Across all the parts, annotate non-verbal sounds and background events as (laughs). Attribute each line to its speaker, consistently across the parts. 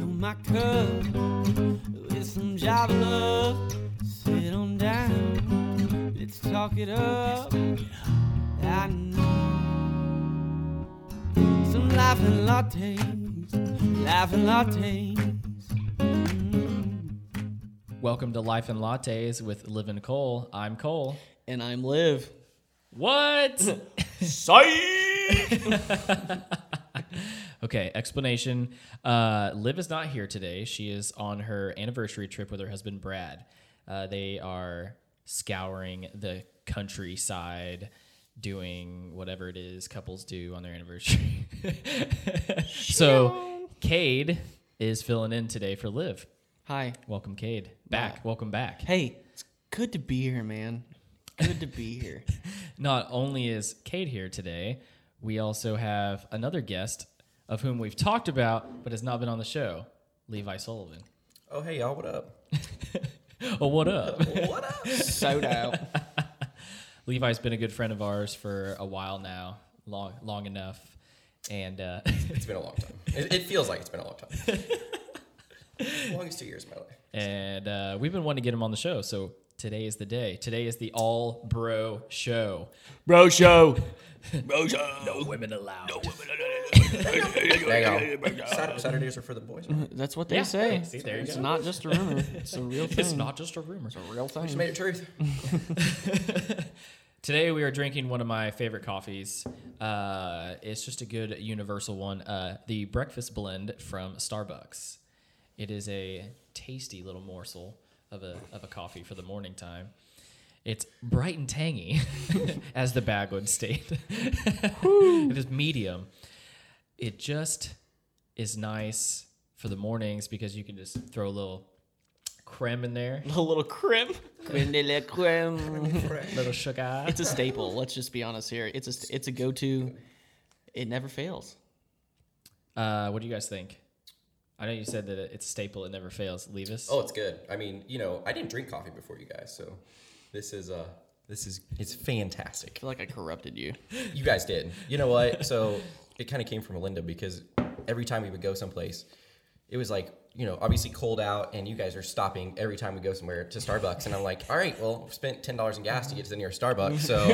Speaker 1: my cup with some Java love. Sit on down, let's talk it up. I know some laughing lattes, laughing lattes. Mm.
Speaker 2: Welcome to Life and Lattes with Liv and Cole. I'm Cole.
Speaker 1: And I'm Liv.
Speaker 2: (laughs) What?
Speaker 1: Psych!
Speaker 2: (laughs) okay, explanation. Uh, Liv is not here today. She is on her anniversary trip with her husband Brad. Uh, they are scouring the countryside, doing whatever it is couples do on their anniversary. (laughs) so, Cade is filling in today for Liv.
Speaker 1: Hi.
Speaker 2: Welcome, Cade. Back. Welcome back.
Speaker 1: Hey, it's good to be here, man. Good to be here.
Speaker 2: Not only is Cade here today, we also have another guest of whom we've talked about but has not been on the show, Levi Sullivan.
Speaker 3: Oh hey y'all, what up?
Speaker 2: Oh, what up?
Speaker 3: What (laughs) up?
Speaker 1: Sold out.
Speaker 2: (laughs) Levi's been a good friend of ours for a while now, long long enough, and uh, (laughs)
Speaker 3: it's been a long time. It, it feels like it's been a long (laughs) time. Longest two years of my life.
Speaker 2: and uh, we've been wanting to get him on the show. So today is the day. Today is the all bro show.
Speaker 1: (laughs) Bro show.
Speaker 2: No women allowed.
Speaker 3: There you go. Sat- Saturdays are for the boys. We
Speaker 1: That's what they
Speaker 2: Yeah,
Speaker 1: say.
Speaker 2: hey, see, there you
Speaker 1: it's
Speaker 2: go.
Speaker 1: not just a rumor. It's a real thing.
Speaker 2: It's not just a rumor.
Speaker 1: a real thing.
Speaker 3: just made it truth.
Speaker 2: Today we are drinking one of my favorite coffees. Uh, it's just a good universal one. Uh, the breakfast blend from Starbucks. It is a tasty little morsel of a of a coffee for the morning time. It's bright and tangy, (laughs) as the bag would state. (laughs) it is medium. It just is nice for the mornings because you can just throw a little creme in there,
Speaker 1: (laughs) A little crim. Creme de la creme.
Speaker 2: little sugar.
Speaker 1: It's a staple. Let's just be honest here. It's a st- it's a go to. It never fails.
Speaker 2: Uh, what do you guys think? I know you said that it's a staple; it never fails. Levis.
Speaker 3: Oh, it's good. I mean, you know, I didn't drink coffee before you guys, so this is uh this is it's fantastic.
Speaker 1: I feel like I corrupted you.
Speaker 3: You guys did. You know what? So it kind of came from Linda because every time we would go someplace, it was like, you know, obviously cold out and you guys are stopping every time we go somewhere to Starbucks. And I'm like, all right, well, I've spent $10 in gas to get to the nearest Starbucks. So,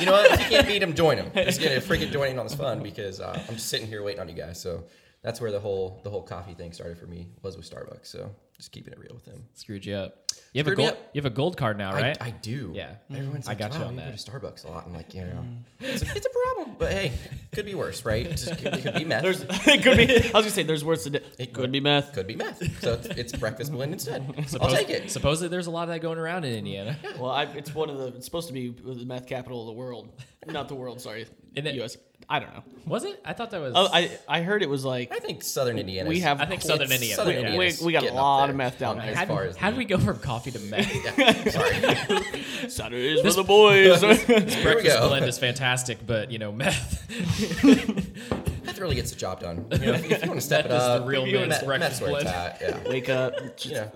Speaker 3: you know what? If you can't beat him, join him. Just get a freaking join in on this fun because uh, I'm just sitting here waiting on you guys. So that's where the whole the whole coffee thing started for me was with Starbucks. So just keeping it real with them.
Speaker 2: screwed you up. You have a
Speaker 3: Screwed me
Speaker 2: gold.
Speaker 3: up.
Speaker 2: You have a gold card now,
Speaker 3: I-
Speaker 2: right?
Speaker 3: I, do. Mm-hmm.
Speaker 2: Yeah.
Speaker 3: Everyone's
Speaker 2: I
Speaker 3: like,
Speaker 2: got you
Speaker 3: "Wow,
Speaker 2: on
Speaker 3: go
Speaker 2: that." Mm.
Speaker 3: to Starbucks a lot. I'm like, you know, it's, a, it's a problem. But hey, could be worse, right? It just could, could be meth.
Speaker 1: There's (laughs) it could be. I was gonna say there's words to. It could
Speaker 3: could.
Speaker 1: be meth.
Speaker 3: could be meth. So it's, it's breakfast blend instead.
Speaker 2: (laughs) Suppos-
Speaker 3: I'll take it.
Speaker 2: Supposedly, there's a lot of that going around in Indiana.
Speaker 1: Well, I, it's one of the. It's supposed to be the meth capital of the world, not the world. Sorry,
Speaker 2: Isn't it-
Speaker 1: U.S. I don't know.
Speaker 2: (laughs) Was it? I thought that was.
Speaker 1: Oh, I I heard it was like
Speaker 3: I think Southern Indiana.
Speaker 1: we
Speaker 3: is-
Speaker 1: have.
Speaker 2: I think
Speaker 1: it's-
Speaker 2: Southern Indiana,
Speaker 3: Southern
Speaker 2: yeah.
Speaker 1: we-
Speaker 3: Indiana.
Speaker 1: We, we got a lot of meth down
Speaker 3: As
Speaker 1: there.
Speaker 2: how,
Speaker 3: far as
Speaker 2: how did we go from coffee to
Speaker 3: (laughs)
Speaker 2: meth? (laughs)
Speaker 3: Sorry.
Speaker 1: Saturdays for the (laughs) boys.
Speaker 3: Here we
Speaker 2: Breakfast
Speaker 3: go.
Speaker 2: blend is fantastic, but you know meth. (laughs)
Speaker 3: Meth really gets the job done. You know, if you want to step it
Speaker 2: Meth is the
Speaker 3: up,
Speaker 2: real
Speaker 3: you know,
Speaker 2: man's
Speaker 3: meth-
Speaker 2: breakfast
Speaker 3: meth's where it's
Speaker 2: blend.
Speaker 3: at,
Speaker 2: (laughs)
Speaker 3: Yeah.
Speaker 1: Wake up. Just
Speaker 3: You know,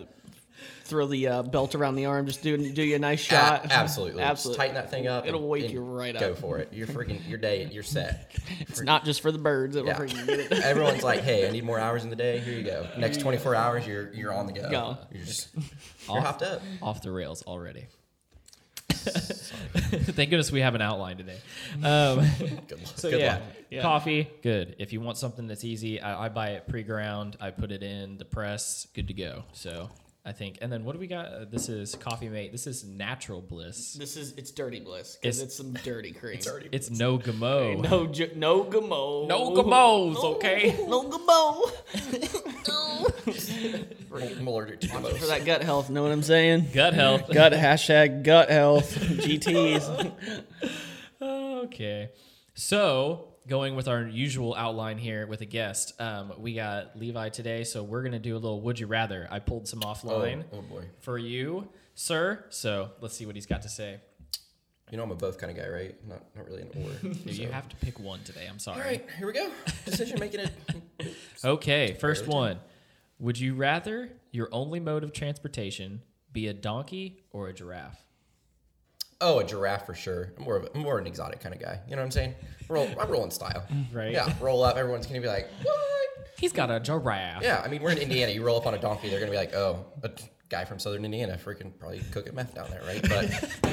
Speaker 1: Throw the uh, belt around the arm. Just do do you a nice
Speaker 3: a-
Speaker 1: shot.
Speaker 3: absolutely. Just
Speaker 1: Absolutely.
Speaker 3: tighten that thing up.
Speaker 1: It'll
Speaker 3: and-
Speaker 1: wake
Speaker 3: and
Speaker 1: you right
Speaker 3: Go
Speaker 1: up.
Speaker 3: for it. You're freaking. Your day. You're set.
Speaker 1: It's not just for the birds that
Speaker 3: Yeah.
Speaker 1: we're freaking (laughs) get it.
Speaker 3: Everyone's like, "Hey, I need more hours in the day. Here you go. Next 24 hours, you're you're on the go.
Speaker 1: Go.
Speaker 3: You're just you're hopped up.
Speaker 2: Off the rails already. (laughs) Thank goodness we have an outline today. Um,
Speaker 3: Good luck.
Speaker 2: So
Speaker 3: Good
Speaker 2: yeah,
Speaker 3: luck.
Speaker 1: Yeah.
Speaker 2: coffee, good. If you want something that's easy, I, I buy it pre-ground. I put it in the press, good to go. So I think. And then what do we got? Uh, this is Coffee Mate. This is Natural Bliss.
Speaker 1: This is it's dirty bliss because
Speaker 2: It's-
Speaker 1: it's, some dirty cream.
Speaker 2: It's no gamo.
Speaker 1: No ju- no gamo.
Speaker 2: No gamos, okay.
Speaker 1: No gamo.
Speaker 3: I'm allergic to
Speaker 1: (laughs)
Speaker 3: most.
Speaker 1: For that gut health, know what I'm saying?
Speaker 2: Gut health.
Speaker 1: Gut hashtag gut health
Speaker 3: (laughs)
Speaker 1: GTS.
Speaker 2: Okay. So going with our usual outline here with a guest, um, we got Levi today. So we're gonna do a little Would You Rather. I pulled some offline
Speaker 3: Oh, oh boy.
Speaker 2: for you, sir. So let's see what he's got to say.
Speaker 3: You know I'm a both kind of guy, right? Not not really an
Speaker 2: (laughs)
Speaker 3: or.
Speaker 2: You have to pick one today. I'm sorry.
Speaker 3: All right, here we go. Decision making it.
Speaker 2: Okay, first one. Would you rather your only mode of transportation be a donkey or a giraffe?
Speaker 3: Oh, a giraffe for sure. I'm more of a, I'm more an exotic kind of guy. You know what I'm saying? Roll, I'm rolling style.
Speaker 2: (laughs) Right.
Speaker 3: Yeah. Roll up. Everyone's gonna be like, what?
Speaker 2: He's got a giraffe.
Speaker 3: Yeah, I mean, we're in Indiana. You roll up on a donkey, they're gonna be like, "Oh, a t- guy from Southern Indiana, freaking probably cooking meth down there, right?" But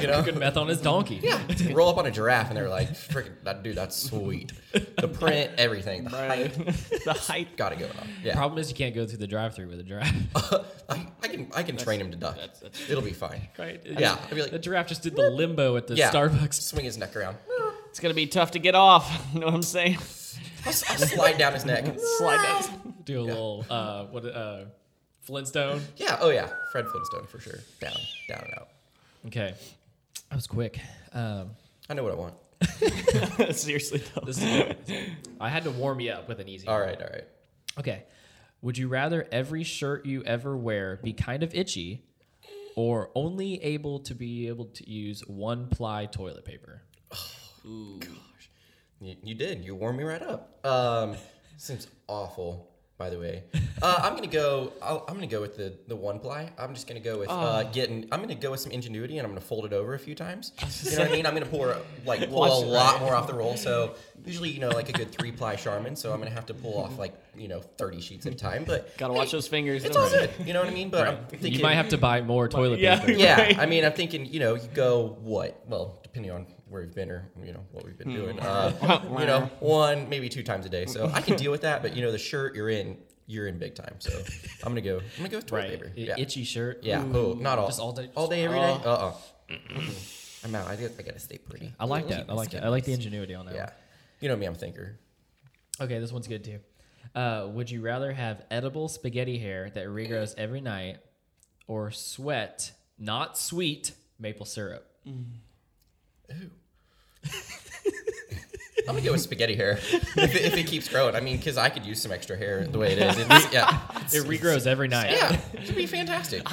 Speaker 2: (laughs)
Speaker 3: you know,
Speaker 2: Good meth on his donkey.
Speaker 3: (laughs) yeah, roll up on a giraffe, and they're like, "Freaking, that dude, that's sweet." The print, everything, the height,
Speaker 1: (laughs) the height.
Speaker 3: got it going on. Yeah,
Speaker 2: Problem is you can't go through the drive-through with a
Speaker 3: (laughs)
Speaker 2: giraffe.
Speaker 3: I, I can, I can train him to duck. It'll be fine.
Speaker 2: Right?
Speaker 3: Yeah, I'd be like-
Speaker 2: the giraffe just did the limbo at the
Speaker 3: Yeah, (laughs)
Speaker 2: Starbucks.
Speaker 3: Swing his neck around.
Speaker 1: It's gonna be tough to get off. (laughs) You know what I'm saying?
Speaker 3: I'll, s- I'll slide down his neck.
Speaker 1: Slide down.
Speaker 2: Do a little uh, what uh, Flintstone.
Speaker 3: Yeah. Oh yeah, Fred Flintstone for sure. Down, down and out.
Speaker 2: Okay, that was quick. Um,
Speaker 3: I know what I want.
Speaker 1: Seriously though.
Speaker 2: this is, (laughs) I had to warm you up with an easy.
Speaker 3: All right, all right.
Speaker 2: Okay. Would you rather every shirt you ever wear be kind of itchy, or only able to be able to use one ply toilet paper?
Speaker 3: You, you did. You warmed me right up.
Speaker 1: (laughs)
Speaker 3: Um, seems awful, by the way. Uh, I'm gonna go. I'll, I'm gonna go with the the one ply. I'm just gonna go with
Speaker 1: Oh.
Speaker 3: uh, getting. I'm gonna go with some ingenuity, and I'm gonna fold it over a
Speaker 1: (laughs)
Speaker 3: few times. You know what I mean? I'm gonna pour like pull
Speaker 1: Watch
Speaker 3: a
Speaker 1: it,
Speaker 3: lot more off the
Speaker 1: (laughs)
Speaker 3: roll. So usually, you know, like a good three ply Charmin. So I'm gonna have to pull off like you know 30 sheets at a time. But
Speaker 1: (laughs) Gotta watch those fingers.
Speaker 3: It's
Speaker 1: don't
Speaker 3: all
Speaker 1: you?
Speaker 3: good. You know what I mean? But I'm thinking.
Speaker 2: You might have to buy
Speaker 3: (laughs)
Speaker 2: more toilet
Speaker 1: Yeah.
Speaker 2: (laughs) paper.
Speaker 3: Yeah,
Speaker 1: Right.
Speaker 3: I mean, I'm thinking, you know, you go what? Well, depending on where we've been or you know what we've been doing.
Speaker 2: Hmm. (laughs)
Speaker 3: Uh, you know, one maybe two times a day, so I can deal with that. But you know, the shirt you're in, you're in big time. So I'm gonna go. I'm gonna go with toilet
Speaker 2: Right.
Speaker 3: paper.
Speaker 2: I-
Speaker 3: Yeah,
Speaker 2: Itchy shirt.
Speaker 3: yeah. Oh, not all.
Speaker 2: Just all day-
Speaker 3: All day, every day. Uh uh-uh. I'm out. I guess I gotta stay pretty.
Speaker 2: I like that. I like that. I like the ingenuity on that.
Speaker 3: Yeah. You know me. I'm a thinker.
Speaker 2: One. Okay, this one's good too. Uh, would you rather have edible spaghetti hair that regrows every night, or sweat not sweet maple syrup?
Speaker 3: I'm gonna go with spaghetti hair (laughs) if, it, if it keeps growing. I mean, because I could use some extra hair the way it is. It's, yeah,
Speaker 2: (laughs) It regrows every night.
Speaker 3: yeah, it would be fantastic.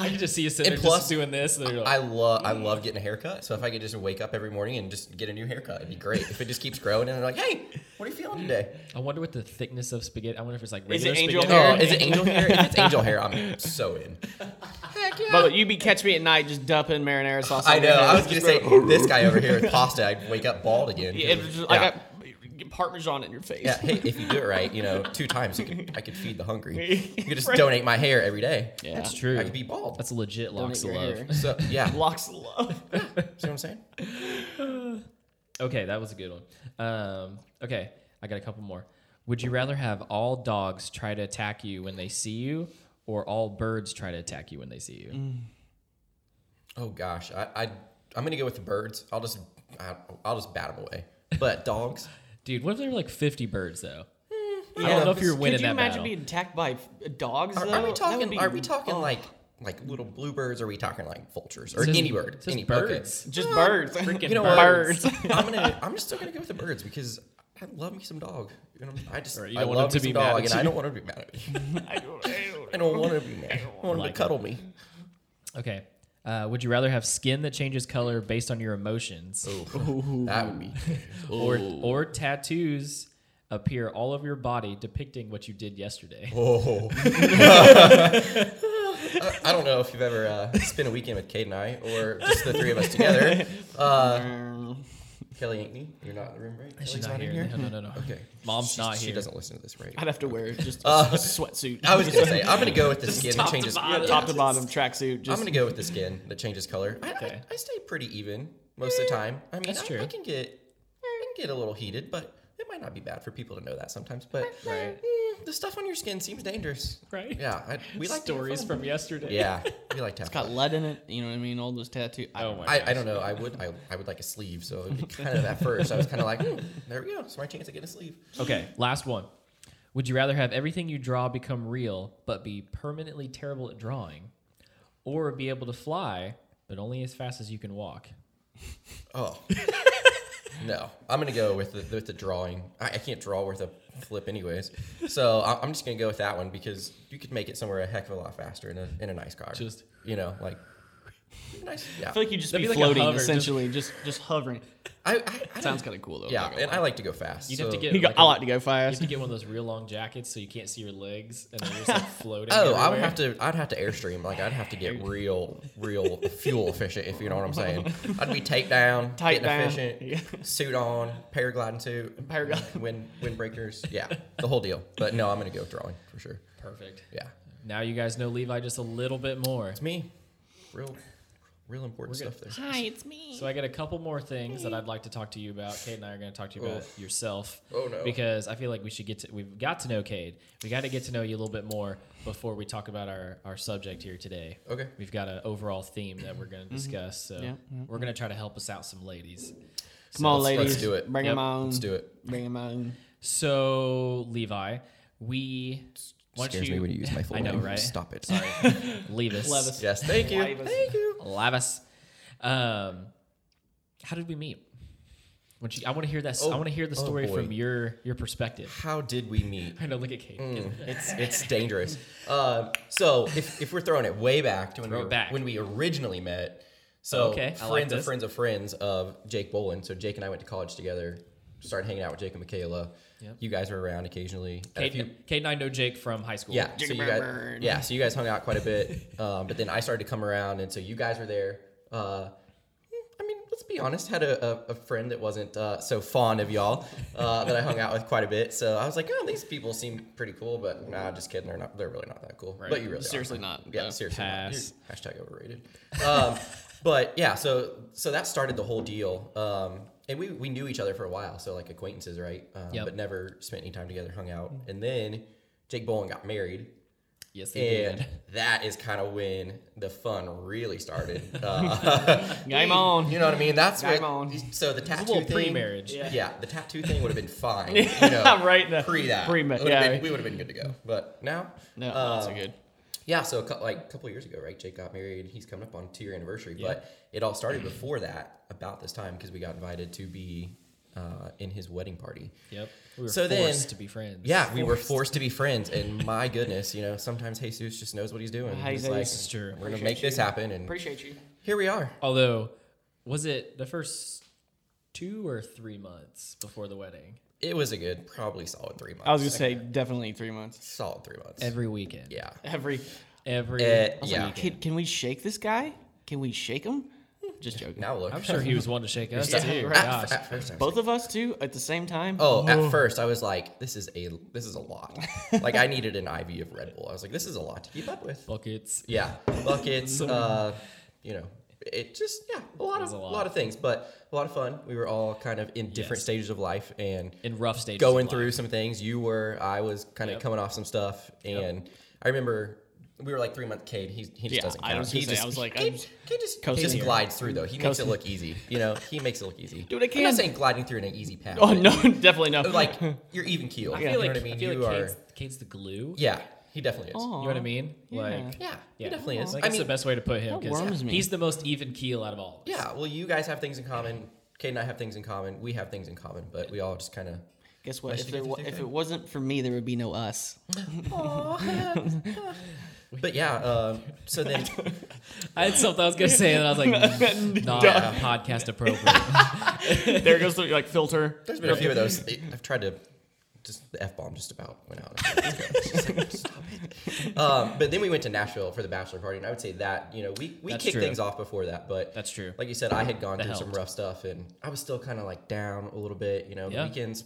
Speaker 2: (laughs) I just see you sitting
Speaker 3: And
Speaker 2: there
Speaker 3: plus-
Speaker 2: just doing this. And they're like,
Speaker 3: I love I love getting a haircut. So if I could just wake up every morning and just get a new haircut, it'd be great. If it just keeps growing and they're like, "Hey, what are you feeling today?"
Speaker 2: I wonder what the thickness of spaghetti. I wonder if it's like
Speaker 1: Is
Speaker 2: regular
Speaker 1: it angel
Speaker 2: spaghetti.
Speaker 3: Oh,
Speaker 1: Hair.
Speaker 3: is it angel hair? If it's angel hair, I'm so in.
Speaker 1: But you be catch me at night just dumping marinara sauce.
Speaker 3: I
Speaker 1: on
Speaker 3: know.
Speaker 1: your head.
Speaker 3: I was gonna
Speaker 1: Just
Speaker 3: say
Speaker 1: go-
Speaker 3: this guy over
Speaker 1: (laughs)
Speaker 3: here with pasta, I'd wake up bald again.
Speaker 1: Yeah, it was just,
Speaker 3: yeah.
Speaker 1: I got get parmesan in your face.
Speaker 3: Yeah, hey, if you do it right, you know, two times you could, I could feed
Speaker 1: (laughs)
Speaker 3: the hungry. You could just
Speaker 1: Right.
Speaker 3: donate my hair every day.
Speaker 1: Yeah.
Speaker 2: Oh, That's true.
Speaker 3: I could be bald.
Speaker 2: That's a legit locks of
Speaker 1: your
Speaker 2: love.
Speaker 1: hair.
Speaker 3: so yeah,
Speaker 1: (laughs)
Speaker 3: see
Speaker 1: Locks of love.
Speaker 3: what I'm saying?
Speaker 2: (laughs) Okay, that was a good one. Um, okay, I got a couple more. Would you rather have all dogs try to attack you when they see you, or all birds try to attack you when they see you?
Speaker 1: Mm.
Speaker 3: Oh gosh, I, I I'm gonna go with the birds. I'll just I, I'll just bat them away. But dogs,
Speaker 2: Dude, what if there were like 50 birds though? I
Speaker 3: Yeah.
Speaker 2: don't know if
Speaker 1: Eh,
Speaker 2: you're
Speaker 1: Could
Speaker 2: winning
Speaker 1: you
Speaker 2: that
Speaker 1: imagine
Speaker 2: battle.
Speaker 1: being attacked by f- dogs?
Speaker 3: Are,
Speaker 1: though?
Speaker 2: Oh,
Speaker 3: are we
Speaker 1: That would
Speaker 3: talking?
Speaker 1: be-
Speaker 3: are we talking like like little bluebirds? Or are we talking like vultures or
Speaker 2: It says-
Speaker 3: any bird?
Speaker 2: it says
Speaker 3: any okay.
Speaker 2: birds.
Speaker 1: just birds?
Speaker 2: Freaking
Speaker 1: you know what? (laughs)
Speaker 2: birds.
Speaker 1: birds.
Speaker 3: I'm gonna.
Speaker 2: (laughs)
Speaker 3: I'm just still gonna go with the birds because I love me some dog. You know, I just
Speaker 2: Right, you
Speaker 3: I
Speaker 2: don't want him
Speaker 3: love me
Speaker 2: to
Speaker 3: some
Speaker 2: be mad
Speaker 3: dog,
Speaker 2: at
Speaker 3: and I
Speaker 2: you.
Speaker 3: don't want him to be mad at me.
Speaker 2: (laughs)
Speaker 1: I don't- I don't-
Speaker 3: I don't want him to be mad. I want him
Speaker 2: Like
Speaker 3: to
Speaker 2: it.
Speaker 3: cuddle me.
Speaker 2: Okay. Uh, would you rather have skin that changes color based on your emotions,
Speaker 3: That would be.
Speaker 2: or or tattoos appear all over your body depicting what you did yesterday?
Speaker 3: Oh. I, I don't know if you've ever uh, spent a weekend with Kate and I, or just the three of us
Speaker 2: (laughs)
Speaker 3: together. Uh, Kelly Ankney, you're not in the room, right?
Speaker 2: She's
Speaker 3: Kelly's
Speaker 2: not here. No, no, no. no.
Speaker 3: Okay.
Speaker 2: Mom's
Speaker 3: She's-
Speaker 2: not
Speaker 3: she
Speaker 2: here.
Speaker 3: doesn't listen to this, right?
Speaker 1: (laughs) I'd have to wear just a,
Speaker 3: Uh,
Speaker 1: a sweatsuit.
Speaker 2: (laughs)
Speaker 3: I was gonna say I'm gonna go with the skin that
Speaker 2: top to
Speaker 3: changes.
Speaker 2: bottom.
Speaker 3: Yeah.
Speaker 1: top to bottom tracksuit.
Speaker 3: I'm
Speaker 1: Just
Speaker 3: gonna go with the skin that changes color. I, I-
Speaker 2: Okay.
Speaker 3: I, stay pretty even most of the time. I mean,
Speaker 2: That's
Speaker 3: I,
Speaker 2: true.
Speaker 3: I can get I can get a little heated, but it might not be bad for people to know that sometimes. But
Speaker 2: Right.
Speaker 3: mm, the stuff on your skin seems dangerous.
Speaker 2: Right.
Speaker 3: Yeah, I, we like to have
Speaker 2: Stories
Speaker 3: fun.
Speaker 2: from yesterday.
Speaker 3: (laughs) Yeah, we like to have
Speaker 1: got
Speaker 3: fun.
Speaker 1: lead in it. You know what I mean? All those tattoos.
Speaker 2: Oh my.
Speaker 3: I, I don't know. I would I, I would like a sleeve. So it'd be kind of
Speaker 2: (laughs)
Speaker 3: at first I was kind of like, hmm, there we go. It's my chance to get a sleeve.
Speaker 2: Okay, last one. Would you rather have everything you draw become real, but be permanently terrible at drawing, or be able to fly, but only as fast as you can walk?
Speaker 3: Oh. no. I'm going to go with the, with the drawing. I, I can't draw worth a flip, anyways. So I, I'm just going to go with that one because you could make it somewhere a heck of a lot faster in a, in a nice car.
Speaker 2: Just-
Speaker 3: you know, like, Nice. Yeah.
Speaker 1: I feel like you'd just
Speaker 2: That'd
Speaker 1: be,
Speaker 2: be like a
Speaker 1: floating,
Speaker 2: hover, just-
Speaker 1: essentially, just just hovering.
Speaker 3: I, I, I
Speaker 1: Sounds kind of cool though.
Speaker 3: Yeah,
Speaker 1: I'm not gonna
Speaker 3: and I
Speaker 1: lie.
Speaker 3: like to go fast.
Speaker 2: You'd have to
Speaker 3: so-
Speaker 2: get-
Speaker 1: You go-
Speaker 2: like
Speaker 1: I
Speaker 2: a-
Speaker 1: like to go
Speaker 2: You have
Speaker 1: fast.
Speaker 2: to get one of those real long jackets so you can't see your legs and they're just
Speaker 3: (laughs)
Speaker 2: like floating.
Speaker 3: Oh, I would
Speaker 2: everywhere.
Speaker 3: have to. I'd have to airstream. Like I'd have to get real, real fuel efficient. If you know what I'm saying. I'd be taped down,
Speaker 1: Tight
Speaker 3: getting
Speaker 1: down.
Speaker 3: efficient, suit on, paragliding suit,
Speaker 1: Paragliding.
Speaker 3: wind windbreakers. Yeah, the whole deal. But no, I'm gonna go with drawing for sure.
Speaker 2: Perfect.
Speaker 3: Yeah,
Speaker 2: Now you guys know Levi just a little bit more.
Speaker 3: it's me. Real, real important stuff there.
Speaker 1: Hi, it's me.
Speaker 2: So I got a couple more things that I'd like to talk to you about. Cade and I are going to talk to you about yourself.
Speaker 3: Oh, no.
Speaker 2: Because I feel like we should get to. We've got to know Cade. We got to get to know you a little bit more before we talk about our our subject here today.
Speaker 3: Okay.
Speaker 2: We've got an overall theme that we're
Speaker 3: Mm-hmm.
Speaker 2: going to discuss. So
Speaker 1: Yeah,
Speaker 2: we're going to try to help us out some ladies.
Speaker 1: Come on,
Speaker 3: let's-
Speaker 1: ladies.
Speaker 3: let's do it.
Speaker 1: Bring
Speaker 2: Yep,
Speaker 1: them on.
Speaker 3: Let's do it.
Speaker 1: Bring them on.
Speaker 2: So Levi, we. Once
Speaker 3: Scares
Speaker 2: you,
Speaker 3: me when you use my full
Speaker 2: I know,
Speaker 3: name.
Speaker 2: right?
Speaker 3: Stop it.
Speaker 2: Levis.
Speaker 1: Levis.
Speaker 3: (laughs) Yes, thank you.
Speaker 1: Levis.
Speaker 3: Thank you.
Speaker 2: Lavis. Um, how did we meet? Would you- I want to hear that. s I
Speaker 3: Oh,
Speaker 2: I want to hear the
Speaker 3: oh
Speaker 2: story
Speaker 3: boy.
Speaker 2: from your your perspective. (laughs)
Speaker 3: How did we meet?
Speaker 2: I know. Look at Kate.
Speaker 3: Mm, It's it's dangerous. Um, so if, if we're throwing it way back to when
Speaker 2: Throw
Speaker 3: we
Speaker 2: it
Speaker 3: were,
Speaker 2: back.
Speaker 3: when we originally met, so
Speaker 2: Okay,
Speaker 3: friends
Speaker 2: I like
Speaker 3: of
Speaker 2: this.
Speaker 3: friends of friends of Jake Boland. So Jake and I went to college together. Started hanging out with Jake and Michaela.
Speaker 2: Yep.
Speaker 3: You guys were around occasionally. At a
Speaker 2: Kate,
Speaker 3: few-
Speaker 2: Kate and I know Jake from high school.
Speaker 3: yeah. So
Speaker 1: Jacob
Speaker 3: you guys,
Speaker 1: Burn.
Speaker 3: yeah. So you guys hung out quite a bit. (laughs) Um, but then I started to come around, and so you guys were there. Uh, I mean, let's be honest, had a, a, a friend that wasn't uh, so fond of y'all uh, (laughs) that I hung out with quite a bit. So I was like, oh, these people seem pretty cool, but nah, just kidding. They're not. They're really not that cool. But you really are.
Speaker 1: Seriously not,
Speaker 3: Yeah,
Speaker 1: no. (laughs)
Speaker 3: seriously not.
Speaker 2: Pass.
Speaker 3: You're Hashtag overrated. Um, (laughs) but yeah, so so that started the whole deal. Um, and we, we knew each other for a while, so like acquaintances, right? Um,
Speaker 2: Yep.
Speaker 3: But never spent any time together, hung out. And then Jake Bowen got married.
Speaker 2: Yes, they
Speaker 3: And
Speaker 2: did.
Speaker 3: that is kind of when the fun really
Speaker 1: (laughs)
Speaker 3: started. Uh, (laughs)
Speaker 1: Game on.
Speaker 3: You know what I mean? That's
Speaker 1: Game
Speaker 3: what.
Speaker 1: on.
Speaker 3: So the
Speaker 2: A
Speaker 3: tattoo
Speaker 2: little
Speaker 3: thing.
Speaker 2: pre-marriage.
Speaker 1: Yeah.
Speaker 3: Yeah. the tattoo thing would have
Speaker 1: (laughs)
Speaker 3: been fine. You know,
Speaker 1: right now.
Speaker 3: Pre that.
Speaker 1: Pre
Speaker 3: Would've
Speaker 1: yeah.
Speaker 3: been- we would have been good to go. But now.
Speaker 1: no,
Speaker 3: uh,
Speaker 1: not so good.
Speaker 3: Yeah, so a cou- like a couple years ago, right? Jake got married. He's coming up on two year anniversary, but it all started before that, about this time, because we got invited to be uh, in his wedding party.
Speaker 2: (laughs) Yep. We were
Speaker 3: So
Speaker 2: forced
Speaker 3: then-
Speaker 2: to be friends.
Speaker 3: Yeah, we were forced to be friends, and my goodness, you know, sometimes Jesus just knows what he's doing. He's like,
Speaker 1: Jesus.
Speaker 2: Sure.
Speaker 3: we're gonna
Speaker 1: Appreciate
Speaker 3: make this
Speaker 1: you.
Speaker 3: happen, and
Speaker 1: Appreciate you.
Speaker 3: here we are.
Speaker 2: Although, was it the first two or three months before the wedding?
Speaker 3: It was a good, probably solid three months.
Speaker 1: I was gonna say definitely three months.
Speaker 3: solid three months.
Speaker 2: Every weekend.
Speaker 3: yeah,
Speaker 1: Every
Speaker 2: Every.
Speaker 3: Eh,
Speaker 2: I was
Speaker 3: yeah.
Speaker 2: like,
Speaker 1: can, can we shake this guy? Can we shake him? Just joking.
Speaker 3: now look.
Speaker 2: I'm
Speaker 3: (laughs)
Speaker 2: sure he was one to shake us
Speaker 1: Yeah,
Speaker 2: too.
Speaker 1: right.
Speaker 2: Gosh.
Speaker 3: At, at first, I was
Speaker 1: Both of us too at the same time.
Speaker 3: Oh, at first I was like, this is a this is
Speaker 1: (laughs)
Speaker 3: a lot. like I needed an IV of Red Bull. I was like, this is a lot to keep up with.
Speaker 2: Buckets.
Speaker 3: Yeah, buckets. uh, you know, it just yeah, a lot of
Speaker 2: was
Speaker 3: a
Speaker 2: a
Speaker 3: lot.
Speaker 2: lot.
Speaker 3: of things, but a lot of fun. We were all kind of in different
Speaker 2: Yes.
Speaker 3: stages of life and
Speaker 2: In rough stages. of
Speaker 3: going
Speaker 2: life.
Speaker 3: through some things. You were, I was kind of
Speaker 2: Yep.
Speaker 3: coming off some stuff, and I remember. We were like three month Cade. He, he just
Speaker 1: Yeah,
Speaker 3: doesn't
Speaker 1: I
Speaker 3: count.
Speaker 1: was
Speaker 3: he
Speaker 1: gonna say,
Speaker 3: just,
Speaker 1: I was like,
Speaker 3: Cade,
Speaker 1: I'm
Speaker 3: Cade just,
Speaker 1: coasting
Speaker 3: he just
Speaker 1: here.
Speaker 3: glides through though. He makes it
Speaker 1: Coasting.
Speaker 3: look easy. You know, he makes it look easy.
Speaker 1: Do what I
Speaker 3: I'm not
Speaker 1: can.
Speaker 3: saying gliding through in an easy path.
Speaker 1: (laughs) Oh
Speaker 3: but
Speaker 1: no, definitely no.
Speaker 3: like you're even keel.
Speaker 2: I
Speaker 3: you
Speaker 2: feel
Speaker 3: know
Speaker 2: like
Speaker 3: what I mean?
Speaker 2: I feel
Speaker 3: you
Speaker 2: like
Speaker 3: are.
Speaker 2: Cade's, Cade's the glue.
Speaker 3: Yeah, he definitely is.
Speaker 2: You know what I mean? Like.
Speaker 3: Yeah,
Speaker 2: Yeah,
Speaker 3: he definitely is.
Speaker 2: I think
Speaker 3: I
Speaker 2: that's
Speaker 3: mean,
Speaker 2: the best way to put him
Speaker 1: That
Speaker 2: because
Speaker 1: warms me.
Speaker 2: he's the most even keel out of all. of us.
Speaker 3: yeah. Well, you guys have things in common. Kate and I have things in common. We have things in common, but we all just kind of.
Speaker 1: Guess what?
Speaker 3: Let's
Speaker 1: If,
Speaker 3: get
Speaker 1: there,
Speaker 3: to
Speaker 1: wa-
Speaker 3: do
Speaker 1: if
Speaker 3: that.
Speaker 1: it wasn't for me, there would be no (laughs) us.
Speaker 3: But yeah. Um,
Speaker 2: (laughs)
Speaker 3: so then,
Speaker 2: I had something I was gonna say, and I was
Speaker 3: (laughs)
Speaker 2: like, not podcast appropriate.
Speaker 1: there goes the like filter.
Speaker 3: there's been a few of those. I've tried to. Just the f bomb just about went out. (laughs) It's just like, Stop it. Um, but then we went to Nashville for the bachelor party, and I would say that you know we we
Speaker 2: That's
Speaker 3: kicked
Speaker 2: true.
Speaker 3: things off before that, but
Speaker 2: That's true.
Speaker 3: Like you said, I had gone
Speaker 2: That
Speaker 3: through some
Speaker 2: helped.
Speaker 3: rough stuff, and I was still kind of like down a little bit. You know,
Speaker 2: Yeah.
Speaker 3: weekends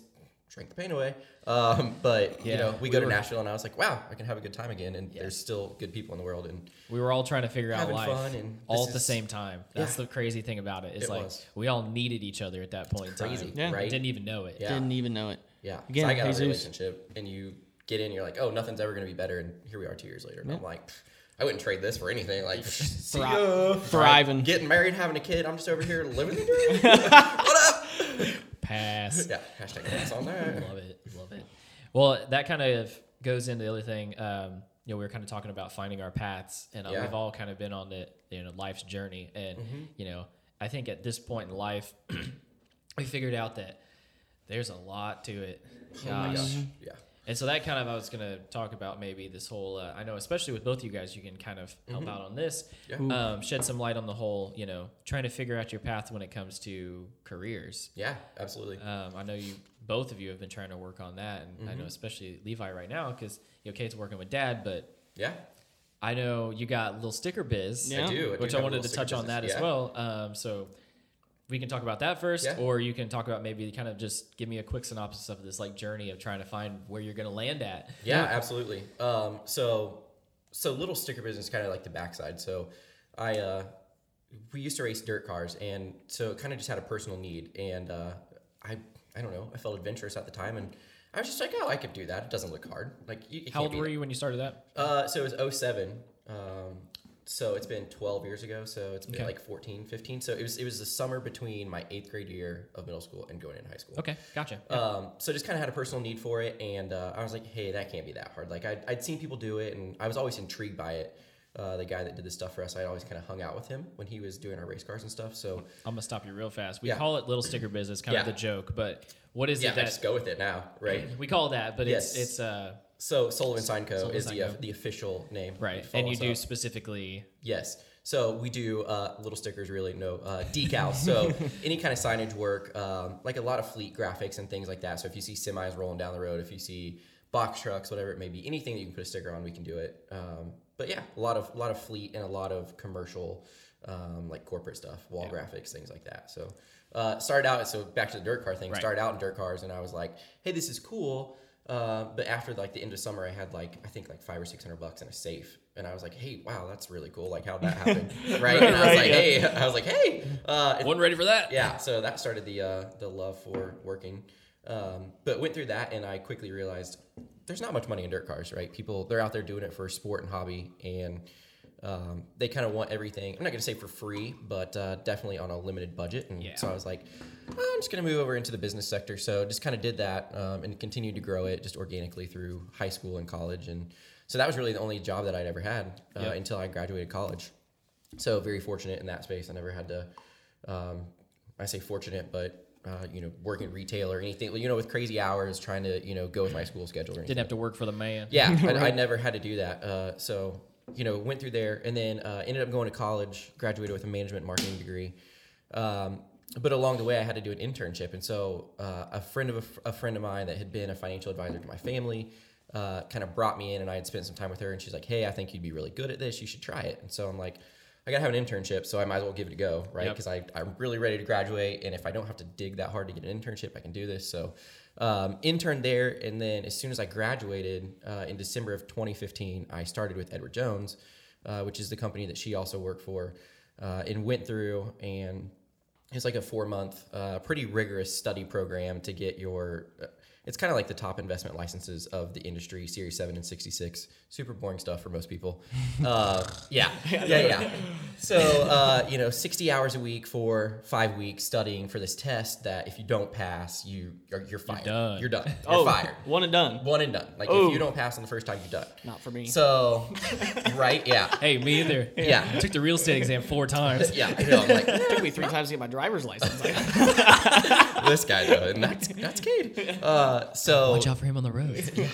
Speaker 3: drank the pain away. Um, but you
Speaker 2: Yeah,
Speaker 3: know, we,
Speaker 2: we
Speaker 3: go to
Speaker 2: were-
Speaker 3: Nashville, and I was like, wow, I can have a good time again, and there's still good people in the world, and
Speaker 2: We were all trying to figure out
Speaker 3: Having
Speaker 2: life
Speaker 3: fun and
Speaker 2: all
Speaker 3: this
Speaker 2: at the
Speaker 3: is-
Speaker 2: same time. That's
Speaker 3: Yeah.
Speaker 2: the crazy thing about it. It's
Speaker 3: It
Speaker 2: like
Speaker 3: was.
Speaker 2: we all needed each other at that point. in time.
Speaker 3: crazy,
Speaker 1: Yeah.
Speaker 3: right?
Speaker 2: Didn't even know it.
Speaker 3: Yeah.
Speaker 1: Didn't even know it.
Speaker 3: yeah.
Speaker 1: Again,
Speaker 3: so I got
Speaker 1: Jesus.
Speaker 3: a relationship, and you get in, you're like, oh, nothing's ever gonna be better, and here we are two years later, and I'm like. pff, I wouldn't trade this for anything. (laughs) Like, see
Speaker 1: Thri-
Speaker 3: ya.
Speaker 1: thriving.
Speaker 3: getting married, having a kid. I'm just over here living the dream.
Speaker 1: (laughs)
Speaker 3: what up?
Speaker 2: Pass.
Speaker 3: Yeah, hashtag that's on
Speaker 1: (laughs)
Speaker 3: there.
Speaker 2: Love it. Love it. Well, that kind of goes into the other thing. Um, you know, we were kind of talking about finding our paths, and uh,
Speaker 3: Yeah. Mm-hmm.
Speaker 2: we've all kind of been on the you know life's journey. And you know, I think at this point in life, (clears throat) we figured out that there's a lot to it. Gosh.
Speaker 3: Oh
Speaker 1: Mm-hmm.
Speaker 3: Yeah, yeah.
Speaker 2: And so that kind of I was gonna talk about maybe this whole uh, I know especially with both of you guys you can kind of help out on this
Speaker 3: Mm-hmm. Yeah.
Speaker 2: um, shed some light on the whole you know trying to figure out your path when it comes to careers
Speaker 3: Yeah, absolutely.
Speaker 1: Uh,
Speaker 2: um, I know you both of you have been trying to work on that, and
Speaker 3: Mm-hmm.
Speaker 2: I know especially Levi right now because you know Kate's working with Dad, but
Speaker 3: yeah,
Speaker 2: I know you got little sticker biz,
Speaker 1: Yeah.
Speaker 3: I do. I do
Speaker 2: which I
Speaker 3: have a
Speaker 2: wanted
Speaker 3: little
Speaker 2: to touch
Speaker 3: secret
Speaker 2: on that
Speaker 3: business.
Speaker 2: as
Speaker 3: Yeah.
Speaker 2: well. Um, so we can talk about that first,
Speaker 3: Yeah.
Speaker 2: or you can talk about maybe kind of just give me a quick synopsis of this like journey of trying to find where you're going to land at.
Speaker 3: Yeah, absolutely. Um, so, so little sticker business kind of like the backside. So, I uh, we used to race dirt cars, and so kind of just had a personal need, and uh, I I don't know, I felt adventurous at the time, and I was just like, oh, I could do that. It doesn't look hard. Like, you, it
Speaker 2: How
Speaker 3: can't
Speaker 2: old
Speaker 3: be
Speaker 2: were
Speaker 3: that-
Speaker 2: you when you started that?
Speaker 3: Uh, so it was 07. Um, so it's been 12 years ago. So it's been
Speaker 2: Okay.
Speaker 3: like 14, 15. So it was it was the summer between my eighth grade year of middle school and going into high school.
Speaker 2: Okay, gotcha.
Speaker 3: Um, so just kind of had a personal need for it, and uh, I was like, hey, that can't be that hard. Like I'd, I'd seen people do it, and I was always intrigued by it. Uh, the guy that did this stuff for us, I always kind of hung out with him when he was doing our race cars and stuff. So
Speaker 2: I'm gonna stop you real fast. We
Speaker 3: yeah.
Speaker 2: call it little sticker biz. It's kind of
Speaker 3: Yeah.
Speaker 2: the joke, but what is
Speaker 3: yeah,
Speaker 2: it
Speaker 3: I
Speaker 2: that
Speaker 3: just go with it now,
Speaker 2: (clears throat)
Speaker 3: right?
Speaker 2: we call that? But
Speaker 3: Yes.
Speaker 2: it's it's uh
Speaker 3: So Sullivan Sign Co.
Speaker 2: Sullivan
Speaker 3: is
Speaker 2: Sign
Speaker 3: the, uh,
Speaker 2: Co.
Speaker 3: the official name.
Speaker 2: right,
Speaker 3: Follow
Speaker 2: and you
Speaker 3: us
Speaker 2: do
Speaker 3: up.
Speaker 2: specifically
Speaker 3: Yes. So we do uh, little stickers, really, no uh, decals. So any kind of signage work, um, like a lot of fleet graphics and things like that. So if you see semis rolling down the road, if you see box trucks, whatever it may be, anything that you can put a sticker on, we can do it. Um, but yeah, a lot of lot of fleet and a lot of commercial, um, like corporate stuff, wall graphics, things like that. So uh, started out. So back to the dirt car thing.
Speaker 2: Right.
Speaker 3: Started out in dirt cars, and I was like, hey, this is cool. Uh, but after like the end of summer, I had like I think like five or six hundred bucks in a safe, and I was like, "Hey, wow, that's really cool! Like, how'd
Speaker 2: (laughs)
Speaker 3: that happen?" right? And I
Speaker 2: Right,
Speaker 3: was like,
Speaker 2: yeah.
Speaker 3: "Hey," I was like, "Hey," uh, and-
Speaker 2: one ready for that.
Speaker 3: yeah. So that started the uh, the love for working, um, but went through that, and I quickly realized there's not much money in dirt cars, right? People they're out there doing it for sport and hobby, and um, they kind of want everything. I'm not gonna say for free, but uh, definitely on a limited budget. And
Speaker 2: Yeah.
Speaker 3: so I was like, "Oh, I'm just gonna move over into the business sector. So just kind of did that um, and continued to grow it just organically through high school and college, and so that was really the only job that I'd ever had uh,
Speaker 2: Yep.
Speaker 3: until I graduated college so very fortunate in that space. I never had to, um, I say fortunate, but uh, you know, work in retail or anything. Well, you know, with crazy hours, trying to you know go with my school schedule or anything.
Speaker 2: Didn't have to work for the man.
Speaker 3: Yeah, I, I never had to do that. Uh, so you know, went through there and then uh, ended up going to college. Graduated with a management and marketing degree. Um, but along the way, I had to do an internship, and so uh, a friend of a, fr- a friend of mine that had been a financial advisor to my family uh, kind of brought me in, and I had spent some time with her, and she's like, "Hey, I think you'd be really good at this. You should try it." And so I'm like, "I gotta have an internship, so I might as well give it a go, right?
Speaker 2: Yep.
Speaker 3: Because I I'm really ready to graduate, and if I don't have to dig that hard to get an internship, I can do this." So um, interned there, and then as soon as I graduated uh, in December of 2015, I started with Edward Jones, uh, which is the company that she also worked for, uh, and went through and it's like a four month, uh, pretty rigorous study program to get your. uh, It's kind of like the top investment licenses of the industry, Series Seven and Sixty Six. Super boring stuff for
Speaker 1: (laughs)
Speaker 3: most people. Uh, yeah, yeah, yeah. So uh, you know, sixty hours a week for five weeks studying for this test. That if you don't pass, you you're, you're fired.
Speaker 2: done.
Speaker 3: You're
Speaker 1: (laughs)
Speaker 3: done. You're
Speaker 1: Oh,
Speaker 3: fired.
Speaker 1: one and done.
Speaker 3: One and done. Like
Speaker 1: Oh.
Speaker 3: if you don't pass on the first time, you're done.
Speaker 1: Not for me.
Speaker 3: So, right? Yeah,
Speaker 1: (laughs)
Speaker 2: Hey, me either.
Speaker 3: Yeah.
Speaker 2: (laughs) Took the real estate exam four times.
Speaker 3: yeah. I know. I'm
Speaker 1: (laughs)
Speaker 3: like,
Speaker 1: It took me three times to get my driver's license. (laughs) Like,
Speaker 3: this guy though, and that's that's Cade. Uh, so
Speaker 2: Watch out for him on the road.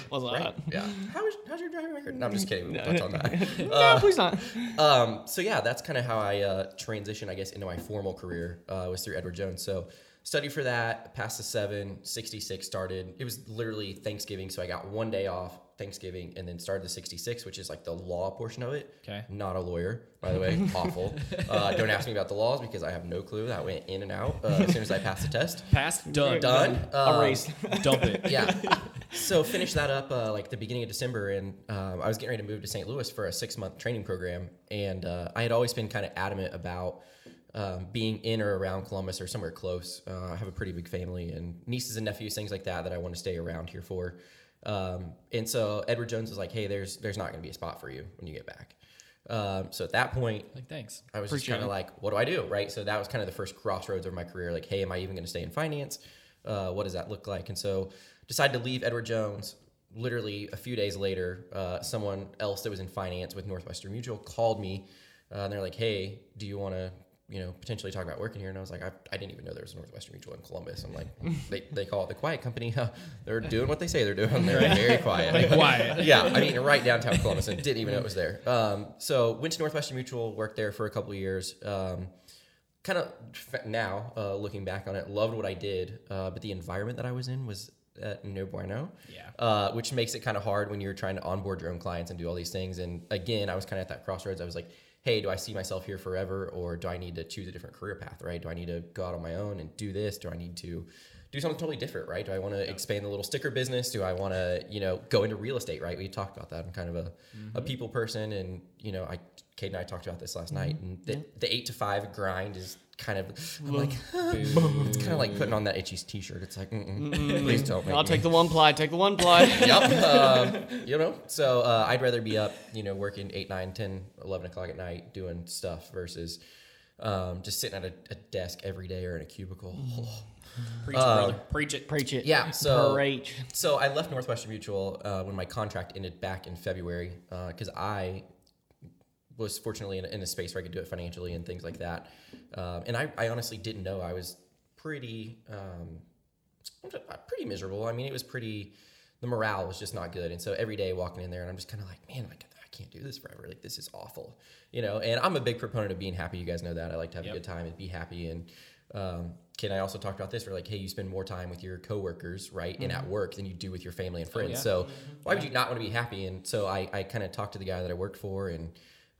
Speaker 2: (laughs)
Speaker 1: was
Speaker 3: (laughs)
Speaker 1: that?
Speaker 3: yeah. How is, how's your driving record? No, I'm just kidding. We'll touch on that. (laughs)
Speaker 1: No, please not.
Speaker 3: Um, so yeah, that's kind of how I uh, transitioned, I guess, into my formal career uh, was through Edward Jones. So studied for that, passed the seven, 66 started. It was literally Thanksgiving, so I got one day off Thanksgiving, and then started the 66, which is like the law portion of it.
Speaker 2: Okay.
Speaker 3: Not a lawyer, by the way. (laughs) Awful. Uh, don't ask me about the laws because I have no clue. That went in and out uh, as soon as I passed the test.
Speaker 2: Past done.
Speaker 3: (laughs) Done. Um,
Speaker 1: Erased.
Speaker 2: Dump it.
Speaker 3: yeah. (laughs) So finished that up uh, like the beginning of December, and um, I was getting ready to move to St. Louis for a six month training program, and uh, I had always been kind of adamant about um, being in or around Columbus or somewhere close. Uh, I have a pretty big family and nieces and nephews, things like that, that I want to stay around here for. Um, and so Edward Jones was like, "Hey, there's there's not going to be a spot for you when you get back." Um, so at that point,
Speaker 2: Like, thanks.
Speaker 3: I was just
Speaker 1: Appreciate
Speaker 3: kind
Speaker 1: it.
Speaker 3: of like, what do I do? Right. So that was kind of the first crossroads of my career. Like, hey, am I even going to stay in finance? Uh, what does that look like? And so decided to leave Edward Jones. Literally a few days later, uh, someone else that was in finance with Northwestern Mutual called me uh, and they're like, hey, do you want to you know, potentially talking about working here. And I was like, I, I didn't even know there was a Northwestern Mutual in Columbus.
Speaker 1: (laughs)
Speaker 3: I'm like, they, they call it the quiet company. (laughs) they're doing what they say they're doing. They're very quiet.
Speaker 2: Like, why?
Speaker 3: (laughs) yeah, I mean, right downtown Columbus, and didn't even know it was there. Um, so went to Northwestern Mutual, worked there for a couple of years. Um, kind of now, uh, looking back on it, loved what I did, uh, but the environment that I was in was uh, no bueno.
Speaker 2: Yeah.
Speaker 3: Uh, which makes it kind of hard when you're trying to onboard your own clients and do all these things. And again, I was kind of at that crossroads. I was like, hey, do I see myself here forever, or do I need to choose a different career path? Right? Do I need to go out on my own and do this? Do I need to do something totally different, right? Do I want to expand the little sticker business? Do I want to, you know, go into real estate, right? We talked about that. I'm kind of a, a people person. And, you know, I, Kate and I talked about this last night. And the, the eight to five grind is kind of, I'm like, (laughs) it's kind of like putting on that itchy t shirt. It's like, Mm-mm, please don't make
Speaker 1: I'll
Speaker 3: me.
Speaker 1: take the one ply. Take the one
Speaker 3: (laughs)
Speaker 1: ply.
Speaker 3: yep. Um, you know, so uh, I'd rather be up, you know, working 8, 9, 10, 11 o'clock at night doing stuff versus um, just sitting at a, a desk every day or in a cubicle.
Speaker 2: Preach it,
Speaker 3: Um,
Speaker 2: brother. Preach it.
Speaker 1: Preach it.
Speaker 3: Yeah, so-
Speaker 1: Preach.
Speaker 3: So I left Northwestern Mutual uh, when my contract ended back in February because I was fortunately in, in a space where I could do it financially and things like that. Um, and I, I honestly didn't know I was pretty um, pretty miserable. I mean, it was pretty. The morale was just not good, and so every day walking in there, and I'm just kind of like, man, like I can't do this forever. Like this is awful, you know. And I'm a big proponent of being happy. You guys know that. I like to have
Speaker 2: Yep.
Speaker 3: a good time and be happy. And um, Ken, and I also talked about this. We're like, hey, you spend more time with your coworkers, right, and at work than you do with your family and friends.
Speaker 2: Mm-hmm. Oh, yeah.
Speaker 3: So why would you not want to be happy? And so I, I kind of talked to the guy that I worked for and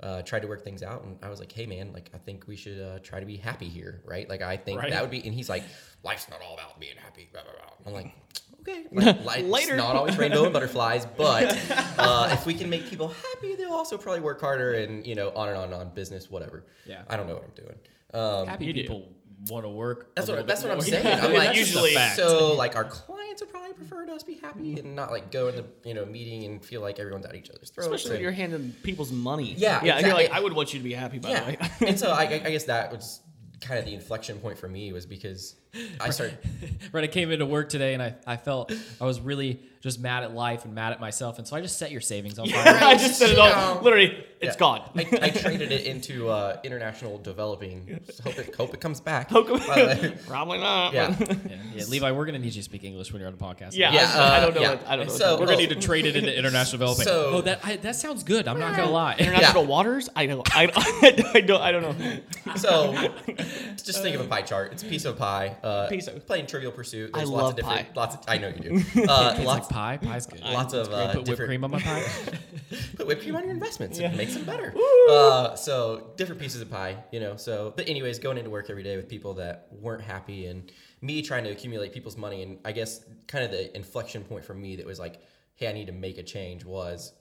Speaker 3: uh, tried to work things out. And I was like, hey, man, like I think we should uh, try to be happy here, right? Like I think
Speaker 2: Right.
Speaker 3: that would be. And he's like, life's not all about being happy. Blah, blah, blah. I'm like. Okay, (laughs) like, life's
Speaker 1: Later.
Speaker 3: not always rainbow and butterflies, but uh, if we can make people happy, they'll also probably work harder and you know on and on and on business, whatever.
Speaker 2: Yeah.
Speaker 3: I don't know what I'm doing. Um,
Speaker 2: Happy
Speaker 1: You do.
Speaker 2: people want to work.
Speaker 3: that's
Speaker 2: a little
Speaker 3: what that's
Speaker 2: bit
Speaker 3: what I'm
Speaker 2: more. (laughs)
Speaker 3: saying.
Speaker 2: Yeah,
Speaker 3: I'm like
Speaker 2: that's just a
Speaker 1: usually-
Speaker 2: fact.
Speaker 3: so like our clients would probably prefer to us be happy and not like go in the you know meeting and feel like everyone's at each other's throats.
Speaker 1: Especially when
Speaker 3: and-
Speaker 1: you're handing people's money.
Speaker 3: Yeah,
Speaker 1: Yeah. And you're like,
Speaker 3: exactly.
Speaker 1: I would want you to be happy, by the way. (laughs)
Speaker 3: yeah. and so I, I I guess that was kind of the inflection point for me was because I started
Speaker 2: Right, I came into work today and I, I felt I was really just mad at life and mad at myself, and so I just set your savings on fire.
Speaker 1: I just said it all.
Speaker 3: Yeah.
Speaker 1: Literally, it's
Speaker 3: Yeah.
Speaker 1: gone.
Speaker 3: I, I traded it into uh, international developing. Just hope it hope it comes back. But,
Speaker 1: Probably not.
Speaker 3: yeah.
Speaker 2: Yeah, yeah, Levi, we're gonna need you to speak English when you're on a podcast.
Speaker 1: (laughs) Yeah.
Speaker 3: Yeah,
Speaker 1: I, I
Speaker 3: uh,
Speaker 1: don't know.
Speaker 3: yeah.
Speaker 1: What, I don't know.
Speaker 3: So-
Speaker 1: what
Speaker 2: we're
Speaker 1: that-
Speaker 2: gonna need to trade it
Speaker 3: (laughs)
Speaker 2: into international development.
Speaker 3: Oh. So-
Speaker 2: oh, that I, that sounds good. I'm not gonna lie.
Speaker 1: international (laughs) waters. I don't. I don't. I don't. I don't know.
Speaker 3: So just think of a pie chart. It's a piece of pie. Uh,
Speaker 1: Piece of-
Speaker 3: playing Trivial Pursuit.
Speaker 1: I
Speaker 3: There's
Speaker 1: love
Speaker 3: lots of different
Speaker 1: pie.
Speaker 3: lots of I know you do. Uh,
Speaker 2: It's like
Speaker 3: lots
Speaker 2: pie. Pie's good.
Speaker 3: lots of uh,
Speaker 2: Put whipped
Speaker 3: different
Speaker 2: cream on my pie.
Speaker 3: put whipped cream on your investments.
Speaker 1: Yeah.
Speaker 3: It makes them better. Uh, so different pieces of pie, you know. So, but anyways, going into work every day with people that weren't happy, and me trying to accumulate people's money, and I guess kind of the inflection point for me that was like, hey, I need to make a change was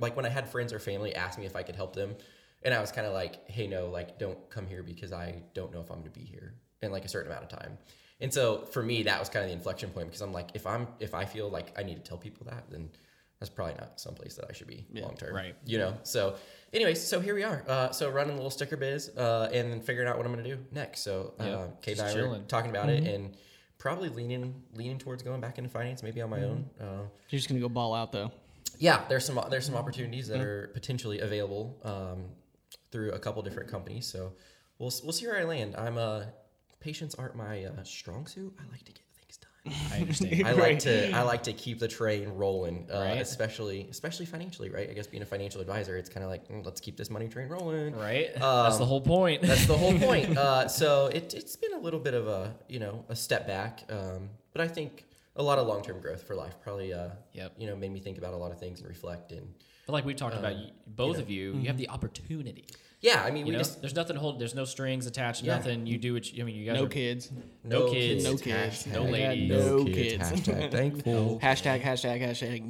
Speaker 3: like when I had friends or family ask me if I could help them, and I was kind of like, hey, no, like don't come here because I don't know if I'm going to be here in like a certain amount of time. And so for me, that was kind of the inflection point because I'm like, if I'm if I feel like I need to tell people that, then that's probably not someplace that I should be long term,
Speaker 2: right.
Speaker 3: You know. So, anyways, so here we are. Uh, so running a little sticker biz, uh, and then figuring out what I'm going to do next. So, uh,
Speaker 2: Yeah,
Speaker 3: Kate
Speaker 2: just
Speaker 3: and I were
Speaker 2: chilling. Mm-hmm.
Speaker 3: talking about it, and probably leaning leaning towards going back into finance, maybe on my own.
Speaker 2: Mm-hmm.
Speaker 3: Uh,
Speaker 1: You're just gonna go ball out though.
Speaker 3: yeah, there's some there's some opportunities
Speaker 2: Mm-hmm.
Speaker 3: that are potentially available um, through a couple different companies. So we'll we'll see where I land. I'm uh, patients aren't my uh, strong suit. I like to get things done.
Speaker 2: (laughs) I (laughs) understand.
Speaker 3: I
Speaker 1: Right.
Speaker 3: like to I like to keep the train rolling, uh,
Speaker 2: Right.
Speaker 3: especially especially financially. Right? I guess being a financial advisor, it's kind of like mm, let's keep this money train rolling.
Speaker 2: Right. Um, that's the whole point.
Speaker 3: That's the whole point. Uh, so it, it's been a little bit of a you know a step back, um, but I think a lot of long term growth for life probably uh,
Speaker 2: Yep.
Speaker 3: you know made me think about a lot of things and reflect and
Speaker 2: But (laughs) like we've talked about, you, both of you,
Speaker 1: Mm-hmm.
Speaker 2: you have the opportunity.
Speaker 3: yeah. I mean
Speaker 2: You
Speaker 3: we
Speaker 2: know,
Speaker 3: just
Speaker 2: there's nothing hold. There's no strings attached.
Speaker 3: Yeah.
Speaker 2: Nothing. You do what you, I mean. You guys
Speaker 1: No
Speaker 2: are
Speaker 1: kids.
Speaker 2: no kids,
Speaker 1: no kids,
Speaker 3: hashtag,
Speaker 2: no ladies.
Speaker 1: (laughs) No kids.
Speaker 3: hashtag thankful.
Speaker 1: Hashtag hashtag hashtag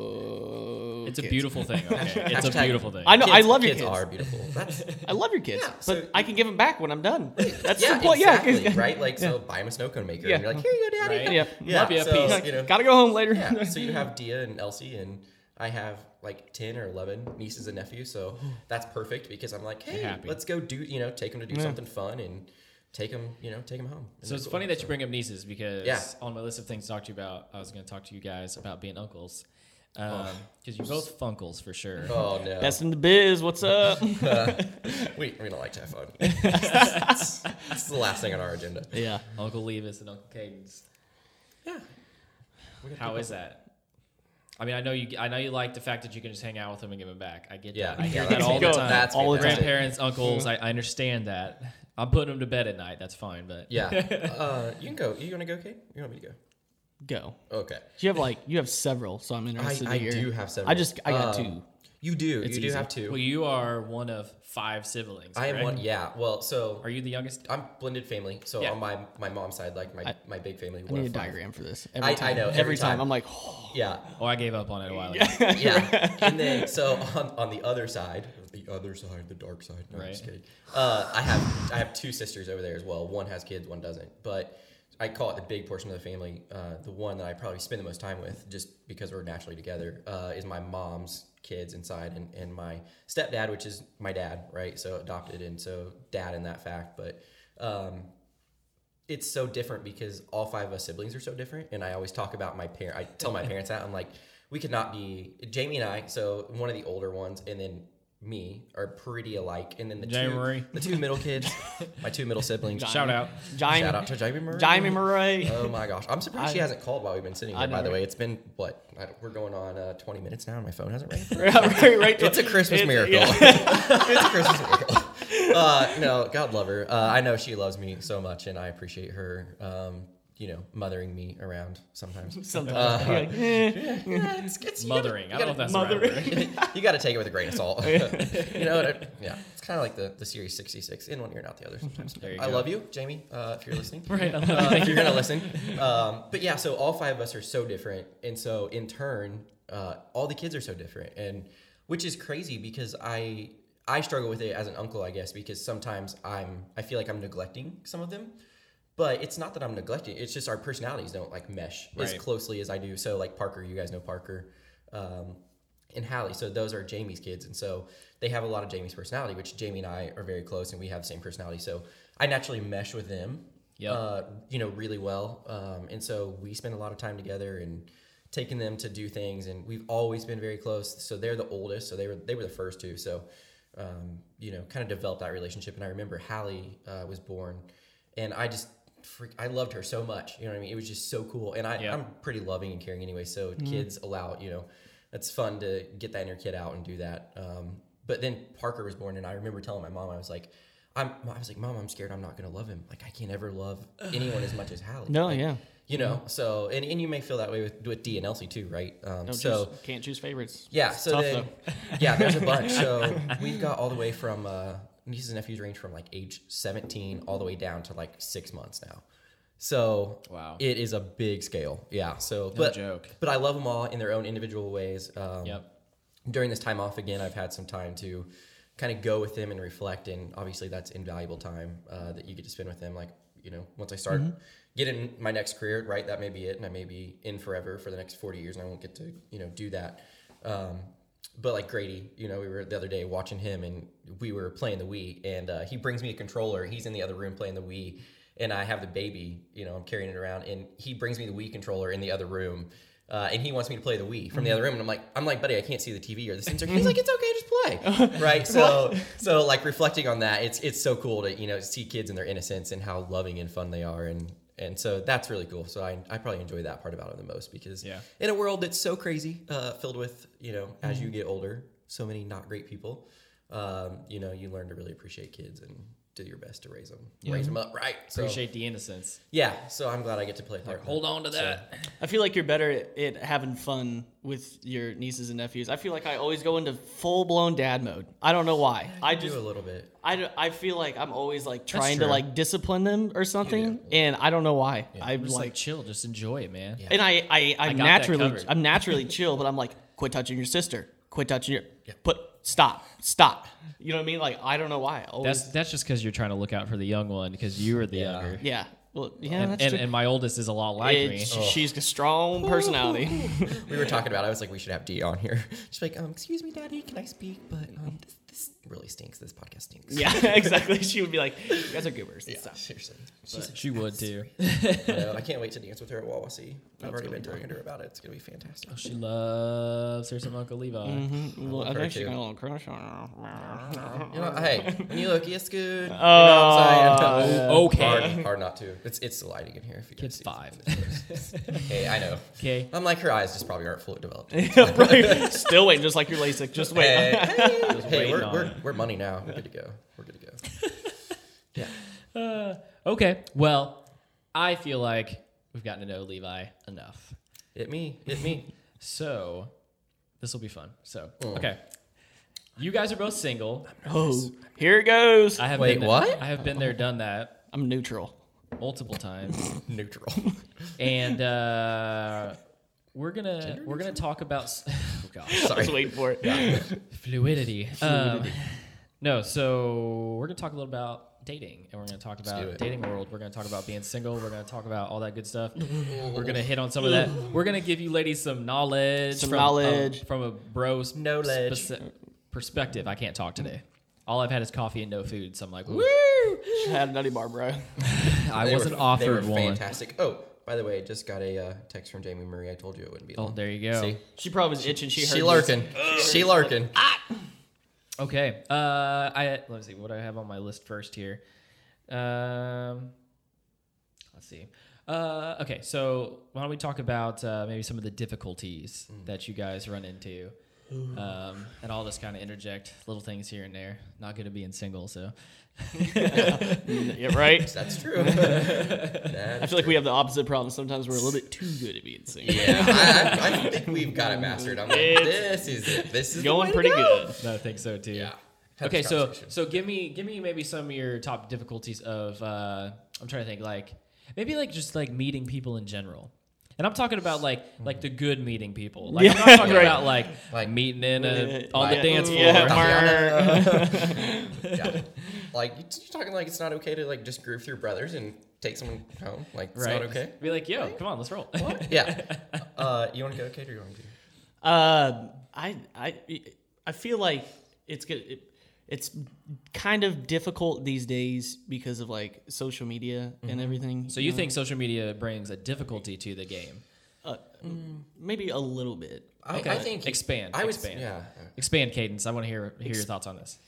Speaker 1: no.
Speaker 2: It's a
Speaker 1: kids. (laughs)
Speaker 2: beautiful thing. Okay, it's a
Speaker 3: Hashtag-
Speaker 2: beautiful thing.
Speaker 1: I know. I
Speaker 3: Kids-
Speaker 1: love your
Speaker 3: kids
Speaker 1: kids.
Speaker 3: are beautiful.
Speaker 1: (laughs)
Speaker 3: That's
Speaker 1: I love your kids,
Speaker 3: Yeah,
Speaker 1: but
Speaker 3: so-
Speaker 1: I can give them back when I'm done. That's
Speaker 3: yeah,
Speaker 1: the point. (laughs)
Speaker 3: exactly,
Speaker 1: yeah.
Speaker 3: right. Like so, buy him a snow cone maker,
Speaker 1: Yeah.
Speaker 3: and you're like, here you go, daddy.
Speaker 2: Right?
Speaker 1: Yeah.
Speaker 3: yeah.
Speaker 2: Love ya,
Speaker 3: so,
Speaker 2: peace. (laughs)
Speaker 3: You know,
Speaker 1: Gotta go home later. (laughs)
Speaker 3: yeah. So you have Dia and Elsie, and I have like ten or eleven nieces and nephews. So (gasps) that's perfect because I'm like, hey,
Speaker 2: happy.
Speaker 3: let's go do you know take them to do something fun and take them you know take them home. And
Speaker 2: So
Speaker 3: they're
Speaker 2: it's
Speaker 3: cool.
Speaker 2: funny that you bring up nieces because
Speaker 3: Yeah.
Speaker 2: on my list of things to talk to you about, I was going to talk to you guys about being uncles. because you're both funkles for sure.
Speaker 3: Oh no.
Speaker 1: Best in the biz. What's up?
Speaker 3: (laughs) we we don't
Speaker 2: (laughs)
Speaker 3: like typhoid. That's the last thing on our agenda.
Speaker 1: (laughs) yeah.
Speaker 2: Uncle Levis and Uncle Cadence. Yeah. How is that? I mean, I know you. I know you like the fact that you can just hang out with them and give them back. I get
Speaker 3: Yeah,
Speaker 2: that. (laughs) I hear
Speaker 3: yeah,
Speaker 2: that all the
Speaker 1: Go.
Speaker 2: time.
Speaker 3: That's
Speaker 1: All the
Speaker 3: fantastic.
Speaker 1: time.
Speaker 2: grandparents, uncles.
Speaker 3: Mm-hmm.
Speaker 2: I, I understand that. I'm putting them to bed at night. That's fine. But
Speaker 3: Yeah.
Speaker 2: (laughs)
Speaker 3: Uh, you can go. You want to go, Kate? You want me to go?
Speaker 1: Go.
Speaker 3: Okay.
Speaker 1: You have like you have several, so I'm
Speaker 3: I,
Speaker 1: interested
Speaker 3: I
Speaker 1: to hear.
Speaker 3: do have Um, seven.
Speaker 1: I just I got two.
Speaker 3: You do. you
Speaker 1: easy.
Speaker 3: do have two.
Speaker 2: Well, you are one of five siblings.
Speaker 3: I am
Speaker 2: correct?
Speaker 3: one. Yeah. Well, so
Speaker 2: Are you the youngest?
Speaker 3: I'm blended family. So
Speaker 2: Yeah.
Speaker 3: on my my mom's side, like my my big family.
Speaker 1: I
Speaker 3: one
Speaker 1: need a
Speaker 3: of five.
Speaker 1: diagram for this. Every
Speaker 3: I- I
Speaker 1: time.
Speaker 3: know,
Speaker 1: Every,
Speaker 3: every
Speaker 1: time.
Speaker 3: time.
Speaker 1: I'm like, (laughs)
Speaker 3: Yeah.
Speaker 2: Oh, I gave up on it a
Speaker 3: (laughs)
Speaker 2: while ago.
Speaker 3: Yeah. and then so on on the other side, the other side, the dark side. No, I'm just
Speaker 2: Right.
Speaker 3: kidding. Uh, I have I have two sisters over there as well. One has kids, one doesn't. But I call it the big portion of the family. Uh, the one that I probably spend the most time with, just because we're naturally together, uh, is my mom's kids inside and, and my stepdad, which is my dad, right? So adopted and so dad in that fact. But um, it's so different because all five of us siblings are so different. And I always talk about my parent. I tell my parents that I'm like, we could not be Jamie and I. So one of the older ones, and then me are pretty alike. And then the
Speaker 2: Jamie
Speaker 3: two,
Speaker 2: Marie.
Speaker 3: the two
Speaker 2: (laughs)
Speaker 3: middle kids, my two middle siblings.
Speaker 2: Shout out.
Speaker 1: Jaime,
Speaker 3: Shout out to Jamie Murray. (laughs)
Speaker 1: Jaime Murray.
Speaker 3: Oh my gosh, I'm surprised she hasn't called while we've been sitting here. By
Speaker 1: know,
Speaker 3: the way, it's been what I, we're going on uh, 20 minutes now, and my phone hasn't rang.
Speaker 1: right, right.
Speaker 3: It's a Christmas miracle. (laughs) it's a Christmas miracle. Uh, no, God love her. Uh, I know she loves me so much, and I appreciate her. Um, you know, mothering me around sometimes.
Speaker 1: (laughs) Sometimes
Speaker 3: Uh,
Speaker 1: You're like, eh.
Speaker 3: Yeah, it's- it's- you gotta-
Speaker 2: Mothering.
Speaker 3: You
Speaker 2: I
Speaker 3: gotta,
Speaker 2: don't know if that's the right
Speaker 1: mothering.
Speaker 3: (laughs)
Speaker 2: word.
Speaker 3: you gotta take it with a grain of
Speaker 2: (laughs)
Speaker 3: salt. (laughs) you know, what I- yeah, it's kind of like the, the series 66 in one ear, and out the other. Sometimes.
Speaker 2: There you
Speaker 3: I
Speaker 2: go.
Speaker 3: love you, Jamie, uh, if you're listening.
Speaker 2: (laughs) Right.
Speaker 3: uh, if you're gonna listen. Um, but yeah, so all five of us are so different, and so in turn, uh, all the kids are so different, and which is crazy because I I struggle with it as an uncle, I guess, because sometimes I'm I feel like I'm neglecting some of them, but it's not that I'm neglecting. It's just our personalities don't like mesh as
Speaker 2: Right.
Speaker 3: closely as I do. So like Parker, you guys know Parker. Um, and Hallie, so those are Jamie's kids, and so they have a lot of Jamie's personality, which Jamie and I are very close, and we have the same personality. So I naturally mesh with them,
Speaker 2: Yep.
Speaker 3: uh, you know, really well. Um, and so we spend a lot of time together and taking them to do things. And we've always been very close. So they're the oldest. So they were, they were the first two. So, um, you know, kind of developed that relationship. And I remember Hallie uh, was born and I just, freak, I loved her so much. You know what I mean? It was just so cool. And I,
Speaker 2: Yeah.
Speaker 3: I'm pretty loving and caring anyway. So kids allow, you know, it's fun to get that inner kid out and do that. Um, but then Parker was born, and I remember telling my mom, I was like, I'm, I was like, Mom, I'm scared I'm not gonna love him. Like I can't
Speaker 2: (sighs)
Speaker 3: ever love anyone as much as Hallie.
Speaker 1: No,
Speaker 3: Like,
Speaker 1: yeah.
Speaker 3: You
Speaker 2: Mm-hmm.
Speaker 3: know, so and, and you may feel that way with with D and Elsie too, right? Um,
Speaker 1: Don't
Speaker 3: so
Speaker 1: choose, can't choose favorites.
Speaker 3: yeah, so
Speaker 1: tough,
Speaker 3: then, yeah, there's a
Speaker 1: (laughs)
Speaker 3: bunch. So we've got all the way from uh, nieces and nephews range from like age 17 all the way down to like six months now. So
Speaker 2: Wow.
Speaker 3: it is a big scale. Yeah, so but
Speaker 2: joke.
Speaker 3: but I love them all in their own individual ways. Um,
Speaker 2: Yep.
Speaker 3: During this time off again, I've had some time to kind of go with them and reflect, and obviously that's invaluable time uh, that you get to spend with them. Like you know, once I start getting my next career, right, that may be it, and I may be in forever for the next forty years, and I won't get to you know do that. Um, but like Grady, you know, we were the other day watching him, and we were playing the Wii, and uh, he brings me a controller. He's in the other room playing the Wii, and I have the baby. You know, I'm carrying it around, and he brings me the Wii controller in the other room, uh, and he wants me to play the Wii
Speaker 2: Mm-hmm.
Speaker 3: from the other room. And I'm like, I'm like, buddy, I can't see the TV or the sensor. He's like, it's okay,
Speaker 2: (laughs)
Speaker 3: just play, right? So, so like reflecting on that, it's it's so cool to you know see kids and their innocence and how loving and fun they are, and and so that's really cool. So I, I probably enjoy that part about it the most because
Speaker 2: Yeah.
Speaker 3: in a world that's so crazy, uh, filled with you know as you
Speaker 2: Mm-hmm.
Speaker 3: get older, so many not great people, um, you know you learn to really appreciate kids and do your best to raise them, raise them up right. So,
Speaker 2: Appreciate the innocence.
Speaker 3: yeah. So I'm glad I get to play. a part in
Speaker 2: Hold
Speaker 3: that.
Speaker 2: on to that.
Speaker 1: I feel like you're better at, at having fun with your nieces and nephews. I feel like I always go into full blown dad mode. I don't know why. I
Speaker 3: do
Speaker 1: just
Speaker 3: a little bit.
Speaker 1: I, d- I feel like I'm always like trying to
Speaker 2: true.
Speaker 1: like discipline them or something, and I don't know why. I'm
Speaker 2: Just
Speaker 1: like,
Speaker 2: like, chill. Just enjoy it, man.
Speaker 1: and I I I'm
Speaker 2: got that
Speaker 1: naturally
Speaker 2: covered.
Speaker 1: I'm
Speaker 2: (laughs)
Speaker 1: naturally chill, but I'm like, quit touching your sister, quit touching your, put stop stop. You know what I mean? Like I don't know why. I Always,
Speaker 2: That's that's just because you're trying to look out for the young one because you were the
Speaker 3: Yeah.
Speaker 2: younger.
Speaker 1: yeah. Well, yeah,
Speaker 2: And,
Speaker 1: that's
Speaker 2: and, Oh.
Speaker 1: true.
Speaker 2: and my oldest is a lot like
Speaker 1: It-
Speaker 2: me.
Speaker 1: sh- She's a strong personality.
Speaker 3: (laughs) we were talking about. it. I was like, we should have D on here. She's like, um, excuse me, Daddy, can I speak? But um, this, this really stinks. This podcast stinks.
Speaker 1: (laughs)
Speaker 3: (laughs)
Speaker 1: Yeah, exactly. She would be like, "You guys are goobers." and stuff.
Speaker 3: Seriously.
Speaker 2: She would
Speaker 3: (laughs)
Speaker 2: too.
Speaker 3: I know, I can't wait to dance with her at Wawasee. I've already been talking to her about it. It's going to be fantastic.
Speaker 2: She loves her some Uncle Levi.
Speaker 3: Mm-hmm.
Speaker 1: Well, I
Speaker 3: her
Speaker 1: think she
Speaker 3: too.
Speaker 1: got a little crush on her. (laughs)
Speaker 3: You know, hey, when you look, it's good. Oh, (laughs)
Speaker 2: Oh, okay.
Speaker 3: Hard, hard not to. It's it's the lighting in here. If you guys
Speaker 2: Kids
Speaker 3: see.
Speaker 2: five. (laughs)
Speaker 3: Hey, I know.
Speaker 2: Okay.
Speaker 3: Unlike her eyes, just probably aren't fully developed. hey,
Speaker 1: right. (laughs) Still waiting, just like your LASIK. Just wait.
Speaker 3: (laughs) hey,
Speaker 2: waiting
Speaker 3: we're,
Speaker 2: on
Speaker 3: we're,
Speaker 2: it.
Speaker 3: we're money now. We're good to go. We're good to go. Yeah.
Speaker 2: Uh, okay. Well, I feel like we've gotten to know Levi enough.
Speaker 3: Hit me. Hit me.
Speaker 2: So this will be fun. So okay, you guys are both single.
Speaker 1: Oh, here it goes.
Speaker 2: I have
Speaker 3: Wait,
Speaker 2: been there-
Speaker 3: what?
Speaker 2: I have been there, done that
Speaker 1: I'm (laughs) neutral.
Speaker 2: multiple times,
Speaker 3: Neutral.
Speaker 2: and uh, we're gonna we're gonna talk about s- (laughs) oh gosh
Speaker 1: I was
Speaker 3: Sorry.
Speaker 1: waiting for it.
Speaker 2: fluidity. Um, (laughs) no, so we're gonna talk a little about dating, and we're gonna talk
Speaker 3: do
Speaker 2: about
Speaker 3: it.
Speaker 2: dating world. We're gonna talk about being single. We're gonna talk about all that good
Speaker 3: (laughs)
Speaker 2: stuff. we're gonna hit on some of that. We're gonna give you ladies some knowledge,
Speaker 1: Some
Speaker 2: from,
Speaker 1: knowledge.
Speaker 2: um, from a bro's
Speaker 3: Knowledge.
Speaker 2: speci- perspective. I can't talk today. All I've had is coffee and no food, so I'm like, woo!
Speaker 1: had a nutty bar, bro.
Speaker 2: I
Speaker 3: They were-
Speaker 2: wasn't
Speaker 3: they were
Speaker 2: offered one.
Speaker 3: Fantastic. Oh, by the way, just got a uh, text from Jamie Marie. I told you it wouldn't be
Speaker 2: Oh,
Speaker 3: long.
Speaker 2: there you go.
Speaker 3: See?
Speaker 1: She probably was itching. She heard.
Speaker 3: She
Speaker 1: this.
Speaker 3: lurking. She lurking.
Speaker 2: Okay. Uh, I let me see what do I have on my list first here. Um, let's see. Uh, okay, so why don't we talk about uh, maybe some of the difficulties that you guys run into, um, and all this kind of interject little things here and there. Not good at being single, so
Speaker 1: Yeah, right.
Speaker 3: (laughs) That's true.
Speaker 1: (laughs)
Speaker 3: That's
Speaker 1: I feel like we have the opposite problem. Sometimes we're a little bit too good at being (laughs) single.
Speaker 3: Yeah, I, I, I think we've got it mastered. I'm like,
Speaker 1: It's
Speaker 3: this is it. This is the way
Speaker 1: Going
Speaker 3: to
Speaker 1: pretty
Speaker 3: go.
Speaker 1: good.
Speaker 2: no, I think so too.
Speaker 3: Yeah. Had
Speaker 2: Okay,
Speaker 3: this
Speaker 2: so (laughs)
Speaker 3: conversation.
Speaker 2: so give me give me maybe some of your top difficulties of uh, I'm trying to think like maybe like just like meeting people in general. And I'm talking about like like the good meeting people. Like I'm not talking
Speaker 1: Right.
Speaker 2: about like like
Speaker 3: Hmm. (laughs) Like-
Speaker 2: meeting in a, on
Speaker 3: Like-
Speaker 2: the dance floor.
Speaker 1: Yeah.
Speaker 3: yeah. like you're talking like it's not okay to like just groove through brothers and take someone home. Like it's
Speaker 2: Right. (laughs)
Speaker 3: not okay.
Speaker 2: Be like, yo, come on, let's roll.
Speaker 3: Yeah. Uh, you want to go, Kate, or you want to?
Speaker 1: Uh, I I I feel like it's good. It, it's kind of difficult these days because of like social media and everything.
Speaker 2: (laughs) Mm-hmm. so you think social media brings a difficulty to the game?
Speaker 1: maybe a little bit.
Speaker 3: Oh, I, I think
Speaker 2: expand.
Speaker 3: I would.
Speaker 2: expand.
Speaker 3: Yeah.
Speaker 2: Expand cadence. I want to hear hear your thoughts on this.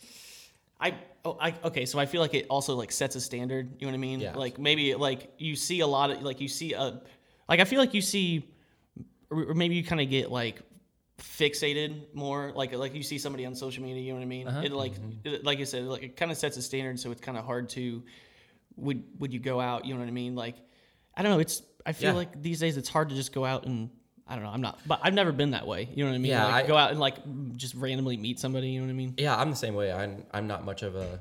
Speaker 1: I oh I okay, so I feel like it also like sets a standard. You know what I mean?
Speaker 3: Yeah.
Speaker 1: Like maybe like you see a lot of like you see a like I feel like you see or or maybe you kind of get like fixated more like like you see somebody on social media. You know what I mean?
Speaker 3: Uh-huh.
Speaker 1: It like
Speaker 3: Mm-hmm.
Speaker 1: it, like I said, like it kind of sets a standard, so it's kind of hard to would would you go out? You know what I mean? Like I don't know. It's I feel
Speaker 3: Yeah.
Speaker 1: like these days it's hard to just go out and. I don't know. I'm not, but I've never been that way. You know what I mean?
Speaker 3: Yeah,
Speaker 1: like
Speaker 3: I-
Speaker 1: go out and like just randomly meet somebody. You know what I mean?
Speaker 3: Yeah, I'm the same way. I'm I'm not much of a.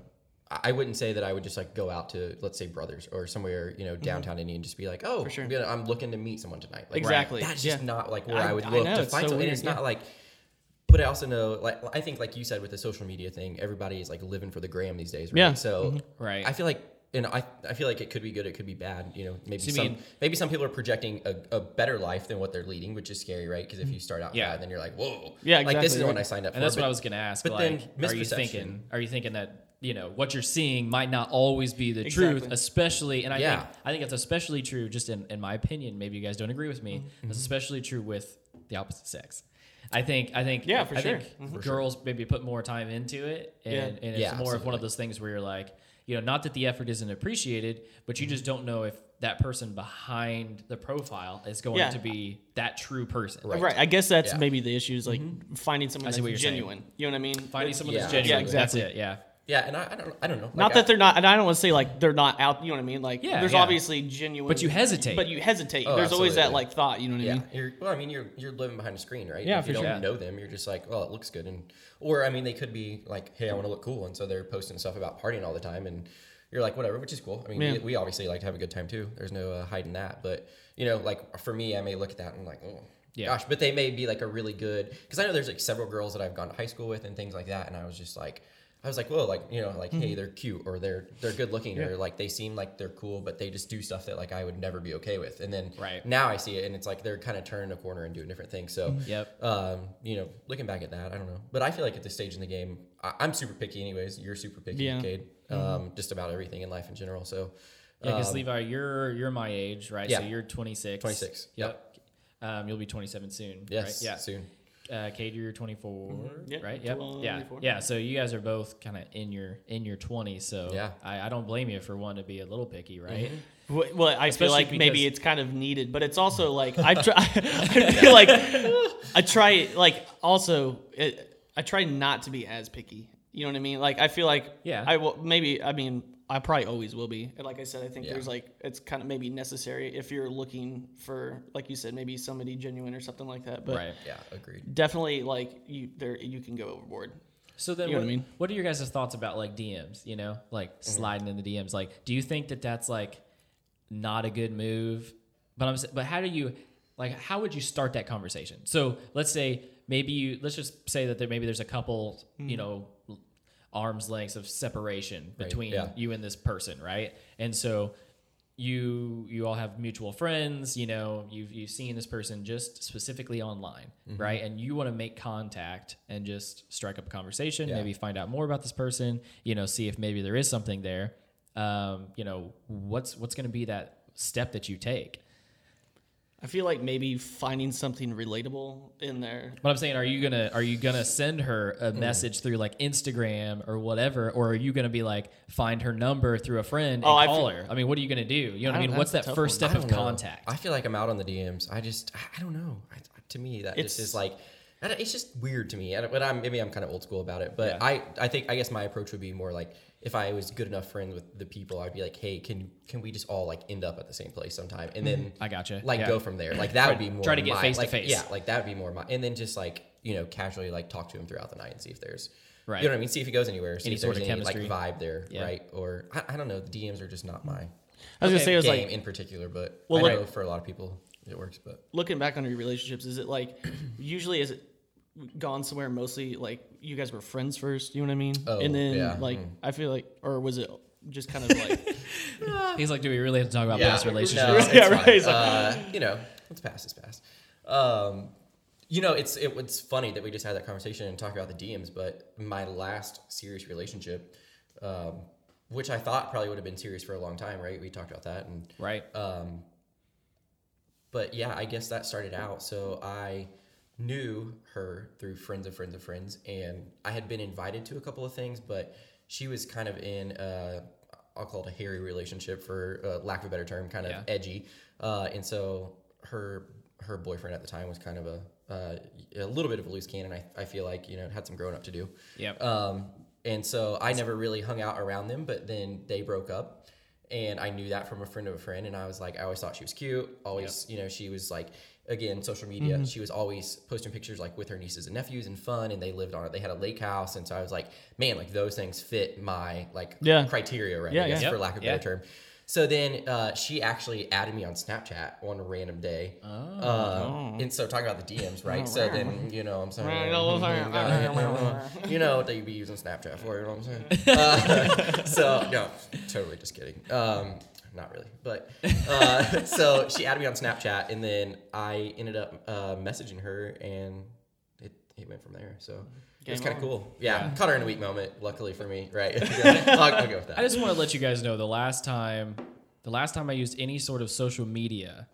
Speaker 3: I I wouldn't say that I would just like go out to let's say Brothers or somewhere you know downtown Indy and just be like, oh,
Speaker 1: Mm-hmm. sure.
Speaker 3: you know, I'm looking to meet someone tonight. Like,
Speaker 1: Exactly,
Speaker 3: That's just
Speaker 1: yeah.
Speaker 3: not like where
Speaker 1: I-
Speaker 3: I, would
Speaker 1: I
Speaker 3: look
Speaker 1: know,
Speaker 3: to
Speaker 1: it's
Speaker 3: find
Speaker 1: so
Speaker 3: someone.
Speaker 1: weird,
Speaker 3: it's
Speaker 1: yeah.
Speaker 3: not like. But I also know, like, I think, like you said, with the social media thing, everybody is like living for the gram these days, right?
Speaker 1: Yeah. Mm-hmm.
Speaker 3: So,
Speaker 2: Right.
Speaker 3: I feel like, and I, I feel like it could be good, it could be bad. You know, maybe
Speaker 2: you
Speaker 3: some,
Speaker 2: mean-
Speaker 3: maybe some people are projecting a, a better life than what they're leading, which is scary, right? Because if you start out
Speaker 2: Yeah.
Speaker 3: bad, then you're like, whoa,
Speaker 1: Mm-hmm. Yeah,
Speaker 3: like this
Speaker 1: exactly,
Speaker 3: is the one
Speaker 1: right.
Speaker 3: I signed up for.
Speaker 2: And that's
Speaker 3: but-
Speaker 2: what I was gonna ask.
Speaker 3: but then
Speaker 2: like, are you
Speaker 3: misperception.
Speaker 2: thinking? Are you thinking that you know what you're seeing might not always be the truth?
Speaker 1: Exactly.
Speaker 2: Especially, and I
Speaker 3: Yeah.
Speaker 2: think I think that's especially true. Just in, in my opinion, maybe you guys don't agree with me.
Speaker 3: Mm-hmm.
Speaker 2: That's especially true with the opposite sex. I think I think
Speaker 1: Yeah, for
Speaker 2: I
Speaker 1: sure.
Speaker 2: Think Girls maybe put more time into it, and,
Speaker 1: Yeah.
Speaker 2: and it's
Speaker 3: Mm-hmm. Yeah,
Speaker 2: more of one
Speaker 3: absolutely.
Speaker 2: of those things where you're like, you know, not that the effort isn't appreciated, but
Speaker 3: Mm-hmm.
Speaker 2: you just don't know if that person behind the profile is going
Speaker 1: Yeah.
Speaker 2: to be that true person.
Speaker 3: Right.
Speaker 1: Right. I guess that's
Speaker 3: Yeah.
Speaker 1: maybe the issue is like finding someone
Speaker 2: I see
Speaker 1: that's
Speaker 2: what you're saying.
Speaker 1: genuine. You know what I mean?
Speaker 2: Finding someone that's
Speaker 3: Mm-hmm. Yeah. Yeah,
Speaker 2: genuine.
Speaker 1: exactly.
Speaker 2: That's it. Yeah.
Speaker 3: Yeah, and I, I don't I don't know.
Speaker 1: not
Speaker 3: Like, I-
Speaker 1: that they're not, and I don't want to say like they're not out. You know what I mean? Like,
Speaker 2: Yeah,
Speaker 1: there's
Speaker 2: yeah.
Speaker 1: obviously genuine,
Speaker 2: But you hesitate. Oh,
Speaker 1: But you hesitate. there's always that
Speaker 3: absolutely.
Speaker 1: like thought. You know what I
Speaker 3: Yeah,
Speaker 1: mean?
Speaker 3: you're, well, I mean, you're you're living behind a screen, right?
Speaker 1: Yeah,
Speaker 3: if you
Speaker 1: for
Speaker 3: don't
Speaker 2: sure.
Speaker 3: know them, you're just like, well, it looks good, and or I mean, they could be like, hey, I want to look cool, and so they're posting stuff about partying all the time, and you're like, whatever, which is cool. I mean,
Speaker 1: Yeah.
Speaker 3: we, we obviously like to have a good time too. There's no uh, hiding that, but you know, like for me, I may look at that and I'm like, oh.
Speaker 2: Yeah.
Speaker 3: Gosh, but they may be like a really good because I know there's like several girls that I've gone to high school with and things like that, and I was just like, I was like, whoa, like you know, like
Speaker 1: Mm-hmm.
Speaker 3: hey, they're cute or they're they're good looking or like they seem like they're cool, but they just do stuff that like I would never be okay with. And then
Speaker 2: Right.
Speaker 3: now I see it, and it's like they're kind of turning a corner and doing different things. So
Speaker 2: Mm-hmm. Yep.
Speaker 3: um, you know, looking back at that, I don't know, but I feel like at this stage in the game, I, I'm super picky, anyways. You're super picky,
Speaker 1: Yeah.
Speaker 3: Cade,
Speaker 2: Mm-hmm.
Speaker 3: um, just about everything in life in general. So
Speaker 2: Yeah, because
Speaker 3: um,
Speaker 2: Levi, you're you're my age, right? So
Speaker 3: yeah.
Speaker 2: you're 26.
Speaker 3: 26,
Speaker 2: Yep. Um, you'll be 27 soon.
Speaker 3: yes,
Speaker 2: Right? Yeah.
Speaker 3: soon.
Speaker 2: uh, Cade, you're 24,
Speaker 1: Yeah,
Speaker 2: right? Yep.
Speaker 1: 12,
Speaker 2: yeah,
Speaker 1: 24.
Speaker 2: yeah. So you guys are both kind of in your in your 20s. So
Speaker 3: Yeah. Mm-hmm.
Speaker 2: I, I don't blame you for wanting to be a little picky, right?
Speaker 1: Well, well, I feel
Speaker 2: Especially
Speaker 1: like maybe
Speaker 2: because-
Speaker 1: it's kind of needed, but it's also like I try. (laughs) I feel like I try like also it, I try not to be as picky. You know what I mean? Like I feel like
Speaker 2: Yeah.
Speaker 1: I will maybe I mean I probably always will be. And like I said, I think
Speaker 3: Yeah.
Speaker 1: there's like it's kind of maybe necessary if you're looking for like you said maybe somebody genuine or something like that. But
Speaker 2: Right.
Speaker 3: Yeah, agreed.
Speaker 1: definitely like you there you can go overboard.
Speaker 2: So then,
Speaker 1: You know
Speaker 2: what,
Speaker 1: what I mean? Mm-hmm.
Speaker 2: what are your guys' thoughts about like DMs? You know, like sliding in the DMs. Like, do you think that that's like not a good move? But I'm, s- but how do you, like, how would you start that conversation? So let's say maybe you, let's just say that there maybe there's a couple,
Speaker 1: Mm-hmm.
Speaker 2: you know, l- arms lengths of separation between
Speaker 3: yeah.
Speaker 2: you and this person, right? And so you you all have mutual friends you know you've, you've seen this person just specifically online
Speaker 1: Mm-hmm.
Speaker 2: right and you want to make contact and just strike up a conversation
Speaker 3: Yeah.
Speaker 2: maybe find out more about this person you know see if maybe there is something there um, you know what's what's going to be that step that you take
Speaker 1: I feel like maybe finding something relatable in there
Speaker 2: but i'm saying are you gonna are you gonna send her
Speaker 1: Hmm.
Speaker 2: a message through like instagram or whatever or are you gonna be like find her number through a friend and
Speaker 1: Oh, I
Speaker 2: call
Speaker 1: feel-
Speaker 2: her i mean what are you gonna do you know what
Speaker 1: I
Speaker 2: i
Speaker 1: don't-
Speaker 2: mean what's
Speaker 1: that's
Speaker 2: that
Speaker 1: a tough
Speaker 2: first
Speaker 1: one.
Speaker 2: step of
Speaker 3: don't know.
Speaker 2: contact
Speaker 3: I feel like I'm out on the DMs. I just, I- I don't know. I, to me, that
Speaker 1: It's-
Speaker 3: just is like, I don't- it's just weird to me. I don't- But I'm maybe I'm kind of old school about it. But
Speaker 2: Yeah.
Speaker 3: I, I think I guess my approach would be more like if I was good enough friend with the people, I'd be like, hey, can can we just all like end up at the same place sometime, and then
Speaker 2: I gotcha.
Speaker 3: like
Speaker 2: Yeah.
Speaker 3: go from there. Like that would be more
Speaker 2: try to get
Speaker 3: my-
Speaker 2: face to
Speaker 3: like,
Speaker 2: face.
Speaker 3: Yeah, like that would be more my, and then just like you know casually like talk to him throughout the night and see if there's.
Speaker 2: Right.
Speaker 3: You know what I mean? See if it goes anywhere. See
Speaker 2: Any
Speaker 3: if
Speaker 2: sort
Speaker 3: there's
Speaker 2: of
Speaker 3: any like
Speaker 2: chemistry.
Speaker 3: vibe there,
Speaker 2: Yeah.
Speaker 3: right? Or I, I don't know. The DMs are just not my
Speaker 1: I was
Speaker 2: Okay.
Speaker 1: gonna say it was
Speaker 3: game
Speaker 1: like
Speaker 3: in particular, but
Speaker 1: Well,
Speaker 3: I
Speaker 1: look-
Speaker 3: know for a lot of people it works. But
Speaker 1: looking back on your relationships, is it like (clears throat) usually is it gone somewhere mostly like you guys were friends first, you know what I mean?
Speaker 3: Oh,
Speaker 1: and then
Speaker 3: yeah,
Speaker 1: like I feel like or was it just kind of
Speaker 3: (laughs)
Speaker 1: like
Speaker 2: he's like do we really have to talk about past relationships
Speaker 3: No, it's
Speaker 1: Yeah,
Speaker 3: fine.
Speaker 1: right, it's like-
Speaker 3: Uh, you know, it's past. It's past. Um, you know, it's it, it's funny that we just had that conversation and talk about the DMs, but my last serious relationship, um, which I thought probably would have been serious for a long time, right? We talked about that, and
Speaker 2: right
Speaker 3: um, but yeah, I guess that started out. So I knew her through friends of friends of friends, and I had been invited to a couple of things, but she was kind of in i I'll call it a hairy relationship for uh, lack of a better term, kind of
Speaker 2: Yeah.
Speaker 3: edgy, uh, and so her her boyfriend at the time was kind of a uh, a little bit of a loose cannon. I, I feel like you know had some growing up to do.
Speaker 2: Yep.
Speaker 3: Um, and so I never really hung out around them, but then they broke up. And I knew that from a friend of a friend. And I was like, I always thought she was cute. Always, you know, she was like, again, social media.
Speaker 1: Mm-hmm.
Speaker 3: She was always posting pictures like with her nieces and nephews and fun. And they lived on it. They had a lake house. And so I was like, man, like those things fit my like
Speaker 1: Yeah.
Speaker 3: criteria, right?
Speaker 1: Yeah,
Speaker 3: I guess,
Speaker 1: yeah.
Speaker 3: for lack of a
Speaker 2: Yeah.
Speaker 3: better term. So then uh, she actually added me on Snapchat on a random day. Oh.
Speaker 2: Uh,
Speaker 3: And so talking about the DMs,
Speaker 1: Oh,
Speaker 3: right? so then, you know, I'm sorry (laughs) you know what they'd be using Snapchat for. You know what
Speaker 1: (laughs)
Speaker 3: I'm saying? uh, (laughs) so no, totally just kidding. Um, not really, but uh, (laughs) so she added me on Snapchat, and then I ended up uh, messaging her, and it, it went from there. So it was
Speaker 1: Game
Speaker 3: kind of cool. Yeah, caught her in a weak moment. Luckily for me, right?
Speaker 1: (laughs)
Speaker 3: (laughs) Yeah, I'll, I'll go with that.
Speaker 2: I just want to let you guys know the last time, the last time I used any sort of social media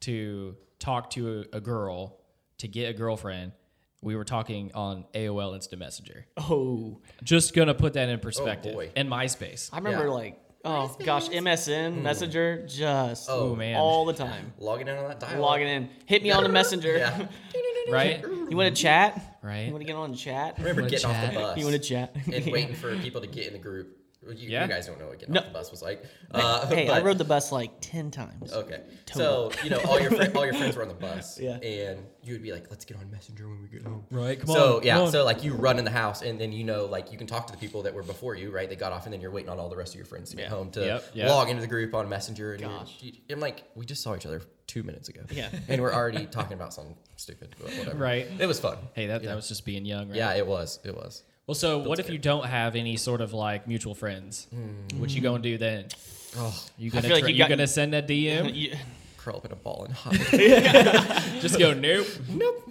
Speaker 2: to talk to a, a girl to get a girlfriend, we were talking on AOL Instant Messenger.
Speaker 1: oh
Speaker 2: Just gonna put that in perspective.
Speaker 3: Oh, boy.
Speaker 2: and MySpace.
Speaker 1: I remember
Speaker 3: Yeah. Mm.
Speaker 1: like oh gosh, MSN, Messenger, just
Speaker 2: Oh man,
Speaker 1: all the time.
Speaker 3: Logging in on that dial.
Speaker 1: Logging in. Hit me
Speaker 3: (laughs)
Speaker 1: on the messenger. (laughs)
Speaker 3: Yeah.
Speaker 2: right,
Speaker 1: You wanna chat?
Speaker 2: right.
Speaker 1: You wanna get on chat?
Speaker 3: I remember
Speaker 2: Wanna
Speaker 3: getting off
Speaker 2: chat?
Speaker 3: the bus.
Speaker 1: You wanna chat? (laughs)
Speaker 3: and waiting for people to get in the group. You, you
Speaker 2: Yeah.
Speaker 3: guys don't know what getting off the bus was like. Uh,
Speaker 1: Hey, I
Speaker 3: (laughs) but-
Speaker 1: rode the bus like ten times.
Speaker 3: Okay.
Speaker 1: Totally.
Speaker 3: So you know, all your fri all your friends were on the bus,
Speaker 1: Yeah.
Speaker 3: and you would be like, "Let's get on Messenger when we get home."
Speaker 2: Right, come
Speaker 3: so
Speaker 2: on,
Speaker 3: yeah,
Speaker 2: come on.
Speaker 3: so like you run in the house, and then you know, like you can talk to the people that were before you, right? They got off, and then you're waiting on all the rest of your friends to get
Speaker 1: Yeah.
Speaker 3: home to
Speaker 2: Yep, yep.
Speaker 3: log into the group on Messenger. And you're-
Speaker 1: Gosh.
Speaker 3: you- I'm like, we just saw each other two minutes ago,
Speaker 1: Yeah.
Speaker 3: (laughs) and we're already talking about something stupid, but whatever.
Speaker 2: Right.
Speaker 3: It was fun.
Speaker 2: Hey, that, that was just being young, right?
Speaker 3: Yeah, it was. It was.
Speaker 2: Well, so what if you don't have any sort of like mutual friends?
Speaker 3: Hmm.
Speaker 2: What you gonna do then?
Speaker 3: Oh,
Speaker 2: You gonna
Speaker 1: feel like
Speaker 2: tra-
Speaker 1: you
Speaker 2: you,
Speaker 1: got-
Speaker 2: gonna send
Speaker 1: (laughs)
Speaker 2: a
Speaker 1: (laughs)
Speaker 2: DM?
Speaker 1: You-
Speaker 3: curl up in a ball and hop.
Speaker 2: Just go nope.
Speaker 3: nope.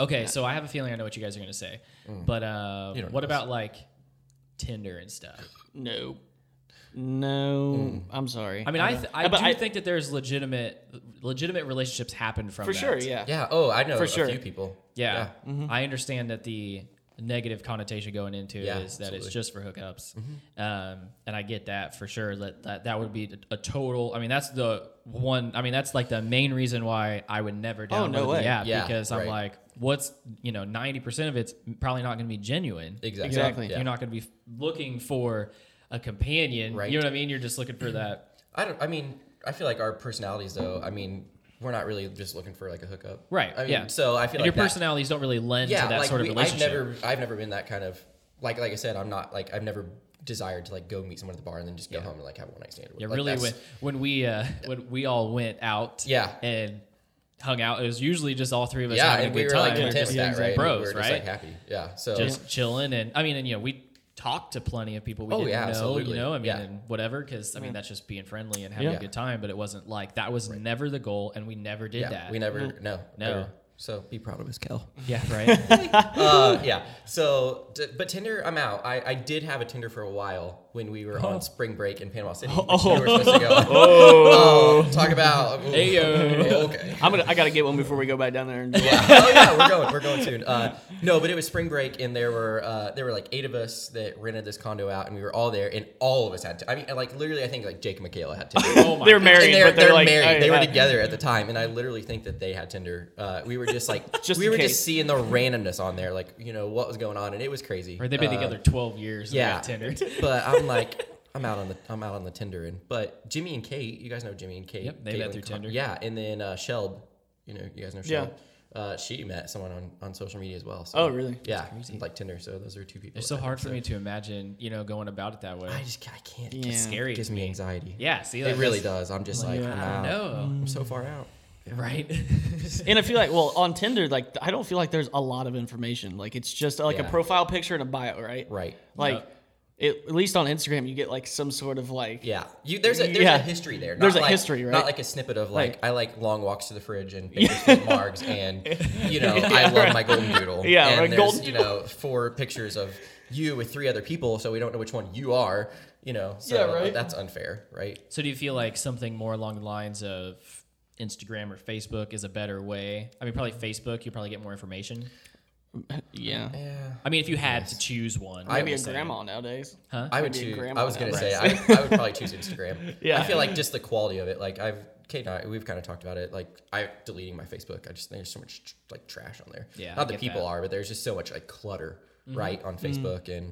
Speaker 2: Okay, so I have a feeling I know what you guys are gonna say, but uh,
Speaker 3: Mm. You don't
Speaker 2: what
Speaker 3: know
Speaker 2: about like Tinder and stuff?
Speaker 1: no, no.
Speaker 3: Mm.
Speaker 1: I'm sorry.
Speaker 2: I mean, I th- I
Speaker 1: Uh, but
Speaker 2: do
Speaker 1: I-
Speaker 2: think that there's legitimate legitimate relationships happen from
Speaker 1: for
Speaker 2: that.
Speaker 1: sure. Yeah.
Speaker 3: (laughs) Yeah. Oh, I know
Speaker 1: For
Speaker 3: a
Speaker 1: sure.
Speaker 3: few people.
Speaker 2: Yeah.
Speaker 3: Mm-hmm.
Speaker 2: I understand that the negative connotation going into it is
Speaker 3: Yeah,
Speaker 2: that
Speaker 3: absolutely. Mm-hmm.
Speaker 2: it's just for hookups. Um, and I get that for sure. That, that that would be a total I mean that's the one I mean that's like the main reason why I would never download
Speaker 1: Oh, no way.
Speaker 2: the app
Speaker 3: Yeah,
Speaker 2: because I'm
Speaker 3: right.
Speaker 2: like what's you know 90% of it's probably not going to be genuine.
Speaker 3: Exactly.
Speaker 1: Exactly.
Speaker 2: You're not going to be looking for a companion.
Speaker 3: Right. Mm-hmm.
Speaker 2: You know what I mean? You're just looking for that.
Speaker 3: I don't. I mean, I feel like our personalities, though. I mean, we're not really just looking for like a hookup,
Speaker 2: Right.
Speaker 3: I mean,
Speaker 2: yeah.
Speaker 3: So I feel
Speaker 2: And
Speaker 3: like
Speaker 2: your
Speaker 3: that-
Speaker 2: personalities don't really lend
Speaker 3: Yeah,
Speaker 2: to that
Speaker 3: like
Speaker 2: sort of
Speaker 3: we- I've
Speaker 2: relationship.
Speaker 3: never, I've never been that kind of like, like I said, I'm not like I've never desired to like go meet someone at the bar and then just go home and like have one night stand. With.
Speaker 2: Yeah,
Speaker 3: like,
Speaker 2: really.
Speaker 3: that's-
Speaker 2: When when we uh, when we all went out,
Speaker 3: Yeah.
Speaker 2: and hung out, it was usually just all three of us.
Speaker 3: yeah,
Speaker 2: having a
Speaker 3: and we
Speaker 2: good
Speaker 3: were
Speaker 2: time.
Speaker 3: like
Speaker 2: We were
Speaker 3: content
Speaker 2: just
Speaker 3: with that,
Speaker 2: being
Speaker 3: right?
Speaker 2: Bros,
Speaker 3: we were just
Speaker 2: right?
Speaker 3: like happy. Yeah. So
Speaker 2: just chilling, and I mean, and you know, we talked to plenty of people we
Speaker 3: Oh,
Speaker 2: didn't
Speaker 3: yeah,
Speaker 2: know,
Speaker 3: absolutely.
Speaker 2: you know, I mean,
Speaker 3: Yeah.
Speaker 2: and whatever, because I mean, that's just being friendly and having
Speaker 1: Yeah.
Speaker 2: a good time. But it wasn't like that was never the goal, and we never did
Speaker 3: yeah,
Speaker 2: that.
Speaker 3: we never, no,
Speaker 2: No.
Speaker 3: ever. So be proud of us, Kel.
Speaker 2: yeah,
Speaker 3: (laughs)
Speaker 2: right.
Speaker 3: uh, yeah. So, d- but Tinder, I'm out. I, I did have a Tinder for a while when we were on spring break in Panama City. Oh, we were supposed to go. (laughs) Oh, talk about. ooh.
Speaker 2: Ayo.
Speaker 3: (laughs) Okay.
Speaker 1: I'm gonna. I gotta get one before we go back down there. And do it.
Speaker 3: (laughs) Yeah. Oh yeah, we're going. We're going soon. Uh, no, but it was spring break, and there were uh, there were like eight of us that rented this condo out, and we were all there, and all of us had. T- I mean, like literally, I think like Jake and Michaela had Tinder.
Speaker 2: oh my
Speaker 1: they're
Speaker 2: God.
Speaker 1: married,
Speaker 3: And they're,
Speaker 1: but they're,
Speaker 3: they're
Speaker 1: like
Speaker 3: married.
Speaker 1: hey,
Speaker 3: they were
Speaker 1: yeah.
Speaker 3: together at the time, and I literally think that they had Tinder. Uh, we were just like,
Speaker 1: Just
Speaker 3: we
Speaker 1: in
Speaker 3: were
Speaker 1: case.
Speaker 3: just seeing the randomness on there, like you know what was going on, and it was crazy.
Speaker 2: Or they've been
Speaker 3: Uh,
Speaker 2: together twelve years. and they
Speaker 3: yeah.
Speaker 2: got (laughs)
Speaker 3: (laughs)
Speaker 2: Tinder.
Speaker 3: but I'm like, I'm out on the I'm out on the Tinder, and but Jimmy and Kate, you guys know Jimmy and Kate.
Speaker 2: Yep, they met
Speaker 3: Caitlin
Speaker 2: through
Speaker 3: Con-
Speaker 2: Tinder.
Speaker 3: Yeah, and then uh, Shelb, you know, you guys know Shelb.
Speaker 1: Yeah.
Speaker 3: Uh, she met someone on, on social media as well. So,
Speaker 1: Oh, really?
Speaker 3: Yeah, like Tinder. So those are two people.
Speaker 2: It's so
Speaker 3: that-
Speaker 2: hard for me to imagine, you know, going about it that way.
Speaker 3: I just I can't.
Speaker 1: Yeah.
Speaker 3: It's
Speaker 2: Scary.
Speaker 3: It gives me anxiety.
Speaker 2: Yeah, see,
Speaker 3: it
Speaker 2: like,
Speaker 3: really
Speaker 2: that's-
Speaker 3: does. I'm just like,
Speaker 1: yeah,
Speaker 3: I'm, out.
Speaker 2: No,
Speaker 3: I'm so far out.
Speaker 2: right? (laughs)
Speaker 1: And I feel like, well, on Tinder, like I don't feel like there's a lot of information. Like it's just like a
Speaker 3: Yeah.
Speaker 1: profile picture and a bio, right?
Speaker 3: Right.
Speaker 1: Like,
Speaker 2: Yep.
Speaker 1: it, at least on Instagram, you get like some sort of like
Speaker 3: Yeah, you there's a there's
Speaker 1: Yeah.
Speaker 3: a history there. Not
Speaker 1: There's a
Speaker 3: like-
Speaker 1: history, right?
Speaker 3: Not like a snippet of like,
Speaker 1: Like-
Speaker 3: I like long walks to the fridge
Speaker 1: (laughs)
Speaker 3: and Bakersfield margs, and you know I love my golden doodle.
Speaker 1: (laughs) Yeah,
Speaker 3: and
Speaker 1: right,
Speaker 3: there's
Speaker 1: golden
Speaker 3: you know four pictures of you with three other people, so we don't know which one you are. You know, so
Speaker 1: Yeah, right.
Speaker 3: that's unfair, right?
Speaker 2: So do you feel like something more along the lines of Instagram or Facebook is a better way? I mean, probably Facebook. You probably get more information.
Speaker 1: yeah.
Speaker 3: Yeah.
Speaker 2: I mean, if you had to choose one,
Speaker 1: Maybe
Speaker 2: would
Speaker 1: a
Speaker 2: say-
Speaker 1: grandma nowadays.
Speaker 3: I would
Speaker 1: Maybe a
Speaker 3: choose.
Speaker 1: grandma
Speaker 3: I was gonna
Speaker 1: now.
Speaker 2: (laughs)
Speaker 3: say I, I would probably choose Instagram.
Speaker 1: Yeah.
Speaker 3: I feel like just the quality of it. Like I've Kate and I, we've kind of talked about it. Like I deleting my Facebook. I just think there's so much tr- like trash on there.
Speaker 2: Yeah, I
Speaker 3: Not that
Speaker 2: get that.
Speaker 3: people
Speaker 2: Mm-hmm.
Speaker 3: are, but there's just so much like clutter, right, on Facebook and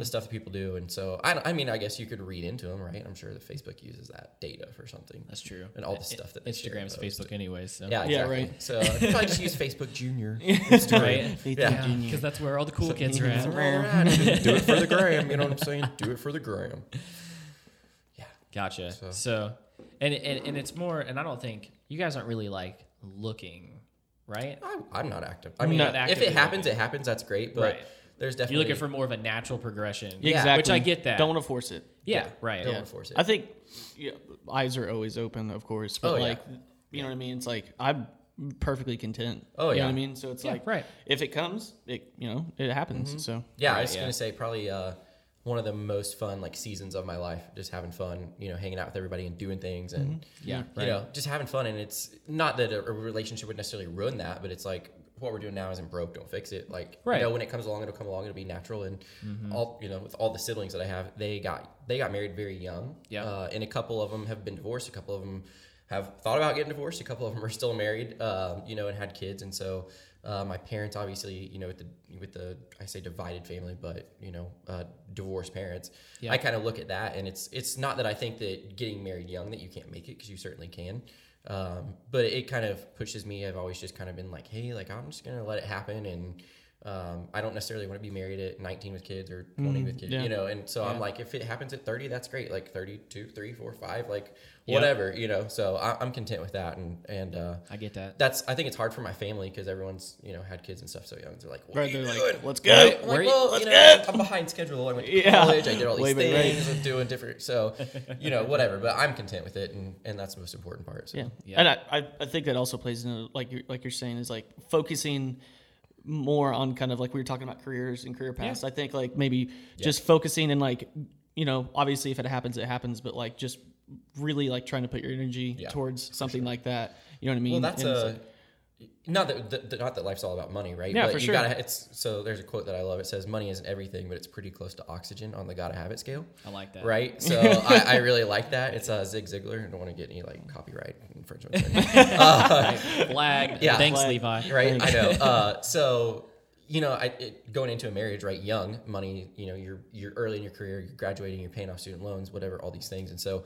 Speaker 3: the stuff that people do. And so I, don't- I mean, I guess you could read into them, right? I'm sure that Facebook uses that data for something.
Speaker 2: That's true.
Speaker 3: And all the stuff that they share
Speaker 2: Instagram's
Speaker 3: and post.
Speaker 2: Facebook, anyways. So.
Speaker 3: Yeah,
Speaker 1: Yeah,
Speaker 3: exactly.
Speaker 1: right.
Speaker 3: So I'd probably just
Speaker 2: (laughs)
Speaker 3: use Facebook Junior. Instagram.
Speaker 2: Right?
Speaker 3: (laughs) Yeah.
Speaker 2: because that's where all the cool kids are at. (laughs)
Speaker 3: All right. Do it for the gram. You know what I'm saying? Do it for the gram.
Speaker 2: Gotcha. So, and, and and it's more. And I don't think you guys aren't really like looking, right?
Speaker 3: I, I'm not active. I mean,
Speaker 1: Not
Speaker 3: if
Speaker 2: actively
Speaker 3: it happens, it happens. That's great. But
Speaker 2: Right.
Speaker 3: there's definitely
Speaker 2: You're looking for more of a natural progression.
Speaker 3: Yeah.
Speaker 1: Exactly.
Speaker 2: Which I get that.
Speaker 1: Don't want to force it.
Speaker 2: Yeah.
Speaker 3: Yeah.
Speaker 2: Right.
Speaker 3: Don't
Speaker 2: Yeah.
Speaker 3: wanna force it.
Speaker 1: I think yeah, eyes are always open, of course, but
Speaker 3: Oh, yeah.
Speaker 1: like you know what I mean. It's like I'm perfectly content.
Speaker 3: Oh,
Speaker 1: you know
Speaker 3: yeah.
Speaker 1: what I mean. So it's like
Speaker 2: right.
Speaker 1: if it comes, it you know it happens. So
Speaker 3: yeah. I was
Speaker 2: yeah.
Speaker 3: gonna say probably uh, one of the most fun like seasons of my life. Just having fun, you know, hanging out with everybody and doing things, and
Speaker 2: Mm-hmm. Yeah, right.
Speaker 3: you know, just having fun. And it's not that a, a relationship would necessarily ruin that, but it's like what we're doing now isn't broke. Don't fix it. Like
Speaker 2: Right. Mm-hmm.
Speaker 3: you know, when it comes along, it'll come along. It'll be natural. And all you know, with all the siblings that I have, they got they got married very young.
Speaker 2: Yeah.
Speaker 3: Uh, and a couple of them have been divorced. A couple of them have thought about getting divorced. A couple of them are still married. Um, you know, and had kids. And so. Uh, my parents, obviously, you know, with the with the I say divided family, but you know, uh, divorced parents.
Speaker 2: Yeah.
Speaker 3: I kind of look at that, and it's it's not that I think that getting married young that you can't make it because you certainly can, um, but it kind of pushes me. I've always just kind of been like, hey, like I'm just gonna let it happen, and Um, I don't necessarily want to be married at 19 with kids or 20 with kids,
Speaker 1: yeah.
Speaker 3: you know. And so I'm
Speaker 2: Yeah.
Speaker 3: like, if it happens at 30, that's great. Like 32, 3, 4, 5, like
Speaker 2: Yeah.
Speaker 3: whatever, you know. So I, I'm content with that. And and uh,
Speaker 2: I get that.
Speaker 3: that's I think it's hard for my family because everyone's you know had kids and stuff so young. They're like, what
Speaker 1: Right,
Speaker 3: are you
Speaker 1: they're like,
Speaker 3: doing?
Speaker 1: "Let's go.
Speaker 3: Right?
Speaker 2: Where
Speaker 3: I'm like,
Speaker 2: are you-
Speaker 3: well,
Speaker 1: let's
Speaker 3: you know, I'm behind schedule. I went to
Speaker 1: Yeah.
Speaker 3: college. I did all these
Speaker 1: Way back, right.
Speaker 3: things. I'm doing different. So you know, whatever. But I'm content with it, and and that's the most important part. So.
Speaker 1: Yeah.
Speaker 2: Yeah.
Speaker 1: And I, I, I think that also plays into like you're like you're saying is like focusing more on kind of like we were talking about careers and career paths. I think like maybe just focusing and like you know, obviously if it happens, it happens, but like just really like trying to put your energy
Speaker 3: Yeah,
Speaker 1: towards something like that. You know what I mean?
Speaker 3: Well, that's
Speaker 1: And it's
Speaker 3: a
Speaker 1: like-
Speaker 3: not that, that that- not that life's all about money, right?
Speaker 1: Yeah,
Speaker 3: but
Speaker 1: for
Speaker 3: you
Speaker 1: sure.
Speaker 3: Gotta, it's so there's a quote that I love. It says, "Money isn't everything, but it's pretty close to oxygen on the gotta have it scale."
Speaker 2: I like
Speaker 1: (laughs)
Speaker 2: that.
Speaker 3: Right, so I, I really like that. It's uh, Zig Ziglar. I don't want to get any like copyright infringement.
Speaker 1: (laughs)
Speaker 3: Uh,
Speaker 2: Flag.
Speaker 3: (laughs) Yeah.
Speaker 2: Thanks,
Speaker 1: Flag.
Speaker 2: Levi.
Speaker 3: right i know uh, so you know I, it, going into a marriage right young money you know you're you're early in your career you're graduating you're paying off student loans whatever all these things and so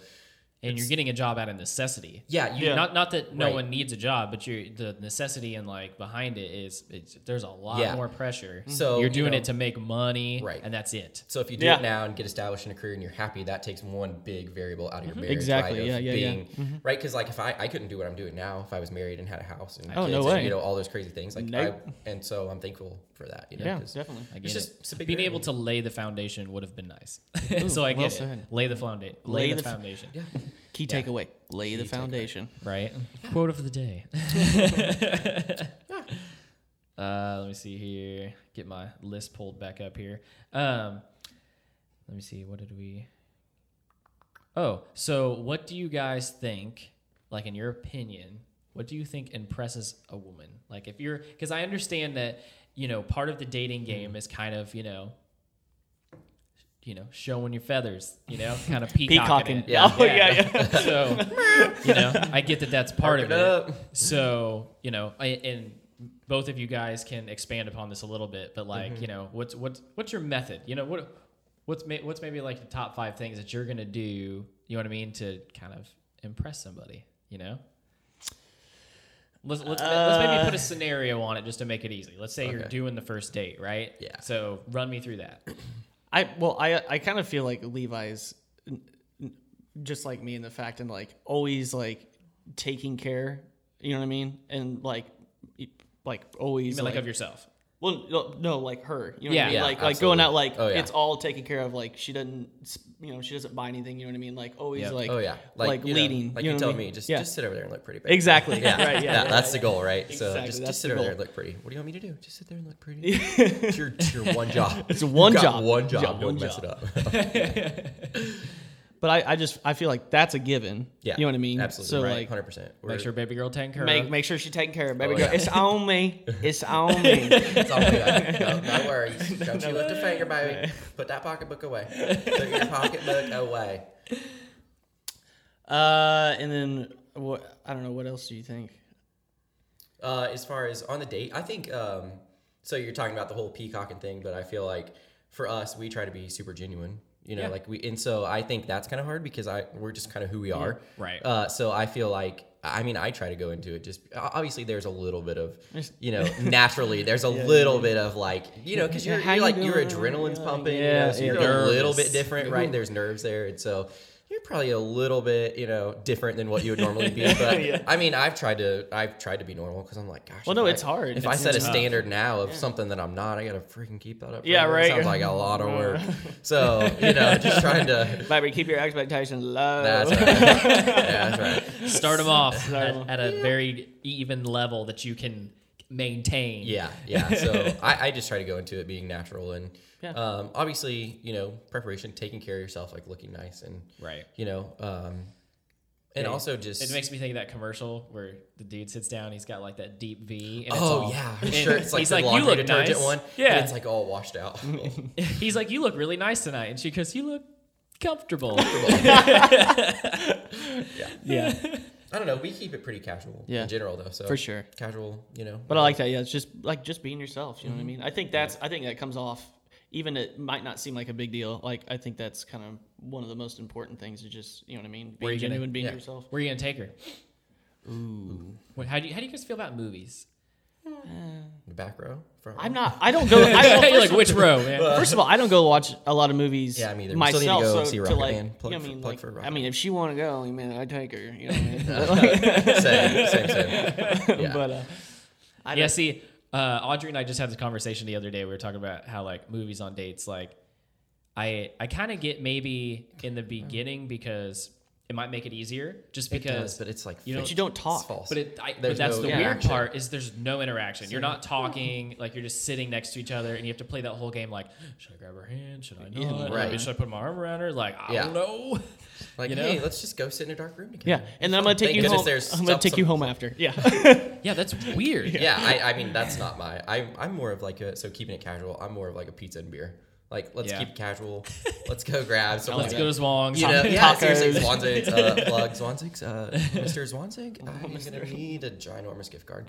Speaker 2: And you're getting a job out of necessity.
Speaker 3: yeah you
Speaker 1: Yeah.
Speaker 2: Not not that no
Speaker 3: Right.
Speaker 2: one needs a job, but you the necessity and like behind it is it's, there's a lot
Speaker 3: Yeah. Mm-hmm.
Speaker 2: more pressure.
Speaker 3: So,
Speaker 2: you're
Speaker 3: you
Speaker 2: doing
Speaker 3: know-
Speaker 2: it to make money,
Speaker 3: Right.
Speaker 2: And that's it.
Speaker 3: so if you do
Speaker 1: Yeah.
Speaker 3: it now and get established in a career and you're happy that takes one big variable out of your marriage
Speaker 1: Mm-hmm. Exactly,
Speaker 3: right?
Speaker 1: yeah, Mm-hmm.
Speaker 3: Of
Speaker 1: yeah, yeah.
Speaker 3: being, right because like if I, I couldn't do what i'm doing now if i was married and had a house and
Speaker 1: Oh,
Speaker 3: kids
Speaker 1: no
Speaker 3: and,
Speaker 1: way.
Speaker 3: you know all those crazy things like
Speaker 1: Nope.
Speaker 3: I, and so i'm thankful for that you know
Speaker 1: yeah,
Speaker 3: 'cause
Speaker 1: definitely.
Speaker 2: I
Speaker 3: it's
Speaker 2: get
Speaker 3: just
Speaker 2: it.
Speaker 3: it's a big
Speaker 2: Being
Speaker 3: variable.
Speaker 2: able to lay the foundation would have been nice. (laughs) so I
Speaker 1: well
Speaker 2: get it.
Speaker 1: said.
Speaker 2: Lay the foundation. Lay,
Speaker 1: Lay
Speaker 2: the,
Speaker 1: the f-
Speaker 2: foundation.
Speaker 1: Key takeaway. Lay the foundation.
Speaker 2: Right. Quote of the day. (laughs) uh, let me see here. Get my list pulled back up here. Um, let me see. What did we? Oh, so what do you guys think? Like in your opinion, what do you think impresses a woman? Like if you're, because I understand that you know part of the dating game is kind of you know. You know, showing your feathers. You know, kind of (laughs) peacocking.
Speaker 1: Peacocking.
Speaker 2: it.
Speaker 1: Yeah. (laughs) Oh, yeah, yeah.
Speaker 2: (laughs) So, you know, I get that that's part of
Speaker 3: Work it
Speaker 2: it.
Speaker 3: up.
Speaker 2: So, you know, I, and both of you guys can expand upon this a little bit, but like,
Speaker 3: Mm-hmm.
Speaker 2: you know, what's what's what's your method? You know, what what's ma- what's maybe like the top five things that you're gonna do? You know what I mean to kind of impress somebody. You know. Let's, let's, ma- let's maybe put a scenario on it just to make it easy. Let's say you're
Speaker 3: Uh, Okay.
Speaker 2: doing the first date, right?
Speaker 3: Yeah.
Speaker 2: So run me through
Speaker 3: (clears throat)
Speaker 2: that.
Speaker 1: I well, I I kind of feel like Levi's n- n- just like me in the fact and like always like taking care. You know what I mean? And like e- like always
Speaker 2: You mean like of yourself.
Speaker 1: well no, no, like her. You know what
Speaker 2: Yeah,
Speaker 1: I mean?
Speaker 2: yeah,
Speaker 1: like like going
Speaker 3: absolutely.
Speaker 1: out like
Speaker 3: Oh, yeah.
Speaker 1: it's all taken care of. Like she doesn't s- you know she doesn't buy anything. You know what I mean? Like always
Speaker 2: Yeah.
Speaker 1: like
Speaker 3: oh yeah
Speaker 1: like,
Speaker 3: you know,
Speaker 1: leading.
Speaker 3: like
Speaker 1: you
Speaker 3: you,
Speaker 1: know what I
Speaker 3: tell
Speaker 1: mean?
Speaker 3: me just
Speaker 1: yeah.
Speaker 3: just sit over there and look pretty baby.
Speaker 1: exactly right yeah,
Speaker 3: yeah,
Speaker 1: yeah.
Speaker 3: that's the goal, right? So
Speaker 1: Exactly,
Speaker 3: just,
Speaker 1: that's
Speaker 3: just
Speaker 1: the
Speaker 3: sit over there
Speaker 1: goal.
Speaker 3: and look pretty. What do you want me to do? Just sit there and look pretty.
Speaker 1: (laughs)
Speaker 3: it's, your, it's your one job. It's
Speaker 1: one
Speaker 3: got
Speaker 1: job.
Speaker 3: One job.
Speaker 1: Yeah,
Speaker 3: Don't
Speaker 1: one
Speaker 3: mess
Speaker 1: job.
Speaker 3: it up.
Speaker 1: But I I just I feel like that's a given.
Speaker 3: yeah,
Speaker 1: (laughs) you know what I mean?
Speaker 3: Absolutely.
Speaker 1: So
Speaker 3: right,
Speaker 1: like.
Speaker 3: Hundred percent.
Speaker 2: Make sure baby girl tank her.
Speaker 1: Make, make sure she's taking care of baby
Speaker 3: Oh,
Speaker 1: girl.
Speaker 3: yeah.
Speaker 1: It's on me. It's
Speaker 3: (laughs)
Speaker 1: on me.
Speaker 3: It's
Speaker 1: (laughs)
Speaker 3: all good. No, no worries. Don't you lift a finger, baby. Put that pocketbook away. Put your pocketbook away.
Speaker 1: Uh, and then what? I don't know. What else do you think?
Speaker 3: Uh, as far as on the date, I think um, so. You're talking about the whole peacocking thing, but I feel like for us, we try to be super genuine. You know, like we, and so I think that's kind of hard because I we're just kind of who we are.
Speaker 2: Right.
Speaker 3: Uh, so I feel like I mean I try to go into it just obviously there's a little bit of you
Speaker 1: (laughs)
Speaker 3: know naturally there's a little bit of like you know because
Speaker 1: Yeah,
Speaker 3: you're,
Speaker 1: how
Speaker 3: you're
Speaker 1: you
Speaker 3: like your
Speaker 1: doing?
Speaker 3: adrenaline's
Speaker 1: Yeah,
Speaker 3: pumping. you
Speaker 1: yeah,
Speaker 3: know, so
Speaker 1: yeah.
Speaker 3: you're a little bit
Speaker 2: Nervous.
Speaker 1: Mm-hmm.
Speaker 3: different, right? There's nerves there, and so. You're probably a little bit, you know, different than what you would
Speaker 1: (laughs)
Speaker 3: normally be, but I mean, I've tried to, I've tried to be normal because I'm like, gosh.
Speaker 1: Well,
Speaker 3: if
Speaker 1: no,
Speaker 3: I-
Speaker 1: it's hard.
Speaker 3: If I
Speaker 1: It's
Speaker 3: set a
Speaker 1: tough.
Speaker 3: standard now of something that I'm not, I gotta freaking keep that up.
Speaker 1: Yeah,
Speaker 3: forever. It
Speaker 1: right.
Speaker 3: Sounds like a lot of
Speaker 1: (laughs)
Speaker 3: work. so you know, just trying to. (laughs)
Speaker 1: Bobby, keep your expectations low. (laughs)
Speaker 3: That's right.
Speaker 1: Oh.
Speaker 3: yeah, that's right.
Speaker 2: start them off
Speaker 1: Start 'em
Speaker 2: at,
Speaker 1: off.
Speaker 2: at a very even level that you can maintain.
Speaker 3: Yeah, yeah. So I, I just try to go into it being natural and
Speaker 1: Yeah.
Speaker 3: um, obviously, you know, preparation, taking care of yourself, like looking nice and
Speaker 2: Right.
Speaker 3: you know, um, and
Speaker 2: Yeah.
Speaker 3: also just
Speaker 2: It makes me think of that commercial where the dude sits down, he's got like that deep V. And it's
Speaker 3: Oh
Speaker 2: all-
Speaker 3: yeah, her
Speaker 2: and
Speaker 3: shirt's like
Speaker 2: he's
Speaker 3: the
Speaker 2: like, you
Speaker 3: laundry
Speaker 2: look
Speaker 3: detergent
Speaker 2: nice.
Speaker 3: one.
Speaker 2: Yeah.
Speaker 3: and it's like all
Speaker 2: (laughs)
Speaker 3: washed out.
Speaker 2: (laughs) he's like, you look really nice tonight. And she goes, you look comfortable. (laughs)
Speaker 3: (laughs)
Speaker 1: Yeah,
Speaker 3: I don't know. We keep it pretty casual
Speaker 1: Yeah.
Speaker 3: in general, though. So
Speaker 1: For sure.
Speaker 3: casual. You know,
Speaker 1: but I like that. Yeah, it's just like just being yourself. You know what I mean? I think that's. I think that comes off. Even it might not seem like a big deal. Like I think that's kind of one of the most important things. Is just you know what I mean?
Speaker 2: Where
Speaker 1: Being
Speaker 2: you gonna-
Speaker 1: genuine, being
Speaker 3: yeah.
Speaker 1: yourself.
Speaker 2: Where are you gonna take her? Ooh. how do you how do you guys feel about movies?
Speaker 3: The back row? Front row?
Speaker 1: I'm not. I don't go. I, well,
Speaker 2: (laughs)
Speaker 3: (laughs)
Speaker 2: You're
Speaker 1: first,
Speaker 2: like which row, man?
Speaker 1: first of all, I don't go watch a lot of movies.
Speaker 3: Yeah, me either. We
Speaker 1: myself.
Speaker 3: still need to
Speaker 1: so
Speaker 3: go see
Speaker 1: to,
Speaker 3: Rocket
Speaker 1: like,
Speaker 3: Man. Plug
Speaker 1: you know
Speaker 3: for-
Speaker 1: what I mean,
Speaker 3: plug
Speaker 1: like,
Speaker 3: for
Speaker 1: I
Speaker 3: Rocket
Speaker 1: mean, if she want to go, I mean, I take her. You know what I
Speaker 3: (laughs)
Speaker 1: mean?
Speaker 3: same, same, same. Yeah.
Speaker 1: (laughs) But uh, I
Speaker 2: yeah,
Speaker 1: don't-
Speaker 2: see, uh, Audrey and I just had this conversation the other day. We were talking about how like movies on dates, like I I kind of get maybe in the beginning because it might make it easier, just
Speaker 3: It does,
Speaker 2: because.
Speaker 3: but it's like
Speaker 2: you know-
Speaker 1: but you don't talk.
Speaker 3: It's false.
Speaker 2: But it, I, but
Speaker 3: There's
Speaker 2: that's
Speaker 3: no
Speaker 2: the weird
Speaker 3: interaction.
Speaker 2: part is there's no interaction. You're not talking, like you're just sitting next to each other, and you have to play that whole game. Like, should I grab her hand? Should I not?
Speaker 3: right.
Speaker 2: Should I put my arm around her? Like, I
Speaker 3: Yeah.
Speaker 2: don't
Speaker 3: (laughs)
Speaker 2: know.
Speaker 3: like,
Speaker 2: you know?
Speaker 3: hey, let's just go sit in a dark room together.
Speaker 1: Yeah, and then I'm gonna take
Speaker 3: Thank
Speaker 1: you
Speaker 3: goodness
Speaker 1: home.
Speaker 3: there's
Speaker 1: I'm gonna
Speaker 3: some-
Speaker 1: take you
Speaker 3: some-
Speaker 1: home after. Yeah.
Speaker 2: Yeah, that's weird.
Speaker 3: Yeah, I, I mean that's not my. I'm I'm more of like a so keeping it casual. I'm more of like a pizza and beer. Like let's
Speaker 2: Yeah.
Speaker 3: keep
Speaker 2: (laughs)
Speaker 3: it casual. Let's go grab. something
Speaker 2: Let's
Speaker 3: like
Speaker 2: go to
Speaker 3: that.
Speaker 2: Zwang's.
Speaker 3: You know,
Speaker 2: Hot-
Speaker 3: yeah,
Speaker 1: tacos.
Speaker 3: seriously,
Speaker 2: (laughs)
Speaker 3: Zwanzig's uh, plug. Zwanzig's, uh, Mr. Zwanzig,
Speaker 2: Oh,
Speaker 3: I'm gonna need a ginormous
Speaker 2: (laughs)
Speaker 3: gift card.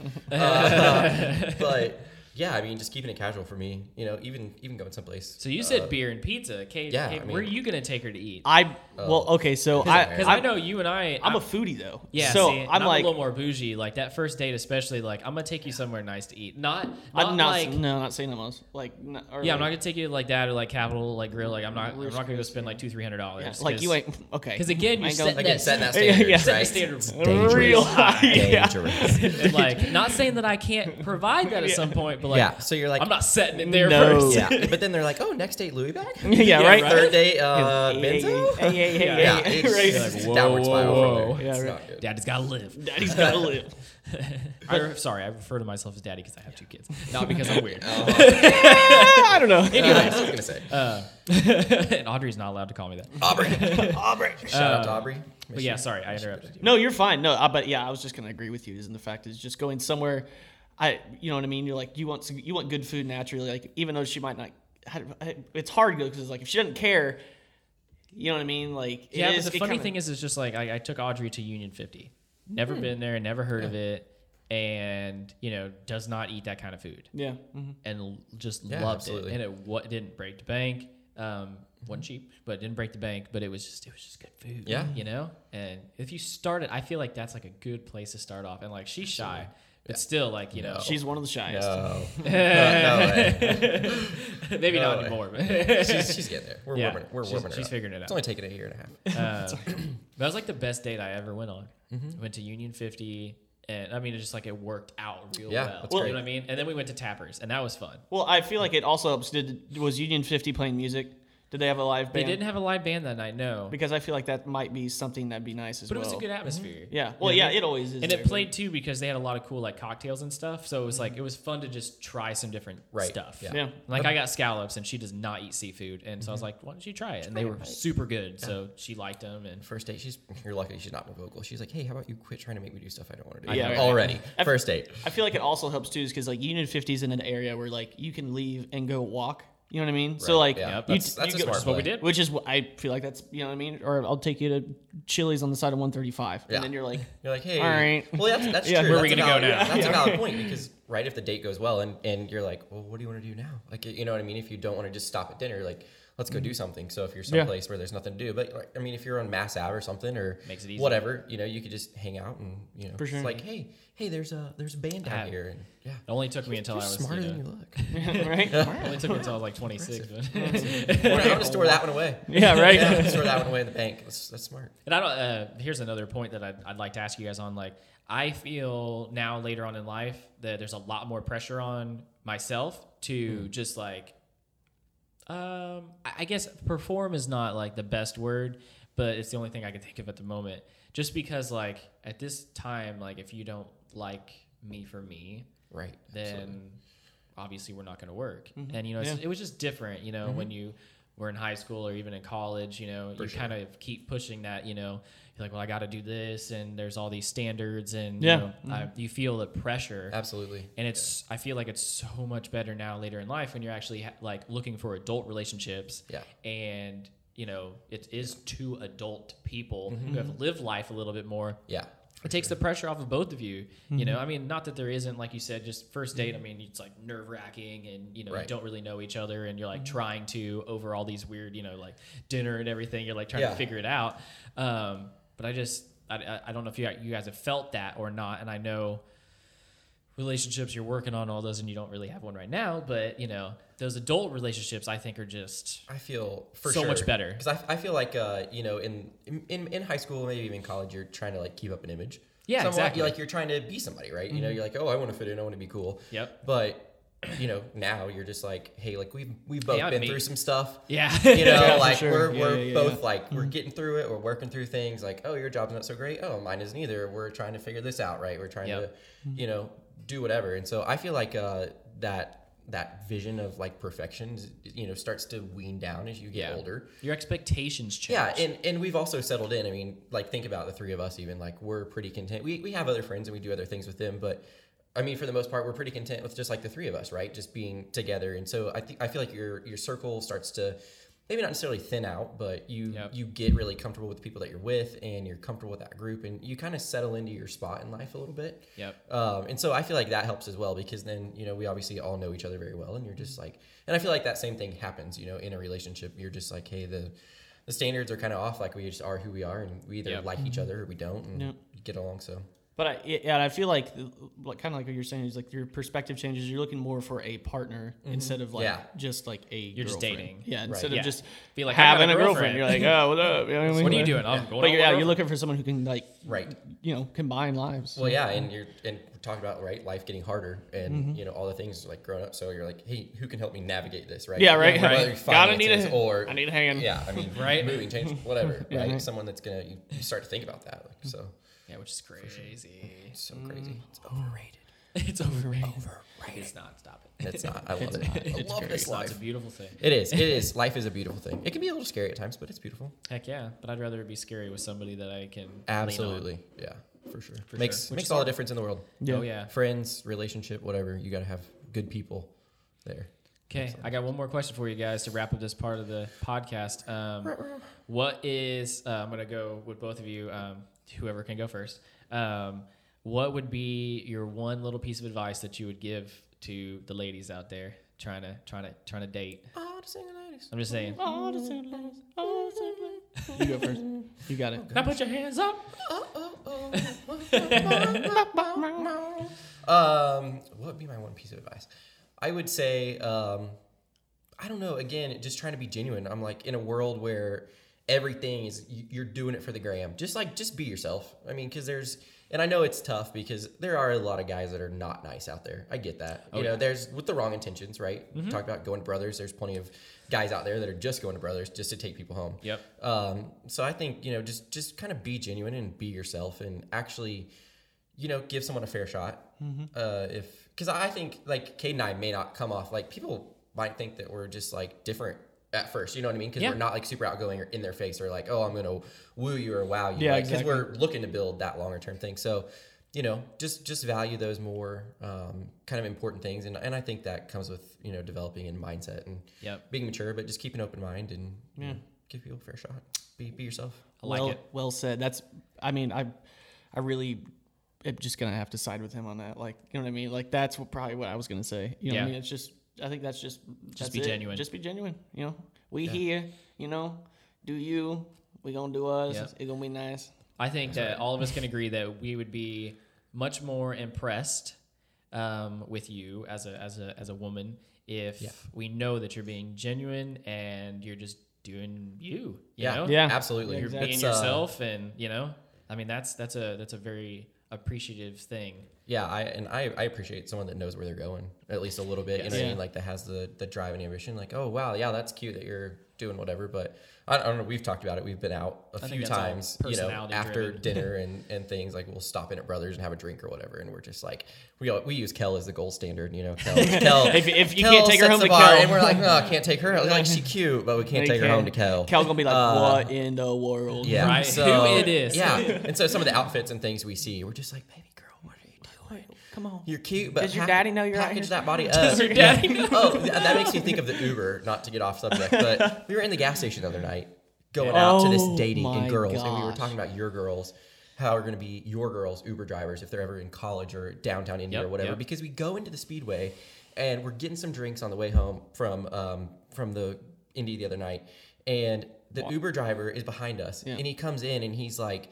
Speaker 3: Uh, but yeah, I mean, just keeping it casual for me. You know, even even going someplace.
Speaker 2: (laughs) So you said beer and pizza. Kate,
Speaker 3: Uh, yeah,
Speaker 2: Kate,
Speaker 3: I
Speaker 2: where are
Speaker 3: mean-
Speaker 2: you gonna take her to eat?
Speaker 1: I well, okay, so I
Speaker 2: Because
Speaker 1: I'm,
Speaker 2: I know you and I.
Speaker 1: I'm a
Speaker 2: I-
Speaker 1: foodie though.
Speaker 2: yeah.
Speaker 1: So
Speaker 2: see, and
Speaker 1: I'm like
Speaker 2: a little more bougie. Like that first date, especially. Like I'm gonna take you somewhere nice to eat. Not. not
Speaker 1: I'm not
Speaker 2: like,
Speaker 1: no, not saying almost like not, or
Speaker 2: Yeah, I'm not
Speaker 1: like,
Speaker 2: gonna take you to, like that or like Capital like Grill. Like I'm not. I'm
Speaker 1: Ruth's
Speaker 2: not gonna go
Speaker 1: Chris,
Speaker 2: spend like two three hundred dollars.
Speaker 1: yeah, like you ain't okay.
Speaker 2: Because again,
Speaker 1: I
Speaker 2: you're
Speaker 1: ain't going-
Speaker 2: setting
Speaker 3: again
Speaker 2: that,
Speaker 3: setting that
Speaker 1: Yeah,
Speaker 2: (laughs)
Speaker 3: standard.
Speaker 1: yeah.
Speaker 2: setting the
Speaker 3: right?
Speaker 2: standards
Speaker 3: Dangerous.
Speaker 1: real high. Yeah. (laughs)
Speaker 3: Dangerous.
Speaker 2: like not saying that I can't provide that at some point, but like
Speaker 3: yeah. So you're like,
Speaker 2: I'm not setting it there
Speaker 1: No.
Speaker 2: first.
Speaker 3: yeah. But then they're like, oh, next date
Speaker 2: (laughs)
Speaker 3: Louis back.
Speaker 1: Yeah,
Speaker 3: (laughs)
Speaker 1: right.
Speaker 2: right?
Speaker 3: Third date uh,
Speaker 1: Hey, hey,
Speaker 3: Benzo.
Speaker 1: hey, hey, hey,
Speaker 2: Yeah.
Speaker 1: hey,
Speaker 3: (laughs) Yeah,
Speaker 1: hey,
Speaker 3: it's,
Speaker 1: right.
Speaker 3: it's
Speaker 2: Like, whoa,
Speaker 3: downward spiral. from
Speaker 2: whoa,
Speaker 3: there.
Speaker 1: whoa.
Speaker 3: It's
Speaker 1: Yeah,
Speaker 3: not good.
Speaker 2: Daddy's gotta
Speaker 1: (laughs)
Speaker 2: live.
Speaker 1: Daddy's gotta live.
Speaker 2: I, sorry, I refer to myself as daddy because I have two kids, not because
Speaker 1: (laughs)
Speaker 2: I'm weird.
Speaker 1: Oh. I don't know.
Speaker 3: Uh, I was just gonna say
Speaker 2: Uh, (laughs) and Audrey's not allowed to call me that.
Speaker 3: Aubrey.
Speaker 2: (laughs)
Speaker 1: Aubrey.
Speaker 2: Uh,
Speaker 3: Shout out to Aubrey.
Speaker 2: But yeah, sorry, I interrupted you.
Speaker 1: No, you're fine. No, I, but yeah, I was just gonna agree with you. Isn't the fact is just going somewhere, I you know what I mean. You're like you want some, you want good food naturally. Like even though she might not, I- I- it's hard because it's like if she doesn't care, you know what I mean. Like it
Speaker 2: Yeah,
Speaker 1: is-
Speaker 2: but the
Speaker 1: it
Speaker 2: funny
Speaker 1: kinda-
Speaker 2: thing is, it's just like I, I took Audrey to Union 50. Never
Speaker 3: Hmm.
Speaker 2: been there, never heard of it, and you know does not eat that kind of food,
Speaker 1: yeah, mhm.
Speaker 2: and l- just
Speaker 3: Yeah,
Speaker 2: loved
Speaker 3: absolutely. Mm-hmm.
Speaker 2: it, and it what didn't break the bank. Um, wasn't cheap, but it didn't break the bank. But it was just it was just good food.
Speaker 3: Yeah.
Speaker 2: you know. And if you start it, I feel like that's like a good place to start off. And like she's shy, but still like you know
Speaker 1: she's one of the
Speaker 3: No,
Speaker 1: shyest.
Speaker 2: (laughs)
Speaker 3: no, (laughs) Uh, no way.
Speaker 2: maybe
Speaker 3: No
Speaker 2: not
Speaker 3: way.
Speaker 2: anymore. But (laughs)
Speaker 3: She's, she's getting there. We're
Speaker 2: Yeah,
Speaker 3: warming. We're
Speaker 2: she's-
Speaker 3: warming her
Speaker 2: she's
Speaker 3: up.
Speaker 2: figuring it out.
Speaker 3: It's only taken a year and a half. (laughs)
Speaker 2: Uh, (clears throat) that was like the best date I ever went on.
Speaker 3: Mm-hmm.
Speaker 2: Went to Union 50, and I mean, it just like it worked out real
Speaker 3: Yeah,
Speaker 2: well.
Speaker 3: that's
Speaker 2: You know
Speaker 3: great.
Speaker 2: what I mean? And then we went to Tappers, and that was fun.
Speaker 1: Well, I feel like it also helps. Did was Union Fifty playing music? Did they have a live
Speaker 2: They
Speaker 1: band?
Speaker 2: didn't have a live band that night, no,
Speaker 1: because I feel like that might be something that'd be nice as
Speaker 2: but it
Speaker 1: well.
Speaker 2: was a
Speaker 3: Mm-hmm.
Speaker 2: good atmosphere.
Speaker 1: yeah. Well,
Speaker 2: You know
Speaker 1: yeah,
Speaker 2: what I mean?
Speaker 1: it always is.
Speaker 2: And
Speaker 1: there,
Speaker 2: it
Speaker 1: but-
Speaker 2: played too because they had a lot of cool like cocktails and stuff. So it was like it was fun to just try some different
Speaker 3: Mm-hmm. Right,
Speaker 2: stuff.
Speaker 3: yeah. Mm-hmm.
Speaker 1: Yeah.
Speaker 2: Like I got scallops and she does not eat seafood, and so I was like, why don't you try it? And they were super good, so she liked them. And
Speaker 3: First date, she's you're lucky she's not more vocal. She's like, hey, how about you quit trying to make me do stuff I don't want to do?
Speaker 1: Yeah, right.
Speaker 3: already.
Speaker 1: I've-
Speaker 3: First date.
Speaker 1: I feel like it also helps too, is because like Union 50 is in an area where like you can leave and go walk. You know what I mean? So
Speaker 3: Right,
Speaker 1: like,
Speaker 3: yeah,
Speaker 1: you
Speaker 3: that's,
Speaker 1: t-
Speaker 3: that's
Speaker 1: you
Speaker 3: a
Speaker 1: go-
Speaker 3: smart
Speaker 2: That's what we
Speaker 3: play.
Speaker 2: did.
Speaker 1: which is what I feel like that's you know what I mean. Or I'll take you to Chili's on the side of 135,
Speaker 3: Yeah.
Speaker 1: and then you're
Speaker 2: (laughs)
Speaker 1: like,
Speaker 3: You're like, hey,
Speaker 1: All right.
Speaker 3: Well, that's that's
Speaker 1: Yeah.
Speaker 3: true.
Speaker 1: Where
Speaker 2: are we
Speaker 3: That's a
Speaker 2: gonna go
Speaker 3: valid-
Speaker 2: now? (laughs)
Speaker 3: That's a valid point because right if the date goes well and and you're like, well, what do you want to do now? Like, you know what I mean? If you don't want to just stop at dinner, like. Let's go do something. So if you're
Speaker 1: Yeah.
Speaker 3: someplace where there's nothing to do, but like, I mean, if you're on Mass Ave or something or
Speaker 2: Makes it easy.
Speaker 3: whatever, you know, you could just hang out and you know,
Speaker 1: sure.
Speaker 3: it's like, hey, hey, there's a there's a band out
Speaker 2: Ah.
Speaker 3: here, and yeah,
Speaker 2: it only took me until I
Speaker 3: you're
Speaker 2: was you
Speaker 3: smarter
Speaker 2: know,
Speaker 3: than you
Speaker 2: (laughs)
Speaker 3: look.
Speaker 1: right?
Speaker 2: It only
Speaker 3: (laughs)
Speaker 2: took me until I was like 26. but- (laughs)
Speaker 3: I'm gonna store that one away.
Speaker 1: Yeah, right.
Speaker 3: Yeah, store that one away in the bank. That's, that's smart.
Speaker 2: And I don't. Uh, here's another point that I'd, I'd like to ask you guys on. Like, I feel now later on in life that there's a lot more pressure on myself to just like, um, I I guess perform is not like the best word, but it's the only thing I can think of at the moment. Just because like at this time, like if you don't like me for me,
Speaker 3: Right.
Speaker 2: then
Speaker 3: absolutely.
Speaker 2: obviously we're not going to work. And you know, it's,
Speaker 1: Yeah.
Speaker 2: it was just different. You know, when you were in high school or even in college, you know, you kind of keep pushing that. You know, you're like, well, I got to do this, and there's all these standards, and
Speaker 1: Yeah.
Speaker 2: you, know, I, you feel the pressure.
Speaker 3: absolutely.
Speaker 2: And it's, I feel like it's so much better now later in life when you're actually ha- like looking for adult relationships.
Speaker 3: Yeah.
Speaker 2: And, you know, it is two adult people who have lived life a little bit more
Speaker 3: Yeah.
Speaker 2: it takes the pressure off of both of you.
Speaker 3: Mm-hmm.
Speaker 2: You know, I mean, not that there isn't, like you said, just first date. I mean, it's like nerve wracking, and you know, you
Speaker 3: Right. Mm-hmm.
Speaker 2: don't really know each other, and you're like trying to over all these weird, you know, like dinner and everything. You're like trying to
Speaker 3: Yeah.
Speaker 2: figure it out. Um, but I just, I, I, I don't know if you you guys have felt that or not, and I know relationships you're working on all those and you don't really have one right now but you know those adult relationships i think are just
Speaker 3: I feel for
Speaker 2: So
Speaker 3: sure.
Speaker 2: much better.
Speaker 3: because I, I feel like uh, you know in, in in high school maybe even college you're trying to like keep up an image.
Speaker 2: Yeah,
Speaker 3: Somewhat,
Speaker 2: exactly. Mm-hmm.
Speaker 3: You're like you're trying to be somebody, right? You know, you're like, oh, I want to fit in, I want to be cool.
Speaker 2: Yep.
Speaker 3: But you know, now you're just like, hey, like we've we've both
Speaker 2: I'm
Speaker 3: been
Speaker 2: me.
Speaker 3: through some stuff.
Speaker 2: (laughs) yeah
Speaker 3: You know,
Speaker 1: Yeah, for
Speaker 3: like
Speaker 1: sure.
Speaker 3: we're,
Speaker 1: Yeah,
Speaker 3: we're
Speaker 1: yeah, yeah,
Speaker 3: both
Speaker 1: yeah.
Speaker 3: like
Speaker 2: Mm-hmm.
Speaker 3: we're getting through it. We're working through things. Like, oh, your job's not so great. Oh, mine isn't either. We're trying to figure this out, right? We're trying
Speaker 2: Yep.
Speaker 3: to, you know, do whatever. And so I feel like uh, that that vision of like perfection, is, you know, starts to wean down as you get
Speaker 2: Yeah.
Speaker 3: older.
Speaker 2: your expectations change
Speaker 3: Yeah, and, and we've also settled in. I mean, like think about the three of us. Even like we're pretty content. We we have other friends and we do other things with them, but I mean, for the most part, we're pretty content with just like the three of us, right? Just being together. And so I think I feel like your your circle starts to maybe not necessarily thin out, but you
Speaker 2: Yep.
Speaker 3: you get really comfortable with the people that you're with, and you're comfortable with that group, and you kind of settle into your spot in life a little bit.
Speaker 2: yep
Speaker 3: Um, and so I feel like that helps as well because then you know we obviously all know each other very well, and you're
Speaker 1: Mm-hmm.
Speaker 3: just like, and I feel like that same thing happens, you know, in a relationship. You're just like, hey, the the standards are kind of off. Like we just are who we are, and we either
Speaker 2: Yep.
Speaker 3: like each
Speaker 1: Mm-hmm.
Speaker 3: other or we don't, and get along. So
Speaker 1: But I, yeah, and I feel like, like kind of like what you're saying is like your perspective changes. You're looking more for a partner instead of like
Speaker 3: Yeah.
Speaker 1: just like a. You're
Speaker 2: just dating.
Speaker 1: Yeah, instead
Speaker 2: Mm-hmm. Yeah.
Speaker 1: of just
Speaker 2: Be like, I got
Speaker 1: having
Speaker 2: a
Speaker 1: a girlfriend.
Speaker 2: girlfriend.
Speaker 1: You're like, oh, what up? You know I mean?
Speaker 2: (laughs) what are you doing
Speaker 1: Like-
Speaker 2: i'm
Speaker 1: But you're,
Speaker 2: going out with
Speaker 1: yeah,
Speaker 2: my
Speaker 1: you're
Speaker 2: girlfriend.
Speaker 1: looking for someone who can like,
Speaker 3: right.
Speaker 1: you know, combine lives.
Speaker 3: Well, yeah,
Speaker 1: Mm-hmm.
Speaker 3: and you're and we're talking about right life getting harder, and you know all the things like growing up. So you're like, hey, who can help me navigate this, right?
Speaker 1: yeah, right. (laughs)
Speaker 3: Whether
Speaker 1: right.
Speaker 3: it's
Speaker 1: God, I need
Speaker 3: finances
Speaker 1: a,
Speaker 3: or
Speaker 1: I need a hand.
Speaker 3: yeah, I
Speaker 1: (laughs)
Speaker 3: mean,
Speaker 2: Right.
Speaker 3: moving, change, whatever, right? Someone that's gonna you, you start to think about that. Like, so
Speaker 2: yeah which is crazy
Speaker 3: it's so crazy.
Speaker 1: Mm,
Speaker 3: It's overrated.
Speaker 2: (laughs) it's overrated it's not stop it
Speaker 3: It's not. I love it. I love this
Speaker 2: (laughs) it's, not, it's a
Speaker 3: life.
Speaker 2: beautiful thing
Speaker 3: It is. It is. Life is a beautiful thing. It can be a little scary at times, but it's beautiful.
Speaker 2: heck yeah but i'd rather it be scary with somebody that i can lean on.
Speaker 3: Absolutely. Yeah, for sure. makes
Speaker 2: sure. Which
Speaker 3: makes
Speaker 2: is
Speaker 3: all the difference in the world.
Speaker 1: Yeah.
Speaker 2: oh yeah
Speaker 3: Friends, relationship, whatever. You got to have good people there.
Speaker 2: Okay, I got one more question for you guys to wrap up this part of the podcast. Um, what is uh, I'm gonna go with both of you, um, whoever can go first. Um, what would be your one little piece of advice that you would give to the ladies out there trying to trying to trying to date?
Speaker 3: Oh, the single ladies.
Speaker 2: I'm just saying.
Speaker 1: Oh, the same lives, oh, the same lives. You go first. You got it.
Speaker 2: Now put your hands up.
Speaker 3: Um, what would be my one piece of advice? I would say, um, I don't know. Again, just trying to be genuine. I'm like in a world where everything is you- you're doing it for the gram. Just like just be yourself. I mean, because there's and I know it's tough because there are a lot of guys that are not nice out there. I get that. you know, there's with the wrong intentions, right? Talk about going to brothers. There's plenty of guys out there that are just going to brothers just to take people home.
Speaker 2: Yep.
Speaker 3: Um, so I think you know just just kind of be genuine and be yourself and actually you know, give someone a fair shot.
Speaker 1: Mm-hmm.
Speaker 3: Uh, if because I think like Kate and I may not come off like people might think that we're just like different at first. You know what I mean? Because
Speaker 2: Yeah.
Speaker 3: we're not like super outgoing or in their face or like, oh, I'm gonna woo you or wow you.
Speaker 1: Yeah,
Speaker 3: because
Speaker 1: exactly.
Speaker 3: we're looking to build that longer term thing. So, you know, just just value those more um, kind of important things, and and I think that comes with you know developing in mindset and
Speaker 2: Yep.
Speaker 3: being mature, but just keep an open mind and you know, give people a fair shot. Be be yourself.
Speaker 2: I like
Speaker 1: well,
Speaker 2: it.
Speaker 1: well said. That's, I mean, I, I really, am just gonna have to side with him on that. Like, you know what I mean? Like, that's what, probably what I was gonna say. You know what
Speaker 2: Yeah.
Speaker 1: I mean? It's just, I think that's just, that's
Speaker 2: be
Speaker 1: it.
Speaker 2: genuine.
Speaker 1: Just be genuine. You know, we here. You know, do you? We gonna do us.
Speaker 2: Yep.
Speaker 1: It's gonna be nice.
Speaker 2: I think that all of us
Speaker 3: (laughs)
Speaker 2: can agree that we would be much more impressed um, with you as a as a as a woman if we know that you're being genuine and you're just doing you. you
Speaker 3: Yeah.
Speaker 2: know?
Speaker 1: Yeah.
Speaker 3: Absolutely.
Speaker 1: Yeah,
Speaker 2: You're
Speaker 1: exactly.
Speaker 2: being
Speaker 3: It's, uh,
Speaker 2: yourself, and you know, I mean, that's that's a that's a very appreciative thing.
Speaker 3: Yeah, I and I, I appreciate someone that knows where they're going at least a little bit. You know what I mean? Like that has the the drive and ambition. Like, oh wow, yeah, that's cute that you're doing whatever. But I, I don't know. We've talked about it. We've been out a
Speaker 2: think
Speaker 3: few
Speaker 2: that's all
Speaker 3: times. You know,
Speaker 2: personality
Speaker 3: after
Speaker 1: (laughs)
Speaker 2: driven.
Speaker 3: dinner and and things like we'll stop in at Brothers and have a drink or whatever. And we're just like we all, we use Kel as the gold standard. You know, Kel. Kel
Speaker 1: (laughs) If- if you
Speaker 3: Kel
Speaker 1: can't take her
Speaker 3: sets
Speaker 1: home
Speaker 3: the
Speaker 1: to
Speaker 3: bar,
Speaker 1: Kel.
Speaker 3: and we're like, oh, can't take her.
Speaker 1: (laughs)
Speaker 3: Like she's cute, but we can't
Speaker 1: They
Speaker 3: take her
Speaker 1: can-
Speaker 3: home to Kel.
Speaker 1: Cal gonna be like,
Speaker 3: Uh,
Speaker 1: what in the world?
Speaker 3: Yeah.
Speaker 2: Right, who it is.
Speaker 3: Yeah. And so some of the outfits and things we see, we're just like, baby girl, what are you doing?
Speaker 1: Come on.
Speaker 3: You're cute, but
Speaker 1: Does your
Speaker 3: pack-
Speaker 1: daddy know you're out
Speaker 3: package
Speaker 1: here?
Speaker 3: that body up?
Speaker 2: your daddy
Speaker 3: Yeah. Oh, th- that makes me think of the Uber. Not to get
Speaker 1: (laughs)
Speaker 3: off subject, but we were in the gas station the other night, going out to this
Speaker 1: Oh
Speaker 3: dating
Speaker 1: my
Speaker 3: and girls, and we were
Speaker 1: gosh.
Speaker 3: talking about your girls, how are going to be your girls Uber drivers if they're ever in college or downtown India
Speaker 2: Yep,
Speaker 3: or whatever,
Speaker 2: yep.
Speaker 3: because we go into the Speedway, and we're getting some drinks on the way home from um, from the Indy the other night, and the Uber driver is behind us, and he comes in and he's like.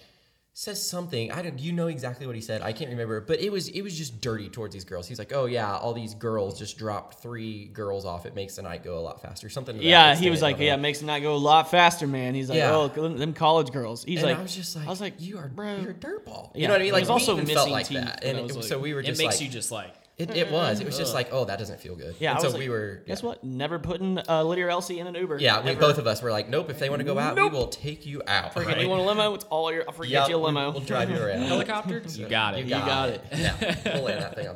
Speaker 3: says something. I don't. You know exactly what he said. I can't remember, but it was it was just dirty towards these girls. He's like, oh yeah, all these girls just dropped three girls off. It makes the night go a lot faster. Something. to that
Speaker 1: Yeah, he
Speaker 3: extent.
Speaker 1: was
Speaker 3: I
Speaker 1: like,
Speaker 3: don't
Speaker 1: yeah,
Speaker 3: know.
Speaker 1: makes it not go a lot faster, man. He's like,
Speaker 3: Yeah.
Speaker 1: oh, them them college girls. He's
Speaker 3: And
Speaker 1: like,
Speaker 3: I was just like,
Speaker 1: I was like,
Speaker 3: you are,
Speaker 1: bro.
Speaker 3: you're a dirtball. You
Speaker 1: Yeah.
Speaker 3: know what I mean?
Speaker 1: It
Speaker 3: Like,
Speaker 1: was
Speaker 3: we
Speaker 1: also
Speaker 3: even felt
Speaker 1: missing
Speaker 3: like
Speaker 1: teeth,
Speaker 3: that,
Speaker 1: and
Speaker 3: and
Speaker 1: I was
Speaker 3: it-
Speaker 2: like,
Speaker 3: so we were just
Speaker 2: it makes
Speaker 3: like,
Speaker 2: you just like
Speaker 3: it, it was. It was just like, oh, that doesn't feel good.
Speaker 1: yeah.
Speaker 3: And
Speaker 1: I
Speaker 3: so
Speaker 1: was like,
Speaker 3: we were.
Speaker 1: Guess
Speaker 3: yeah.
Speaker 1: what? Never putting uh, Liddy or Elsie in an Uber.
Speaker 3: Yeah, we
Speaker 1: Never.
Speaker 3: both of us were like, nope. If they want to go out,
Speaker 1: Nope.
Speaker 3: we will take you out.
Speaker 1: Forget
Speaker 3: right?
Speaker 1: you
Speaker 3: (laughs)
Speaker 1: want a limo? It's all your. I forget
Speaker 3: Yeah,
Speaker 1: you a limo.
Speaker 3: We'll drive you around.
Speaker 2: helicopter. You got it.
Speaker 3: You
Speaker 1: got
Speaker 3: got, it. Yeah,
Speaker 2: (laughs)
Speaker 3: we'll land that thing on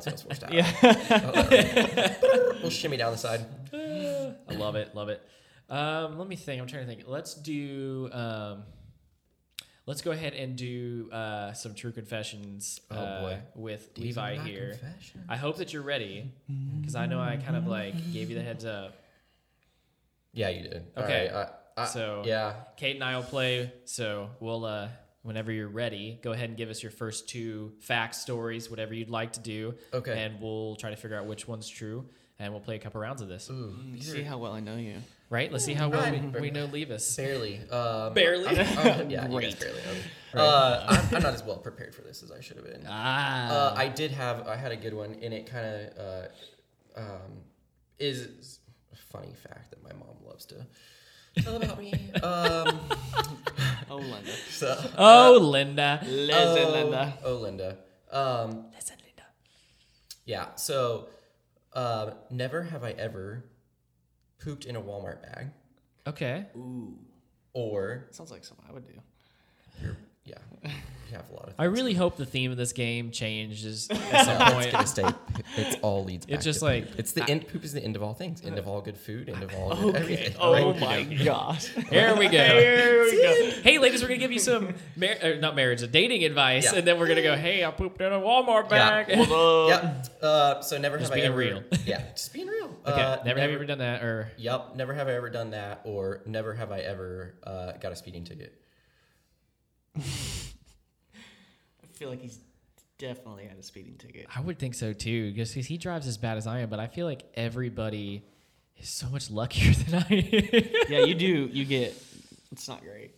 Speaker 1: (laughs)
Speaker 3: Salesforce.
Speaker 1: yeah.
Speaker 3: Yeah. (laughs)
Speaker 1: (laughs)
Speaker 3: we'll shimmy down the side.
Speaker 2: (sighs) I love it. Love it. Um, let me think. I'm trying to think. Let's do. Um, let's go ahead and do uh, some true confessions
Speaker 3: Oh,
Speaker 2: uh,
Speaker 3: boy.
Speaker 2: with
Speaker 3: These are
Speaker 2: Levi
Speaker 3: my
Speaker 2: here.
Speaker 3: confessions.
Speaker 2: I hope that you're ready because I know I kind of like gave you the heads up.
Speaker 3: Yeah, you did.
Speaker 2: Okay,
Speaker 3: Okay. I, I,
Speaker 2: so-
Speaker 3: Uh, yeah,
Speaker 2: Kate and I will play, so we'll uh, whenever you're ready, go ahead and give us your first two fact stories, whatever you'd like to do.
Speaker 3: Okay.
Speaker 2: And we'll try to figure out which one's true, and we'll play a couple rounds of this.
Speaker 1: You see how well I know you.
Speaker 2: Right? Let's see how well
Speaker 3: Right.
Speaker 2: we, we know Levis.
Speaker 3: barely. Um,
Speaker 2: Barely.
Speaker 3: um, yeah, you guys
Speaker 1: Great.
Speaker 3: barely. Um, uh, I'm, I'm not as well prepared for this as I should have been.
Speaker 2: ah.
Speaker 3: Uh, I did have. I had a good one, and it kind of uh, um, is a funny fact that my mom loves to tell about me. Um,
Speaker 1: Oh, Linda.
Speaker 3: (laughs) so,
Speaker 1: Uh,
Speaker 2: Oh, Linda.
Speaker 1: Listen,
Speaker 3: oh,
Speaker 1: Linda.
Speaker 3: Oh, Linda. Um,
Speaker 2: Listen, Linda.
Speaker 3: Yeah. So, uh, never have I ever pooped in a Walmart bag,
Speaker 2: Okay.
Speaker 1: Ooh.
Speaker 3: or
Speaker 1: Sounds like something I would do.
Speaker 3: yeah, you have a lot of.
Speaker 2: I really hope the theme of this game changes
Speaker 1: (laughs)
Speaker 2: at some
Speaker 3: It's
Speaker 2: point.
Speaker 3: gonna stay. It's all leads. back
Speaker 2: just
Speaker 3: to
Speaker 2: like-
Speaker 3: poop. it's the end. Poop is the end of all things. End of all good food. End of all good
Speaker 1: Okay.
Speaker 3: everything.
Speaker 1: Oh
Speaker 3: right?
Speaker 1: my gosh.
Speaker 3: (laughs)
Speaker 2: Here we go.
Speaker 1: Here we go.
Speaker 2: Hey, ladies, we're gonna give you some mar- uh, not marriage, dating advice,
Speaker 3: Yeah.
Speaker 2: and then we're gonna go. Hey, I pooped in a Walmart
Speaker 3: Yeah.
Speaker 2: bag.
Speaker 1: Uh,
Speaker 3: Yeah. Uh, so never have I
Speaker 2: being
Speaker 3: ever.
Speaker 2: real.
Speaker 3: Yeah. Just being real.
Speaker 2: (laughs) Okay,
Speaker 3: Uh,
Speaker 2: never, have you ever done that, or
Speaker 3: Yep. Never have I ever done that, or never have I ever uh, got a speeding ticket.
Speaker 1: I feel like he's definitely had a speeding ticket.
Speaker 2: I would think so too, because he drives as bad as I am. But I feel like everybody is so much luckier (laughs) than I am.
Speaker 1: yeah, you do. You get. It's not great.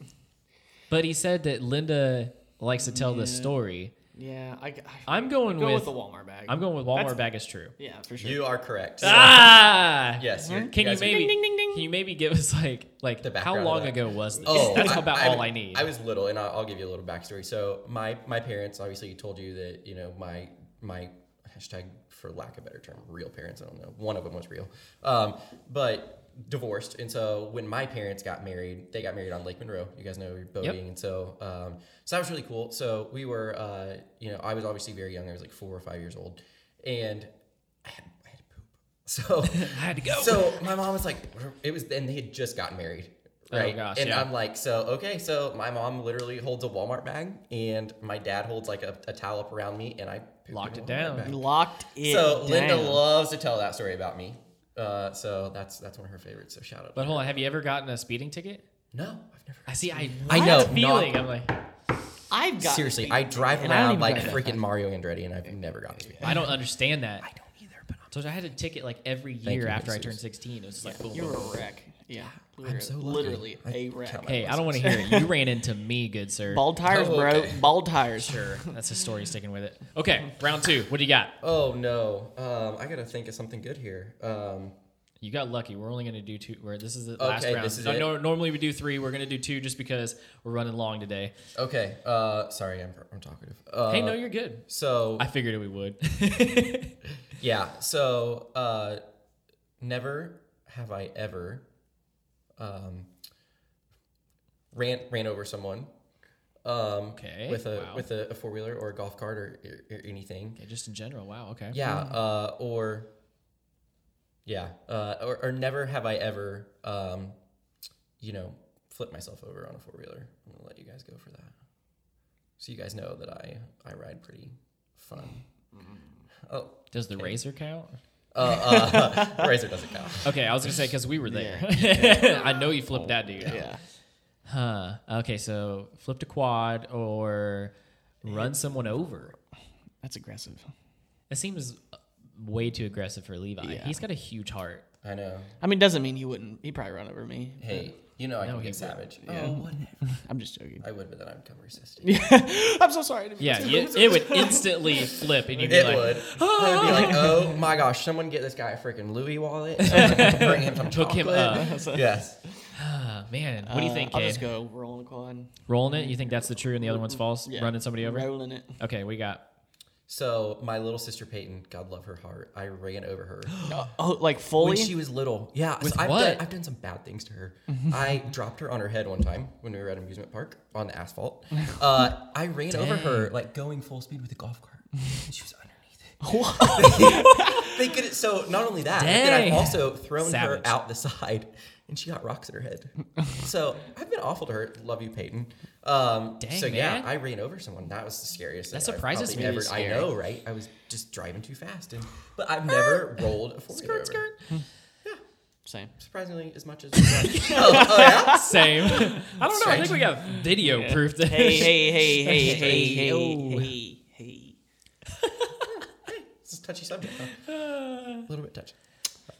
Speaker 2: but he said that Linda likes to tell this story.
Speaker 1: Yeah, I. I
Speaker 2: I'm going
Speaker 1: go with,
Speaker 2: with,
Speaker 1: the Walmart bag.
Speaker 2: I'm going with Walmart
Speaker 1: That's-
Speaker 2: bag is true.
Speaker 1: yeah, for sure.
Speaker 3: You are correct.
Speaker 2: Ah,
Speaker 3: Yes. you're-
Speaker 2: Can you
Speaker 3: guys are-
Speaker 1: Ding,
Speaker 2: maybe
Speaker 1: ding, ding, ding.
Speaker 2: can you maybe give us like like
Speaker 3: The
Speaker 2: how
Speaker 3: background of
Speaker 2: long
Speaker 3: that.
Speaker 2: ago was this?
Speaker 3: Oh,
Speaker 2: (laughs) That's about all I
Speaker 3: was-
Speaker 2: need.
Speaker 3: I was little, and I'll, I'll give you a little backstory. So my my parents obviously told you that you know my my hashtag for lack of a better term real parents. I don't know. One of them was real, um, but divorced. And so when my parents got married, they got married on Lake Monroe. You guys know you're boating, and so um, so that was really cool. So we were uh, you know I was obviously very young. I was like four or five years old, and I had I had to poop. (laughs)
Speaker 2: (laughs)
Speaker 3: So
Speaker 2: I had to go.
Speaker 3: so my mom was like, it was, and they had just gotten married,
Speaker 2: Oh,
Speaker 3: right?
Speaker 2: gosh,
Speaker 3: and
Speaker 2: yeah.
Speaker 3: I'm like, so okay, so my mom literally holds a Walmart bag, and my dad holds like a, a towel up around me, and I pooped in
Speaker 2: Locked
Speaker 3: a
Speaker 2: it
Speaker 3: Walmart
Speaker 2: down.
Speaker 3: bag.
Speaker 1: Locked it.
Speaker 3: So Linda
Speaker 1: down.
Speaker 3: loves to tell that story about me. Uh, so that's that's one of her favorites. So shout out.
Speaker 2: but hold on, have you ever gotten a speeding ticket?
Speaker 3: no, I've never.
Speaker 2: I see. I
Speaker 3: I
Speaker 2: I
Speaker 3: know,
Speaker 2: know feeling.
Speaker 3: not-
Speaker 2: I'm like
Speaker 1: I've got
Speaker 3: Seriously, I drive
Speaker 1: And I don't
Speaker 3: around
Speaker 1: even
Speaker 3: like
Speaker 1: drive that
Speaker 3: freaking Mario Andretti, and I've never gotten to
Speaker 2: I don't understand that.
Speaker 3: I don't either, but I'm,
Speaker 2: So I had a ticket like every year
Speaker 3: you,
Speaker 2: after I
Speaker 3: Jesus.
Speaker 2: turned 16. It was just like boom.
Speaker 1: You're
Speaker 2: boom.
Speaker 1: a wreck. Yeah,
Speaker 3: I'm so lucky.
Speaker 1: literally
Speaker 3: I
Speaker 1: a
Speaker 3: count
Speaker 1: wreck.
Speaker 3: my
Speaker 2: Hey, I don't want to hear it. You ran into me, good sir.
Speaker 1: Bald tires,
Speaker 3: Oh,
Speaker 1: bro.
Speaker 3: okay.
Speaker 1: Bald tires.
Speaker 2: Sure, that's the story sticking with it. Okay, round two. What do you got?
Speaker 3: Oh no, um, I gotta think of something good here. Um,
Speaker 2: You got lucky. We're only gonna do two. Where this is the last
Speaker 3: Okay,
Speaker 2: round.
Speaker 3: this is
Speaker 2: No-
Speaker 3: it.
Speaker 2: no- normally we do three. We're gonna do two just because we're running long today.
Speaker 3: okay, uh, sorry, I'm, I'm talkative. Uh,
Speaker 2: hey, no, you're good.
Speaker 3: So
Speaker 2: I figured we would. (laughs)
Speaker 3: yeah, so uh, never have I ever um, ran ran over someone. Um,
Speaker 2: Okay,
Speaker 3: With a
Speaker 2: wow.
Speaker 3: with a, a four wheeler or a golf cart or, or anything.
Speaker 2: Yeah, just in general. Wow. Okay.
Speaker 3: Yeah. Uh, or yeah. Uh, or, or never have I ever um, you know flip myself over on a four wheeler. I'm gonna let you guys go for that. So you guys know that I I ride pretty fun.
Speaker 2: Mm-hmm.
Speaker 3: Oh.
Speaker 2: Does the razor count?
Speaker 3: uh, uh, (laughs) razor doesn't count.
Speaker 2: Okay, I was gonna say because we were there. (laughs) I know you flipped that dude. out.
Speaker 1: Yeah.
Speaker 2: Huh. Okay, so flipped a quad or run someone over.
Speaker 1: That's aggressive.
Speaker 2: That seems way too aggressive for Levi.
Speaker 1: Yeah. (laughs)
Speaker 2: He's got a huge heart.
Speaker 3: I know.
Speaker 1: I mean, doesn't mean he wouldn't. He probably run over me.
Speaker 3: Hey, You know I
Speaker 2: No,
Speaker 3: can
Speaker 2: he
Speaker 3: get
Speaker 2: wouldn't.
Speaker 3: savage.
Speaker 1: Yeah.
Speaker 3: Oh, whatever.
Speaker 1: I'm just joking.
Speaker 3: I would, but then I would come resist.
Speaker 1: I'm so sorry. To be
Speaker 2: Yeah, you, it would instantly flip, and you'd be
Speaker 3: It
Speaker 2: like,
Speaker 3: (laughs) would. I'd be like, oh my gosh, someone get this guy a freaking Louis wallet. (laughs) and Bring him some
Speaker 2: Hook
Speaker 3: chocolate.
Speaker 2: him
Speaker 3: (laughs) Yes.
Speaker 2: "Ah, "Man, what do you think,
Speaker 1: Uh, I'll
Speaker 2: Cade?
Speaker 1: just go rolling a coin.
Speaker 2: Rolling it? You think that's the true, and the other one's false?
Speaker 1: Yeah.
Speaker 2: Running somebody over?
Speaker 1: Rolling it.
Speaker 2: Okay,
Speaker 1: (laughs)
Speaker 2: we got
Speaker 3: So my little sister Peyton, God love her heart, I ran over (gasps) her
Speaker 1: Oh, oh, like
Speaker 3: when
Speaker 1: fully.
Speaker 3: she was little. Yeah, so
Speaker 2: With
Speaker 3: I've
Speaker 2: what? Mm-hmm.
Speaker 3: Done, I've done some bad things to her. I dropped her on her head one time when we were at an amusement park on
Speaker 2: (laughs)
Speaker 3: the asphalt.
Speaker 2: Oh
Speaker 3: Uh, I ran over her like going full speed with a
Speaker 2: (laughs)
Speaker 3: golf cart. And she was underneath it. (laughs) they could so not only that, but then
Speaker 2: Dang.
Speaker 3: I've also thrown
Speaker 2: Savage.
Speaker 3: her out the side, and she got rocks in
Speaker 2: (laughs)
Speaker 3: her head. so I've been awful to her. Love you, Peyton. Um,
Speaker 2: Dang,
Speaker 3: so yeah,
Speaker 2: man.
Speaker 3: I ran over someone. That was the scariest.
Speaker 2: That
Speaker 3: thing I've
Speaker 2: surprises
Speaker 3: probably
Speaker 2: me.
Speaker 3: ever-
Speaker 2: Scary.
Speaker 3: I know, right? I was just driving too fast, and but I've
Speaker 2: (laughs)
Speaker 3: never rolled a four
Speaker 2: Skirt, skirt.
Speaker 3: (laughs)
Speaker 1: Same.
Speaker 3: Surprisingly, as much as oh, oh, yeah?
Speaker 2: same. (laughs) I don't know. I think we got video proof. That
Speaker 1: Hey,
Speaker 2: (laughs)
Speaker 1: hey, hey,
Speaker 3: (laughs)
Speaker 1: hey, hey, hey,
Speaker 2: Oh.
Speaker 1: hey, hey.
Speaker 3: This is a touchy subject.
Speaker 2: (laughs)
Speaker 3: huh? A little bit touchy.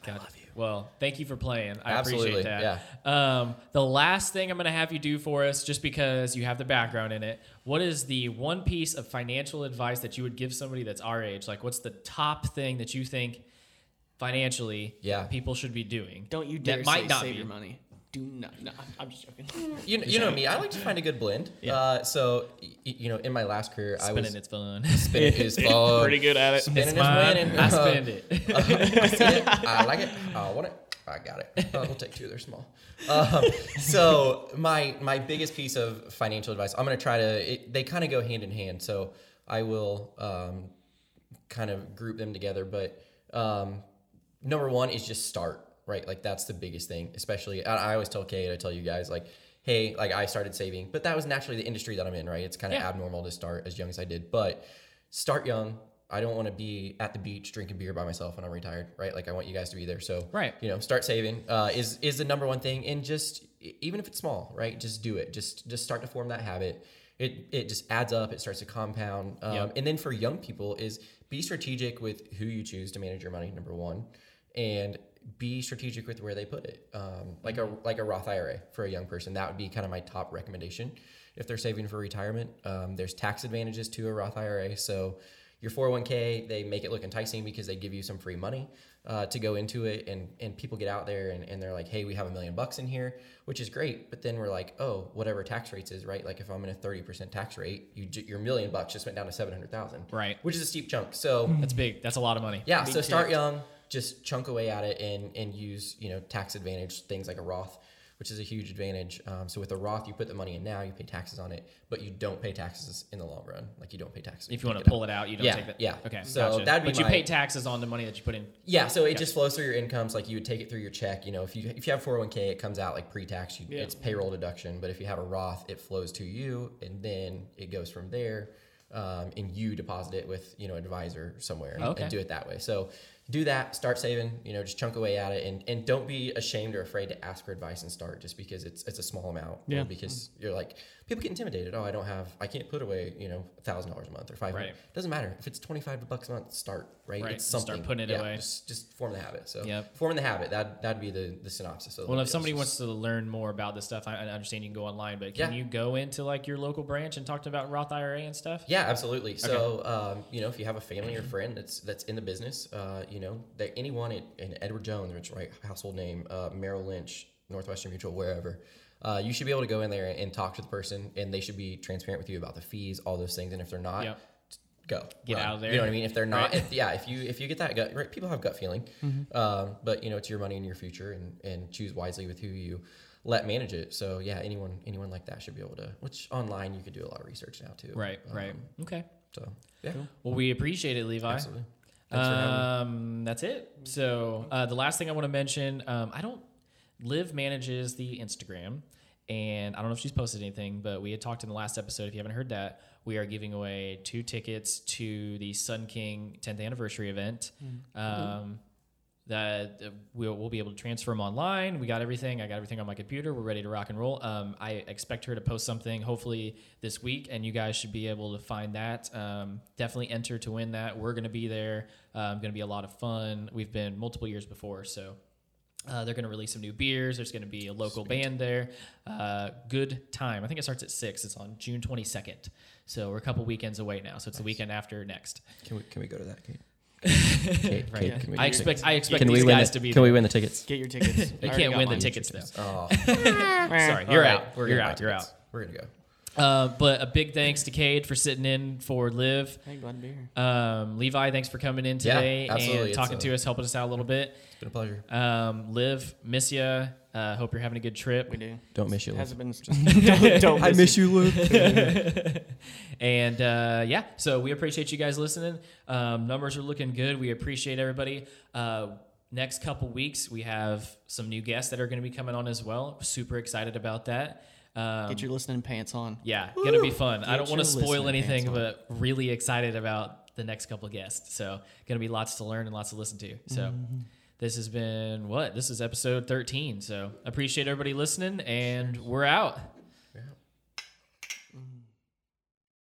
Speaker 2: God. Well, thank you for playing. I
Speaker 3: Absolutely,
Speaker 2: appreciate that. Yeah. Um, the last thing I'm going to have you do for us, just because you have the background in it, what is the one piece of financial advice that you would give somebody that's our age? Like, what's the top thing that you think financially
Speaker 3: Yeah.
Speaker 2: people should be doing?
Speaker 1: Don't you
Speaker 2: that
Speaker 1: dare
Speaker 2: might
Speaker 1: say
Speaker 2: not
Speaker 1: save
Speaker 2: be.
Speaker 1: your money. Do not. No, I'm- I'm just joking.
Speaker 3: You, you know me. I like to find a good blend. Uh, so y- y- you know, in my last career, I
Speaker 2: Spending
Speaker 3: was
Speaker 2: it's fun. (laughs)
Speaker 3: spinning is fun.
Speaker 1: Pretty good at it.
Speaker 3: Spinning
Speaker 2: It's
Speaker 3: is
Speaker 2: mine.
Speaker 3: winning.
Speaker 2: I spend it.
Speaker 3: (laughs) I
Speaker 2: (laughs)
Speaker 3: see it. I like it. I want it. I got it. Uh, we'll take two. They're small. Um, so my my biggest piece of financial advice. I'm gonna try to. It, they kind of go hand in hand. So I will um, kind of group them together. But um, number one is just start. Right, like that's the biggest thing. Especially, I, I always tell Kate. I tell you guys like. Hey, like I started saving, but that was naturally the industry that I'm in, right? It's kind of
Speaker 2: Yeah.
Speaker 3: abnormal to start as young as I did, but start young. I don't want to be at the beach drinking beer by myself when I'm retired, right? Like I want you guys to be there. So
Speaker 2: Right.
Speaker 3: you know, start saving uh, is is the number one thing, and just e- even if it's small, right? Just do it. Just just start to form that habit. It it just adds up. It starts to compound. Um,
Speaker 2: Yep.
Speaker 3: And then for young people, is be strategic with who you choose to manage your money. Number one, and be strategic with where they put it. Um, like a like a Roth IRA for a young person, that would be kind of my top recommendation if they're saving for retirement. Um, there's tax advantages to a Roth IRA, so your 401k they make it look enticing because they give you some free money uh, to go into it and and people get out there and, and they're like hey we have a million bucks in here which is great but then we're like oh whatever tax rates is right like if i'm in a 30% tax rate you ju- your million bucks just went down to 700000
Speaker 2: Right.
Speaker 3: which is a steep chunk so
Speaker 2: That's big. That's a lot of money.
Speaker 3: yeah so start young just chunk away at it and and use you know tax advantage things like a roth which is a huge advantage um, so with a roth you put the money in now you pay taxes on it but you don't pay taxes in the long run like you don't pay taxes when
Speaker 2: If you want
Speaker 3: take
Speaker 2: to
Speaker 3: it out.
Speaker 2: pull it out, you don't
Speaker 3: Yeah,
Speaker 2: take that.
Speaker 3: yeah.
Speaker 2: Okay.
Speaker 3: So
Speaker 2: gotcha.
Speaker 3: that'd be
Speaker 2: but you
Speaker 3: my-
Speaker 2: pay taxes on the money that you put in.
Speaker 3: Yeah, so it just flows through your incomes. Like you would take it through your check. You know, if you if you have four hundred one k, it comes out like pre tax. You It's payroll deduction. But if you have a Roth, it flows to you, and then it goes from there, um, and you deposit it with you know advisor somewhere and,
Speaker 2: Okay.
Speaker 3: and do it that way. So do that. Start saving. You know, just chunk away at it, and and don't be ashamed or afraid to ask for advice and start just because it's it's a small amount.
Speaker 1: Yeah.
Speaker 3: Or because you're like people get intimidated. Oh, I don't have. I can't put away you know thousand dollars a month or five.
Speaker 2: Right.
Speaker 3: Doesn't matter if it's twenty five bucks a month. Start right.
Speaker 2: Right,
Speaker 3: It's
Speaker 2: just start
Speaker 3: something.
Speaker 2: putting it away.
Speaker 3: just just just form the habit. So
Speaker 2: Yep.
Speaker 3: forming the habit that that'd be the the synopsis. Of the
Speaker 2: Well, if
Speaker 3: videos.
Speaker 2: somebody
Speaker 3: Just-
Speaker 2: wants to learn more about this stuff, I, I understand you can go online, but can
Speaker 3: Yeah.
Speaker 2: you go into like your local branch and talk about Roth IRA and stuff?
Speaker 3: yeah, absolutely. So um, you know, if you have a family or friend that's that's in the business, uh, you know, that anyone in, in Edward Jones, which right household name, uh, Merrill Lynch, Northwestern Mutual, wherever. Uh, you should be able to go in there and talk to the person, and they should be transparent with you about the fees, all those things. And if they're not,
Speaker 2: Yep.
Speaker 3: go
Speaker 2: Get
Speaker 3: Run.
Speaker 2: out of there.
Speaker 3: You know what I mean? If they're not,
Speaker 2: Right. Mm-hmm.
Speaker 3: if, yeah. If you if you get that gut, right, people have gut feeling, um, but you know it's your money and your future, and and choose wisely with who you let manage it. So yeah, anyone anyone like that should be able to. Which online you could do a lot of research now too.
Speaker 2: Right, right.
Speaker 3: Um,
Speaker 2: Okay.
Speaker 3: So yeah,
Speaker 2: Well, we appreciate it, Levi.
Speaker 3: absolutely. Thanks for having me.
Speaker 2: Um, that's it. So uh, the last thing I want to mention, um, I don't. Liv manages the Instagram, and I don't know if she's posted anything, but we had talked in the last episode. If you haven't heard that, we are giving away two tickets to the Sun King 10th anniversary event. Um, that uh, we'll, we'll be able to transfer them online. We got everything. I got everything on my computer. We're ready to rock and roll. Um, I expect her to post something hopefully this week, and you guys should be able to find that. Um, definitely enter to win that. We're going to be there. Um, going to be a lot of fun. We've been multiple years before, so Uh, they're going to release some new beers. There's going to be a local band there. Uh, good time. I think it starts at six. It's on June 22nd. So we're a couple weekends away now. So it's the weekend after next.
Speaker 3: Can we can we go to that,
Speaker 2: (laughs)
Speaker 3: Kate? Kate, Kate, can we-
Speaker 2: I expect I expect
Speaker 3: can we
Speaker 2: these
Speaker 3: win
Speaker 2: guys
Speaker 3: the,
Speaker 2: to be.
Speaker 3: Can
Speaker 2: there.
Speaker 3: we win the tickets?
Speaker 1: Get your
Speaker 2: (laughs)
Speaker 1: tickets.
Speaker 2: I
Speaker 1: already
Speaker 2: can't
Speaker 1: got
Speaker 2: win the
Speaker 1: mine.
Speaker 2: tickets though. (laughs)
Speaker 3: Oh,
Speaker 2: Sorry, you're
Speaker 3: All right.
Speaker 2: out. We're,
Speaker 3: We're
Speaker 2: you're
Speaker 3: gonna
Speaker 2: out.
Speaker 3: buy
Speaker 2: You're out.
Speaker 3: tickets. We're gonna go.
Speaker 2: Uh, but a big thanks to Cade for sitting in for Live.
Speaker 1: Hey, glad to be here.
Speaker 2: Um, Levi, thanks for coming in
Speaker 3: Yeah,
Speaker 2: today
Speaker 3: absolutely.
Speaker 2: and
Speaker 3: It's
Speaker 2: talking
Speaker 3: a-
Speaker 2: to us, helping us out a little bit.
Speaker 3: It's been a pleasure.
Speaker 2: Um, Liv, miss you. Uh, hope you're having a good trip.
Speaker 1: We do.
Speaker 3: Don't miss you. Liv.
Speaker 1: Hasn't been.
Speaker 3: (laughs)
Speaker 1: (laughs) don't, don't miss it.
Speaker 3: you, Luke.
Speaker 2: (laughs) And uh, yeah, so we appreciate you guys listening. Um, numbers are looking good. We appreciate everybody. Uh, next couple weeks, we have some new guests that are going to be coming on as well. Super excited about that. Um,
Speaker 1: Get your listening pants on.
Speaker 2: yeah, gonna be fun. I
Speaker 1: Get
Speaker 2: don't want to
Speaker 1: your
Speaker 2: spoil
Speaker 1: listening
Speaker 2: anything,
Speaker 1: pants on.
Speaker 2: but really excited about the next couple of guests. So gonna be lots to learn and lots to listen to. So
Speaker 1: Mm-hmm.
Speaker 2: this has been what? This is episode 13. So appreciate everybody listening, and we're out. (laughs)
Speaker 3: (laughs)